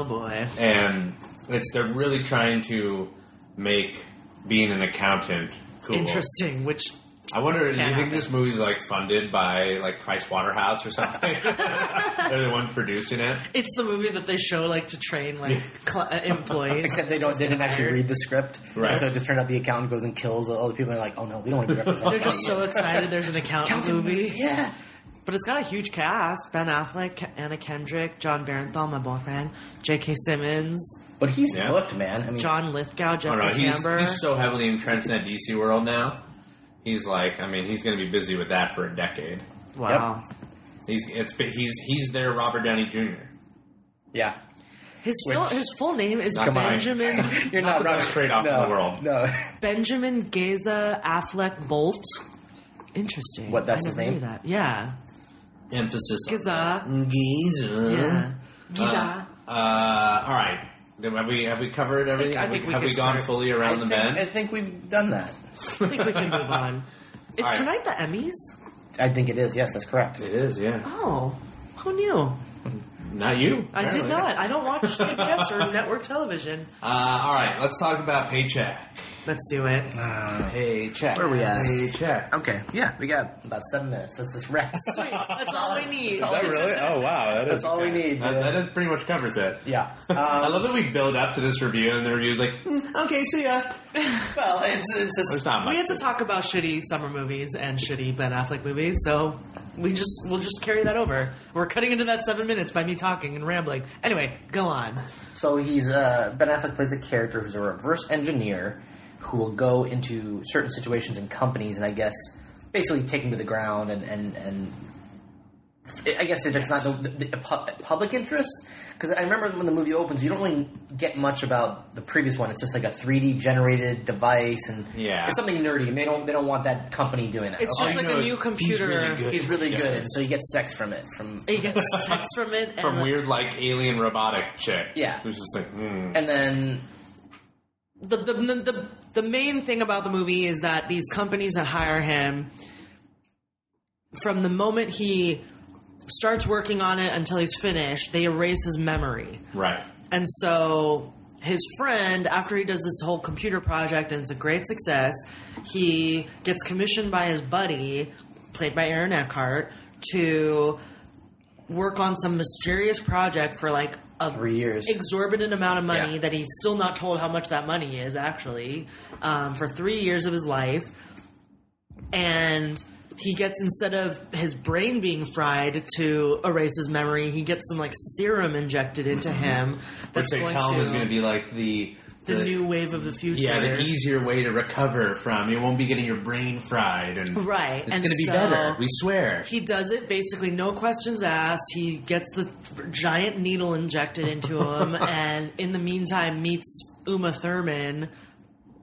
[SPEAKER 3] Oh boy.
[SPEAKER 2] and it's they're really trying to make being an accountant cool.
[SPEAKER 3] Interesting. Which
[SPEAKER 2] I wonder, do you
[SPEAKER 3] Can't
[SPEAKER 2] think
[SPEAKER 3] happen.
[SPEAKER 2] this movie's like funded by like Price Waterhouse or something? they're the ones producing it.
[SPEAKER 3] it's the movie that they show like to train like cl- uh, employees.
[SPEAKER 4] Except they don't. They didn't actually read the script,
[SPEAKER 2] Right.
[SPEAKER 4] So it just turned out the accountant goes and kills all the people. And they're like, oh no, we don't want to be represented.
[SPEAKER 3] They're just so excited. There's an accountant movie,
[SPEAKER 4] Yeah.
[SPEAKER 3] but it's got a huge cast: Ben Affleck, Ke- Anna Kendrick, John Barenthal, my boyfriend, J.K. Simmons,
[SPEAKER 4] But he's
[SPEAKER 2] Yeah.
[SPEAKER 4] looked, man. I mean,
[SPEAKER 3] John Lithgow,
[SPEAKER 2] I don't know.
[SPEAKER 3] Jeffrey
[SPEAKER 2] He's,
[SPEAKER 3] Tambor.
[SPEAKER 2] he's so heavily entrenched in that DC world now. He's like, I mean, he's going to be busy with that for a decade.
[SPEAKER 3] wow.
[SPEAKER 2] He's it's he's he's their Robert Downey Jr.
[SPEAKER 4] yeah.
[SPEAKER 3] His full,
[SPEAKER 4] Which-
[SPEAKER 3] his full name is
[SPEAKER 2] Not mine.
[SPEAKER 3] Benjamin
[SPEAKER 4] You're
[SPEAKER 2] Not
[SPEAKER 4] not,
[SPEAKER 2] the
[SPEAKER 4] wrong.
[SPEAKER 2] best trade-off in
[SPEAKER 4] no,
[SPEAKER 2] the world.
[SPEAKER 4] No.
[SPEAKER 3] Benjamin Geza Affleck Bolt. Interesting.
[SPEAKER 4] What, that's
[SPEAKER 3] I
[SPEAKER 4] his
[SPEAKER 3] never
[SPEAKER 4] name?
[SPEAKER 3] knew That. Yeah.
[SPEAKER 2] Emphasis on
[SPEAKER 3] Geza.
[SPEAKER 2] Giza.
[SPEAKER 3] Yeah. Geza.
[SPEAKER 2] Mm-hmm. Uh, uh, all right. Then Have we have we covered everything?
[SPEAKER 3] I
[SPEAKER 2] Have we,
[SPEAKER 3] think we
[SPEAKER 2] have
[SPEAKER 3] could
[SPEAKER 2] we gone
[SPEAKER 3] start.
[SPEAKER 2] fully
[SPEAKER 4] I
[SPEAKER 2] around the
[SPEAKER 4] think,
[SPEAKER 2] bend?
[SPEAKER 4] I think we've done that.
[SPEAKER 3] I think we can move on. Is
[SPEAKER 2] All right.
[SPEAKER 3] tonight the Emmys?
[SPEAKER 4] I think it is. Yes, that's correct.
[SPEAKER 2] It is, yeah.
[SPEAKER 3] Oh. Who knew?
[SPEAKER 2] Not you.
[SPEAKER 3] I did
[SPEAKER 2] apparently.
[SPEAKER 3] not. I don't watch CBS or network television.
[SPEAKER 2] Uh, all right, let's talk about paycheck.
[SPEAKER 3] Let's do it.
[SPEAKER 2] Uh, Paycheck.
[SPEAKER 4] Where are we at?
[SPEAKER 2] Paycheck.
[SPEAKER 4] Okay. Yeah, we got about seven minutes. Let's just rest.
[SPEAKER 3] Sweet. That's all we need.
[SPEAKER 2] Is that really? Oh wow, that is
[SPEAKER 4] That's all we need,
[SPEAKER 2] That,
[SPEAKER 4] yeah.
[SPEAKER 2] that is pretty much covers it.
[SPEAKER 4] yeah.
[SPEAKER 2] I
[SPEAKER 4] Um,
[SPEAKER 2] love that we build up to this review, and the review's like, "Hmm, "Okay, see ya."
[SPEAKER 4] well, it's it's just
[SPEAKER 2] There's not
[SPEAKER 3] We
[SPEAKER 2] much.
[SPEAKER 3] had to talk about shitty summer movies and shitty Ben Affleck movies, so we just we'll just carry that over. We're cutting into that seven minutes by me talking and rambling. Anyway, go on.
[SPEAKER 4] So he's uh, Ben Affleck plays a character who's a reverse engineer who will go into certain situations in companies and I guess basically take them to the ground and and, and I I guess if it's not the, the, the pu- public interest, because I remember when the movie opens, you don't really get much about the previous one. It's just like a 3D generated device, and
[SPEAKER 2] Yeah.
[SPEAKER 4] it's something nerdy, and they don't they don't want that company doing that.
[SPEAKER 3] It's
[SPEAKER 4] Oh,
[SPEAKER 3] just
[SPEAKER 2] I
[SPEAKER 3] like
[SPEAKER 2] know
[SPEAKER 3] a
[SPEAKER 2] is
[SPEAKER 3] new
[SPEAKER 2] he's
[SPEAKER 3] computer.
[SPEAKER 2] really good.
[SPEAKER 4] he's really
[SPEAKER 2] Yeah.
[SPEAKER 4] good, and so you get sex from it. From
[SPEAKER 3] He gets sex from it. And
[SPEAKER 2] From weird, like, alien robotic chick.
[SPEAKER 4] Yeah.
[SPEAKER 2] Who's just like, hmm.
[SPEAKER 4] and then
[SPEAKER 3] the, the, the, the, the main thing about the movie is that these companies that hire him, from the moment he starts working on it until he's finished, they erase his memory.
[SPEAKER 2] Right.
[SPEAKER 3] And so his friend, after he does this whole computer project and it's a great success, he gets commissioned by his buddy, played by Aaron Eckhart, to work on some mysterious project for like a
[SPEAKER 4] Three years.
[SPEAKER 3] exorbitant amount of money
[SPEAKER 2] Yeah.
[SPEAKER 3] that he's still not told how much that money is actually um, for three years of his life and he gets instead of his brain being fried to erase his memory, he gets some like serum injected into
[SPEAKER 2] Mm-hmm.
[SPEAKER 3] him.
[SPEAKER 2] Which
[SPEAKER 3] That's
[SPEAKER 2] they
[SPEAKER 3] going
[SPEAKER 2] tell
[SPEAKER 3] to,
[SPEAKER 2] him is going to be like the.
[SPEAKER 3] the, new wave of the future.
[SPEAKER 2] Yeah, the easier way to recover from. You won't be getting your brain fried. and
[SPEAKER 3] Right,
[SPEAKER 2] It's
[SPEAKER 3] and
[SPEAKER 2] going to be
[SPEAKER 3] so-
[SPEAKER 2] better. We swear.
[SPEAKER 3] he does it basically no questions asked. He gets the giant needle injected into him, and in the meantime meets Uma Thurman.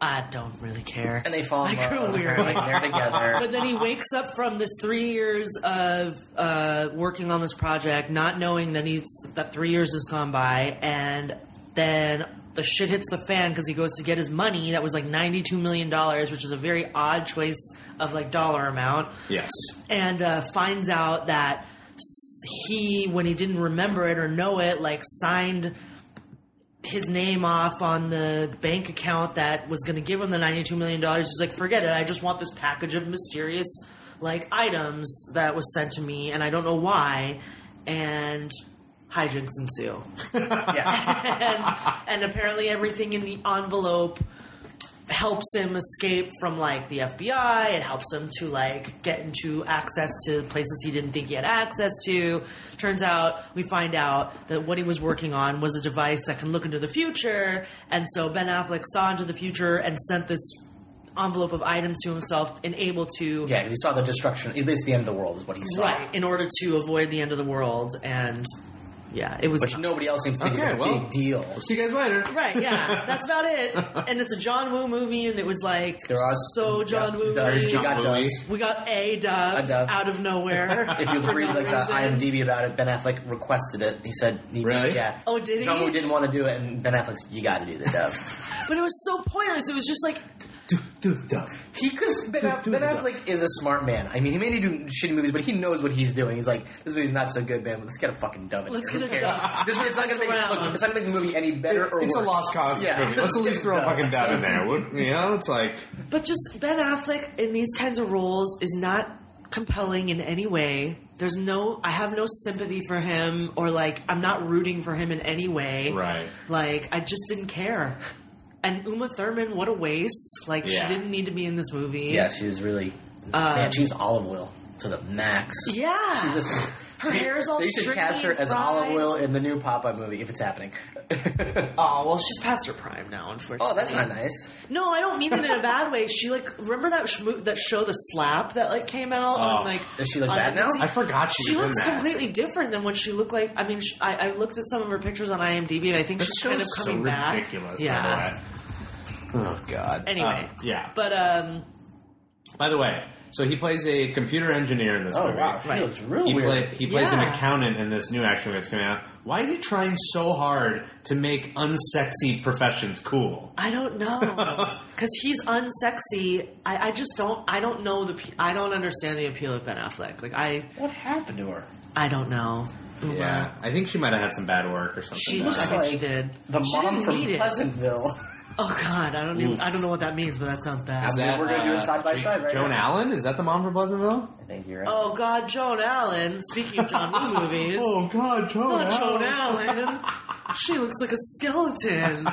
[SPEAKER 3] I don't really care.
[SPEAKER 4] and they fall in
[SPEAKER 3] I grew
[SPEAKER 4] love.
[SPEAKER 3] weird.
[SPEAKER 4] They're like, they're together.
[SPEAKER 3] but then he wakes up from this three years of uh, working on this project, not knowing that he's that three years has gone by, and then the shit hits the fan because he goes to get his money that was like ninety two million dollars, which is a very odd choice of like dollar amount,
[SPEAKER 2] Yes.
[SPEAKER 3] and uh, finds out that s- he, when he didn't remember it or know it, like signed his name off on the bank account that was going to give him the $92 million. He's like, forget it. I just want this package of mysterious, like, items that was sent to me, and I don't know why. And hijinks ensue.
[SPEAKER 4] yeah.
[SPEAKER 3] and, and apparently everything in the envelope helps him escape from, like, the FBI. It helps him to, like, get into access to places he didn't think he had access to. Turns out, we find out that what he was working on was a device that can look into the future. And so Ben Affleck saw into the future and sent this envelope of items to himself and able to
[SPEAKER 4] yeah, he saw the destruction. It's basically the end of the world, is what he saw.
[SPEAKER 3] right in order to avoid the end of the world and yeah it was
[SPEAKER 4] Which nobody else seems to think
[SPEAKER 2] Okay,
[SPEAKER 4] is a
[SPEAKER 2] well.
[SPEAKER 4] big deal.
[SPEAKER 2] See you guys later.
[SPEAKER 3] Right, yeah, that's about it. And it's a John Woo movie, and it was like
[SPEAKER 4] There are-
[SPEAKER 3] so John Woo.
[SPEAKER 4] There's
[SPEAKER 3] movie.
[SPEAKER 4] John got
[SPEAKER 2] Woo.
[SPEAKER 4] doves.
[SPEAKER 3] We got a dove,
[SPEAKER 4] A dove.
[SPEAKER 3] out of nowhere.
[SPEAKER 4] If you
[SPEAKER 3] for
[SPEAKER 4] read
[SPEAKER 3] no
[SPEAKER 4] like the
[SPEAKER 3] reason.
[SPEAKER 4] IMDb about it, Ben Affleck requested it. He said, he,
[SPEAKER 2] Really?
[SPEAKER 4] Yeah.
[SPEAKER 3] Oh, did
[SPEAKER 4] John
[SPEAKER 3] he?
[SPEAKER 4] Woo didn't want to do it, and Ben Affleck's, you got to do the dove.
[SPEAKER 3] but it was so pointless. It was just like
[SPEAKER 4] he, because Ben, Aff- ben Affleck is a smart man. I mean, he may do shitty movies, but he knows what he's doing. He's like, this movie's not so good, man. Let's get a fucking dove. In
[SPEAKER 3] Let's
[SPEAKER 4] here. Who
[SPEAKER 3] get a
[SPEAKER 4] cares?"
[SPEAKER 3] dove.
[SPEAKER 4] This it's not gonna
[SPEAKER 3] That's
[SPEAKER 4] make
[SPEAKER 3] what I
[SPEAKER 4] look,
[SPEAKER 3] want.
[SPEAKER 4] it's not gonna make the movie any better or
[SPEAKER 2] it's
[SPEAKER 4] worse.
[SPEAKER 2] a lost cause.
[SPEAKER 4] Yeah.
[SPEAKER 2] movie. Let's at least throw a fucking dab in there. Would- You know, it's like
[SPEAKER 3] But just Ben Affleck in these kinds of roles is not compelling in any way. There's no, I have no sympathy for him, or like, I'm not rooting for him in any way.
[SPEAKER 2] Right.
[SPEAKER 3] Like, I just didn't care. And Uma Thurman, what a waste. Like,
[SPEAKER 2] Yeah.
[SPEAKER 3] she didn't need to be in this movie.
[SPEAKER 4] Yeah, she was really. man, she's olive oil to the max.
[SPEAKER 3] Uh, Yeah.
[SPEAKER 4] She's just.
[SPEAKER 3] Her
[SPEAKER 4] she-
[SPEAKER 3] hair is all
[SPEAKER 4] They should
[SPEAKER 3] straight
[SPEAKER 4] cast her
[SPEAKER 3] and
[SPEAKER 4] as
[SPEAKER 3] fried.
[SPEAKER 4] olive oil in the new Popeye movie if it's happening.
[SPEAKER 3] Oh well, she's past her prime now, unfortunately.
[SPEAKER 4] oh, that's not nice.
[SPEAKER 3] No, I don't mean it in a bad way. She like remember that sh- mo- that show, The Slap, that like came out
[SPEAKER 2] Oh.
[SPEAKER 3] on like.
[SPEAKER 4] Does she look
[SPEAKER 3] on
[SPEAKER 4] bad now?
[SPEAKER 3] NBC?
[SPEAKER 2] I forgot she,
[SPEAKER 3] She
[SPEAKER 2] was in
[SPEAKER 3] looks
[SPEAKER 2] that.
[SPEAKER 3] completely different than what she looked like. I mean, sh I, I looked at some of her pictures on IMDb, and I think
[SPEAKER 2] That
[SPEAKER 3] she's
[SPEAKER 2] show
[SPEAKER 3] kind of
[SPEAKER 2] is
[SPEAKER 3] coming
[SPEAKER 2] so
[SPEAKER 3] back.
[SPEAKER 2] ridiculous.
[SPEAKER 3] yeah.
[SPEAKER 2] By the way. Oh God. Um,
[SPEAKER 3] Anyway.
[SPEAKER 2] yeah.
[SPEAKER 3] But um,
[SPEAKER 2] By the way, so he plays a computer engineer in this
[SPEAKER 4] Oh
[SPEAKER 2] movie.
[SPEAKER 4] wow, she
[SPEAKER 3] Right.
[SPEAKER 4] looks real
[SPEAKER 2] He,
[SPEAKER 4] weird.
[SPEAKER 2] play, he plays an
[SPEAKER 3] Yeah.
[SPEAKER 2] accountant in this new action movie that's coming out. Why is he trying so hard to make unsexy professions cool?
[SPEAKER 3] I don't know because he's unsexy. I, I just don't. I don't know the. p- I don't understand the appeal of Ben Affleck. Like I,
[SPEAKER 4] what happened to her?
[SPEAKER 3] I don't know. Uma.
[SPEAKER 2] Yeah, I think she might have had some bad work or something.
[SPEAKER 3] She
[SPEAKER 2] bad.
[SPEAKER 3] looks
[SPEAKER 4] Looks
[SPEAKER 3] like she
[SPEAKER 4] like
[SPEAKER 3] did.
[SPEAKER 4] The
[SPEAKER 3] She
[SPEAKER 4] mom
[SPEAKER 3] didn't
[SPEAKER 4] from
[SPEAKER 3] need it.
[SPEAKER 4] Pleasantville.
[SPEAKER 3] Oh God, I don't even, I don't know what that means, but that uh, sounds bad.
[SPEAKER 2] Is that,
[SPEAKER 4] We're gonna do a side by side right
[SPEAKER 2] Joan
[SPEAKER 4] now.
[SPEAKER 2] Allen is that the mom from Pleasantville?
[SPEAKER 4] I think you're right.
[SPEAKER 3] Oh God, Joan Allen. Speaking of John Woo movies,
[SPEAKER 4] Oh,
[SPEAKER 2] God, Oh, Joan
[SPEAKER 3] not Joan Allen. She looks like a skeleton.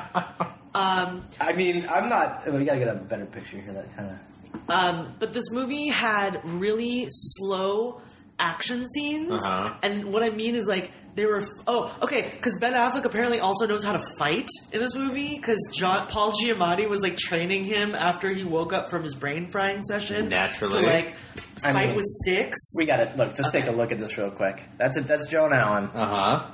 [SPEAKER 3] Um,
[SPEAKER 4] I mean, I'm not. We gotta get a better picture here. That kind of.
[SPEAKER 3] um, but this movie had really slow action scenes,
[SPEAKER 2] Uh-huh.
[SPEAKER 3] and what I mean is like They were oh okay because Ben Affleck apparently also knows how to fight in this movie because John Paul Giamatti was like training him after he woke up from his brain frying session
[SPEAKER 2] Naturally.
[SPEAKER 3] to like
[SPEAKER 4] I
[SPEAKER 3] fight
[SPEAKER 4] mean-
[SPEAKER 3] with sticks.
[SPEAKER 4] We got it. Look, just take a look at this real quick. That's it. That's Joan Allen.
[SPEAKER 2] Uh huh.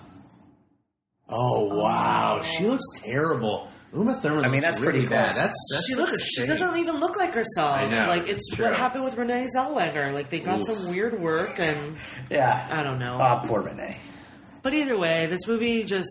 [SPEAKER 2] Oh wow, she looks terrible. Uma Thurman.
[SPEAKER 4] I mean,
[SPEAKER 2] looks
[SPEAKER 4] that's
[SPEAKER 2] really
[SPEAKER 4] pretty
[SPEAKER 2] bad.
[SPEAKER 4] close.
[SPEAKER 2] That's, that's
[SPEAKER 3] she
[SPEAKER 2] such
[SPEAKER 3] looks.
[SPEAKER 2] a
[SPEAKER 3] She
[SPEAKER 2] shame.
[SPEAKER 3] doesn't even look like herself.
[SPEAKER 2] I know,
[SPEAKER 3] Like it's
[SPEAKER 2] true.
[SPEAKER 3] what happened with Renee Zellweger. Like they got
[SPEAKER 2] Oof.
[SPEAKER 3] some weird work, and
[SPEAKER 4] Yeah.
[SPEAKER 3] I don't know.
[SPEAKER 4] Oh, poor Renee.
[SPEAKER 3] But either way, this movie just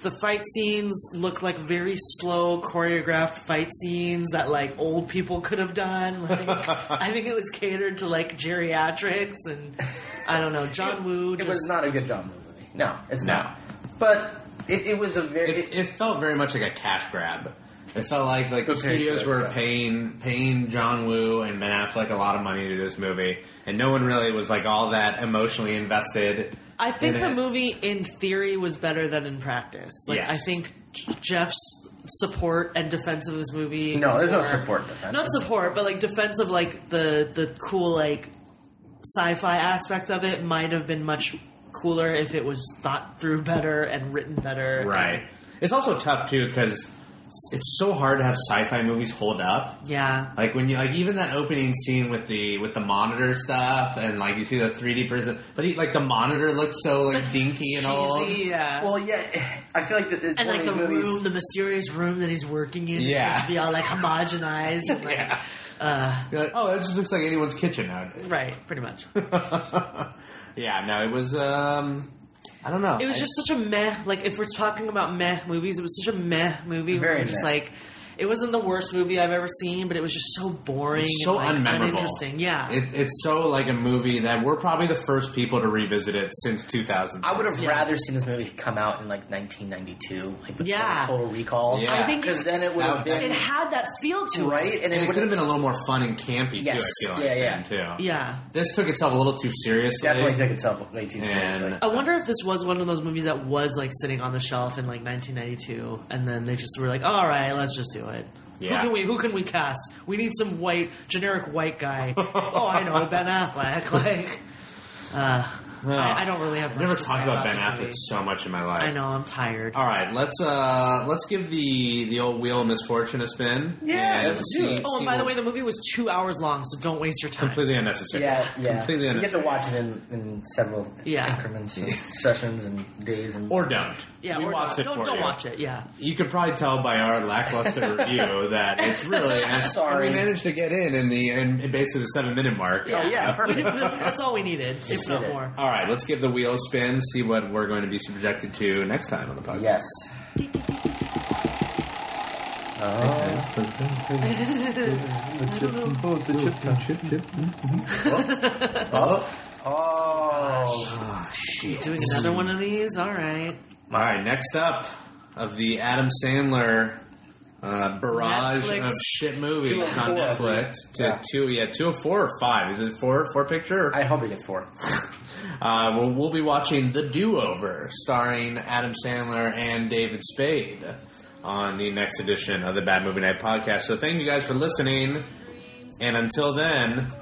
[SPEAKER 3] the fight scenes look like very slow choreographed fight scenes that like old people could have done. Like I think it was catered to like geriatrics and I don't know John Woo.
[SPEAKER 4] It
[SPEAKER 3] Just,
[SPEAKER 4] was not a good John Woo movie. No, it's
[SPEAKER 2] No.
[SPEAKER 4] not. But it, it was a very.
[SPEAKER 2] It, it felt very much like a cash grab. It felt like like the
[SPEAKER 4] Potentially,
[SPEAKER 2] studios were
[SPEAKER 4] yeah.
[SPEAKER 2] paying paying John Woo and Ben Affleck a lot of money to do this movie, and no one really was like all that emotionally invested.
[SPEAKER 3] I think
[SPEAKER 2] in
[SPEAKER 3] the
[SPEAKER 2] it.
[SPEAKER 3] movie in theory was better than in practice. Like
[SPEAKER 2] Yes.
[SPEAKER 3] I think J- Jeff's support and defense of this movie.
[SPEAKER 4] No,
[SPEAKER 3] is
[SPEAKER 4] there's no
[SPEAKER 3] more-
[SPEAKER 4] support defense.
[SPEAKER 3] Not support, but like defense of like the the cool like sci-fi aspect of it might have been much cooler if it was thought through better and written better.
[SPEAKER 2] Right. It's also tough too because it's so hard to have sci-fi movies hold up.
[SPEAKER 3] Yeah.
[SPEAKER 2] Like when you like even that opening scene with the with the monitor stuff and like you see the 3D person, but he, like the monitor looks so like dinky and old.
[SPEAKER 3] Cheesy, yeah.
[SPEAKER 4] well, yeah. I feel like that it's
[SPEAKER 3] and
[SPEAKER 4] one
[SPEAKER 3] like the
[SPEAKER 4] of these movies.
[SPEAKER 3] room, the mysterious room that he's working in,
[SPEAKER 2] Yeah.
[SPEAKER 3] is supposed to be all like homogenized. And, like,
[SPEAKER 2] Yeah.
[SPEAKER 3] uh,
[SPEAKER 2] You're like, oh, that just looks like anyone's kitchen nowadays.
[SPEAKER 3] right, pretty much.
[SPEAKER 2] yeah, no, it was. um I don't know.
[SPEAKER 3] It was
[SPEAKER 2] I-
[SPEAKER 3] just such a meh. Like if we're talking about meh movies, it was such a meh movie. where
[SPEAKER 4] Very
[SPEAKER 3] I'm just
[SPEAKER 4] meh.
[SPEAKER 3] like, it wasn't the worst movie I've ever seen, but it was just so boring,
[SPEAKER 2] It's so
[SPEAKER 3] and, like,
[SPEAKER 2] unmemorable.
[SPEAKER 3] uninteresting. Yeah,
[SPEAKER 2] It, it's so like a movie that we're probably the first people to revisit it since 2000.
[SPEAKER 4] I would have
[SPEAKER 3] Yeah.
[SPEAKER 4] rather seen this movie come out in like 1992, like with
[SPEAKER 3] Yeah.
[SPEAKER 4] Total Recall.
[SPEAKER 2] Yeah.
[SPEAKER 3] I think
[SPEAKER 4] Because then it would have
[SPEAKER 2] That would-
[SPEAKER 3] it
[SPEAKER 4] been
[SPEAKER 3] had that feel to
[SPEAKER 4] right, and,
[SPEAKER 2] and it
[SPEAKER 4] would
[SPEAKER 2] could have been a little more fun and campy
[SPEAKER 4] Yes.
[SPEAKER 2] too. I feel like
[SPEAKER 4] Yeah, yeah.
[SPEAKER 2] then,
[SPEAKER 3] it.
[SPEAKER 2] too.
[SPEAKER 3] Yeah,
[SPEAKER 2] This took itself a little too seriously.
[SPEAKER 4] definitely took itself way too seriously.
[SPEAKER 2] And-
[SPEAKER 3] Oh, I wonder if this was one of those movies that was like sitting on the shelf in like 1992, and then they just were like, "All right, let's just do it."
[SPEAKER 2] Yeah.
[SPEAKER 3] Who can we Who can we cast? We need some white, generic white guy. oh, I know Ben Affleck. Like, uh, I, I don't really have.
[SPEAKER 2] I've
[SPEAKER 3] much
[SPEAKER 2] never
[SPEAKER 3] to
[SPEAKER 2] talked
[SPEAKER 3] say
[SPEAKER 2] about Ben
[SPEAKER 3] this
[SPEAKER 2] Affleck
[SPEAKER 3] movie.
[SPEAKER 2] so much in my life.
[SPEAKER 3] I know I'm tired.
[SPEAKER 2] All right, let's uh let's give the the old wheel of misfortune a spin.
[SPEAKER 4] Yeah,
[SPEAKER 2] and
[SPEAKER 4] let's do it.
[SPEAKER 3] Oh, and by the way, the movie was two hours long, so don't waste your time.
[SPEAKER 2] completely unnecessary.
[SPEAKER 4] Yeah, yeah.
[SPEAKER 2] completely
[SPEAKER 4] you get to
[SPEAKER 2] unnecessary.
[SPEAKER 4] watch it in, in several
[SPEAKER 3] Yeah.
[SPEAKER 4] increments, and sessions, and days, and
[SPEAKER 2] or don't.
[SPEAKER 3] Yeah,
[SPEAKER 2] we
[SPEAKER 3] or
[SPEAKER 2] watched
[SPEAKER 3] don't,
[SPEAKER 2] it
[SPEAKER 3] don't,
[SPEAKER 2] for
[SPEAKER 3] don't
[SPEAKER 2] you.
[SPEAKER 3] watch it. Yeah,
[SPEAKER 2] You could probably tell by our lackluster review that it's really. and-
[SPEAKER 4] Sorry.
[SPEAKER 2] and we managed to get in in the in, in basically the seven minute mark.
[SPEAKER 4] Oh, yeah,
[SPEAKER 3] We did-
[SPEAKER 4] perfect.
[SPEAKER 3] that's all we needed, if
[SPEAKER 4] did
[SPEAKER 3] not
[SPEAKER 4] it.
[SPEAKER 3] more.
[SPEAKER 2] All right, let's give the wheel a spin. See what we're going to be subjected to next time on the podcast.
[SPEAKER 4] yes. Oh, oh, oh!
[SPEAKER 2] Oh shit!
[SPEAKER 3] Doing another one of these? All right.
[SPEAKER 2] All right, next up of the Adam Sandler uh, barrage
[SPEAKER 3] Netflix.
[SPEAKER 2] of shit movies on
[SPEAKER 4] 204.
[SPEAKER 2] Netflix to
[SPEAKER 4] Yeah.
[SPEAKER 2] two, yeah, two or four or five. Is it four? Four picture?
[SPEAKER 4] I hope it gets four.
[SPEAKER 2] Uh, well, we'll be watching The Do Over, starring Adam Sandler and David Spade, on the next edition of the Bad Movie Night podcast. So thank you guys for listening, and until then.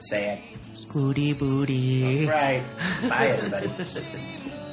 [SPEAKER 4] Say it
[SPEAKER 3] Scooty booty.
[SPEAKER 4] right. Bye, everybody.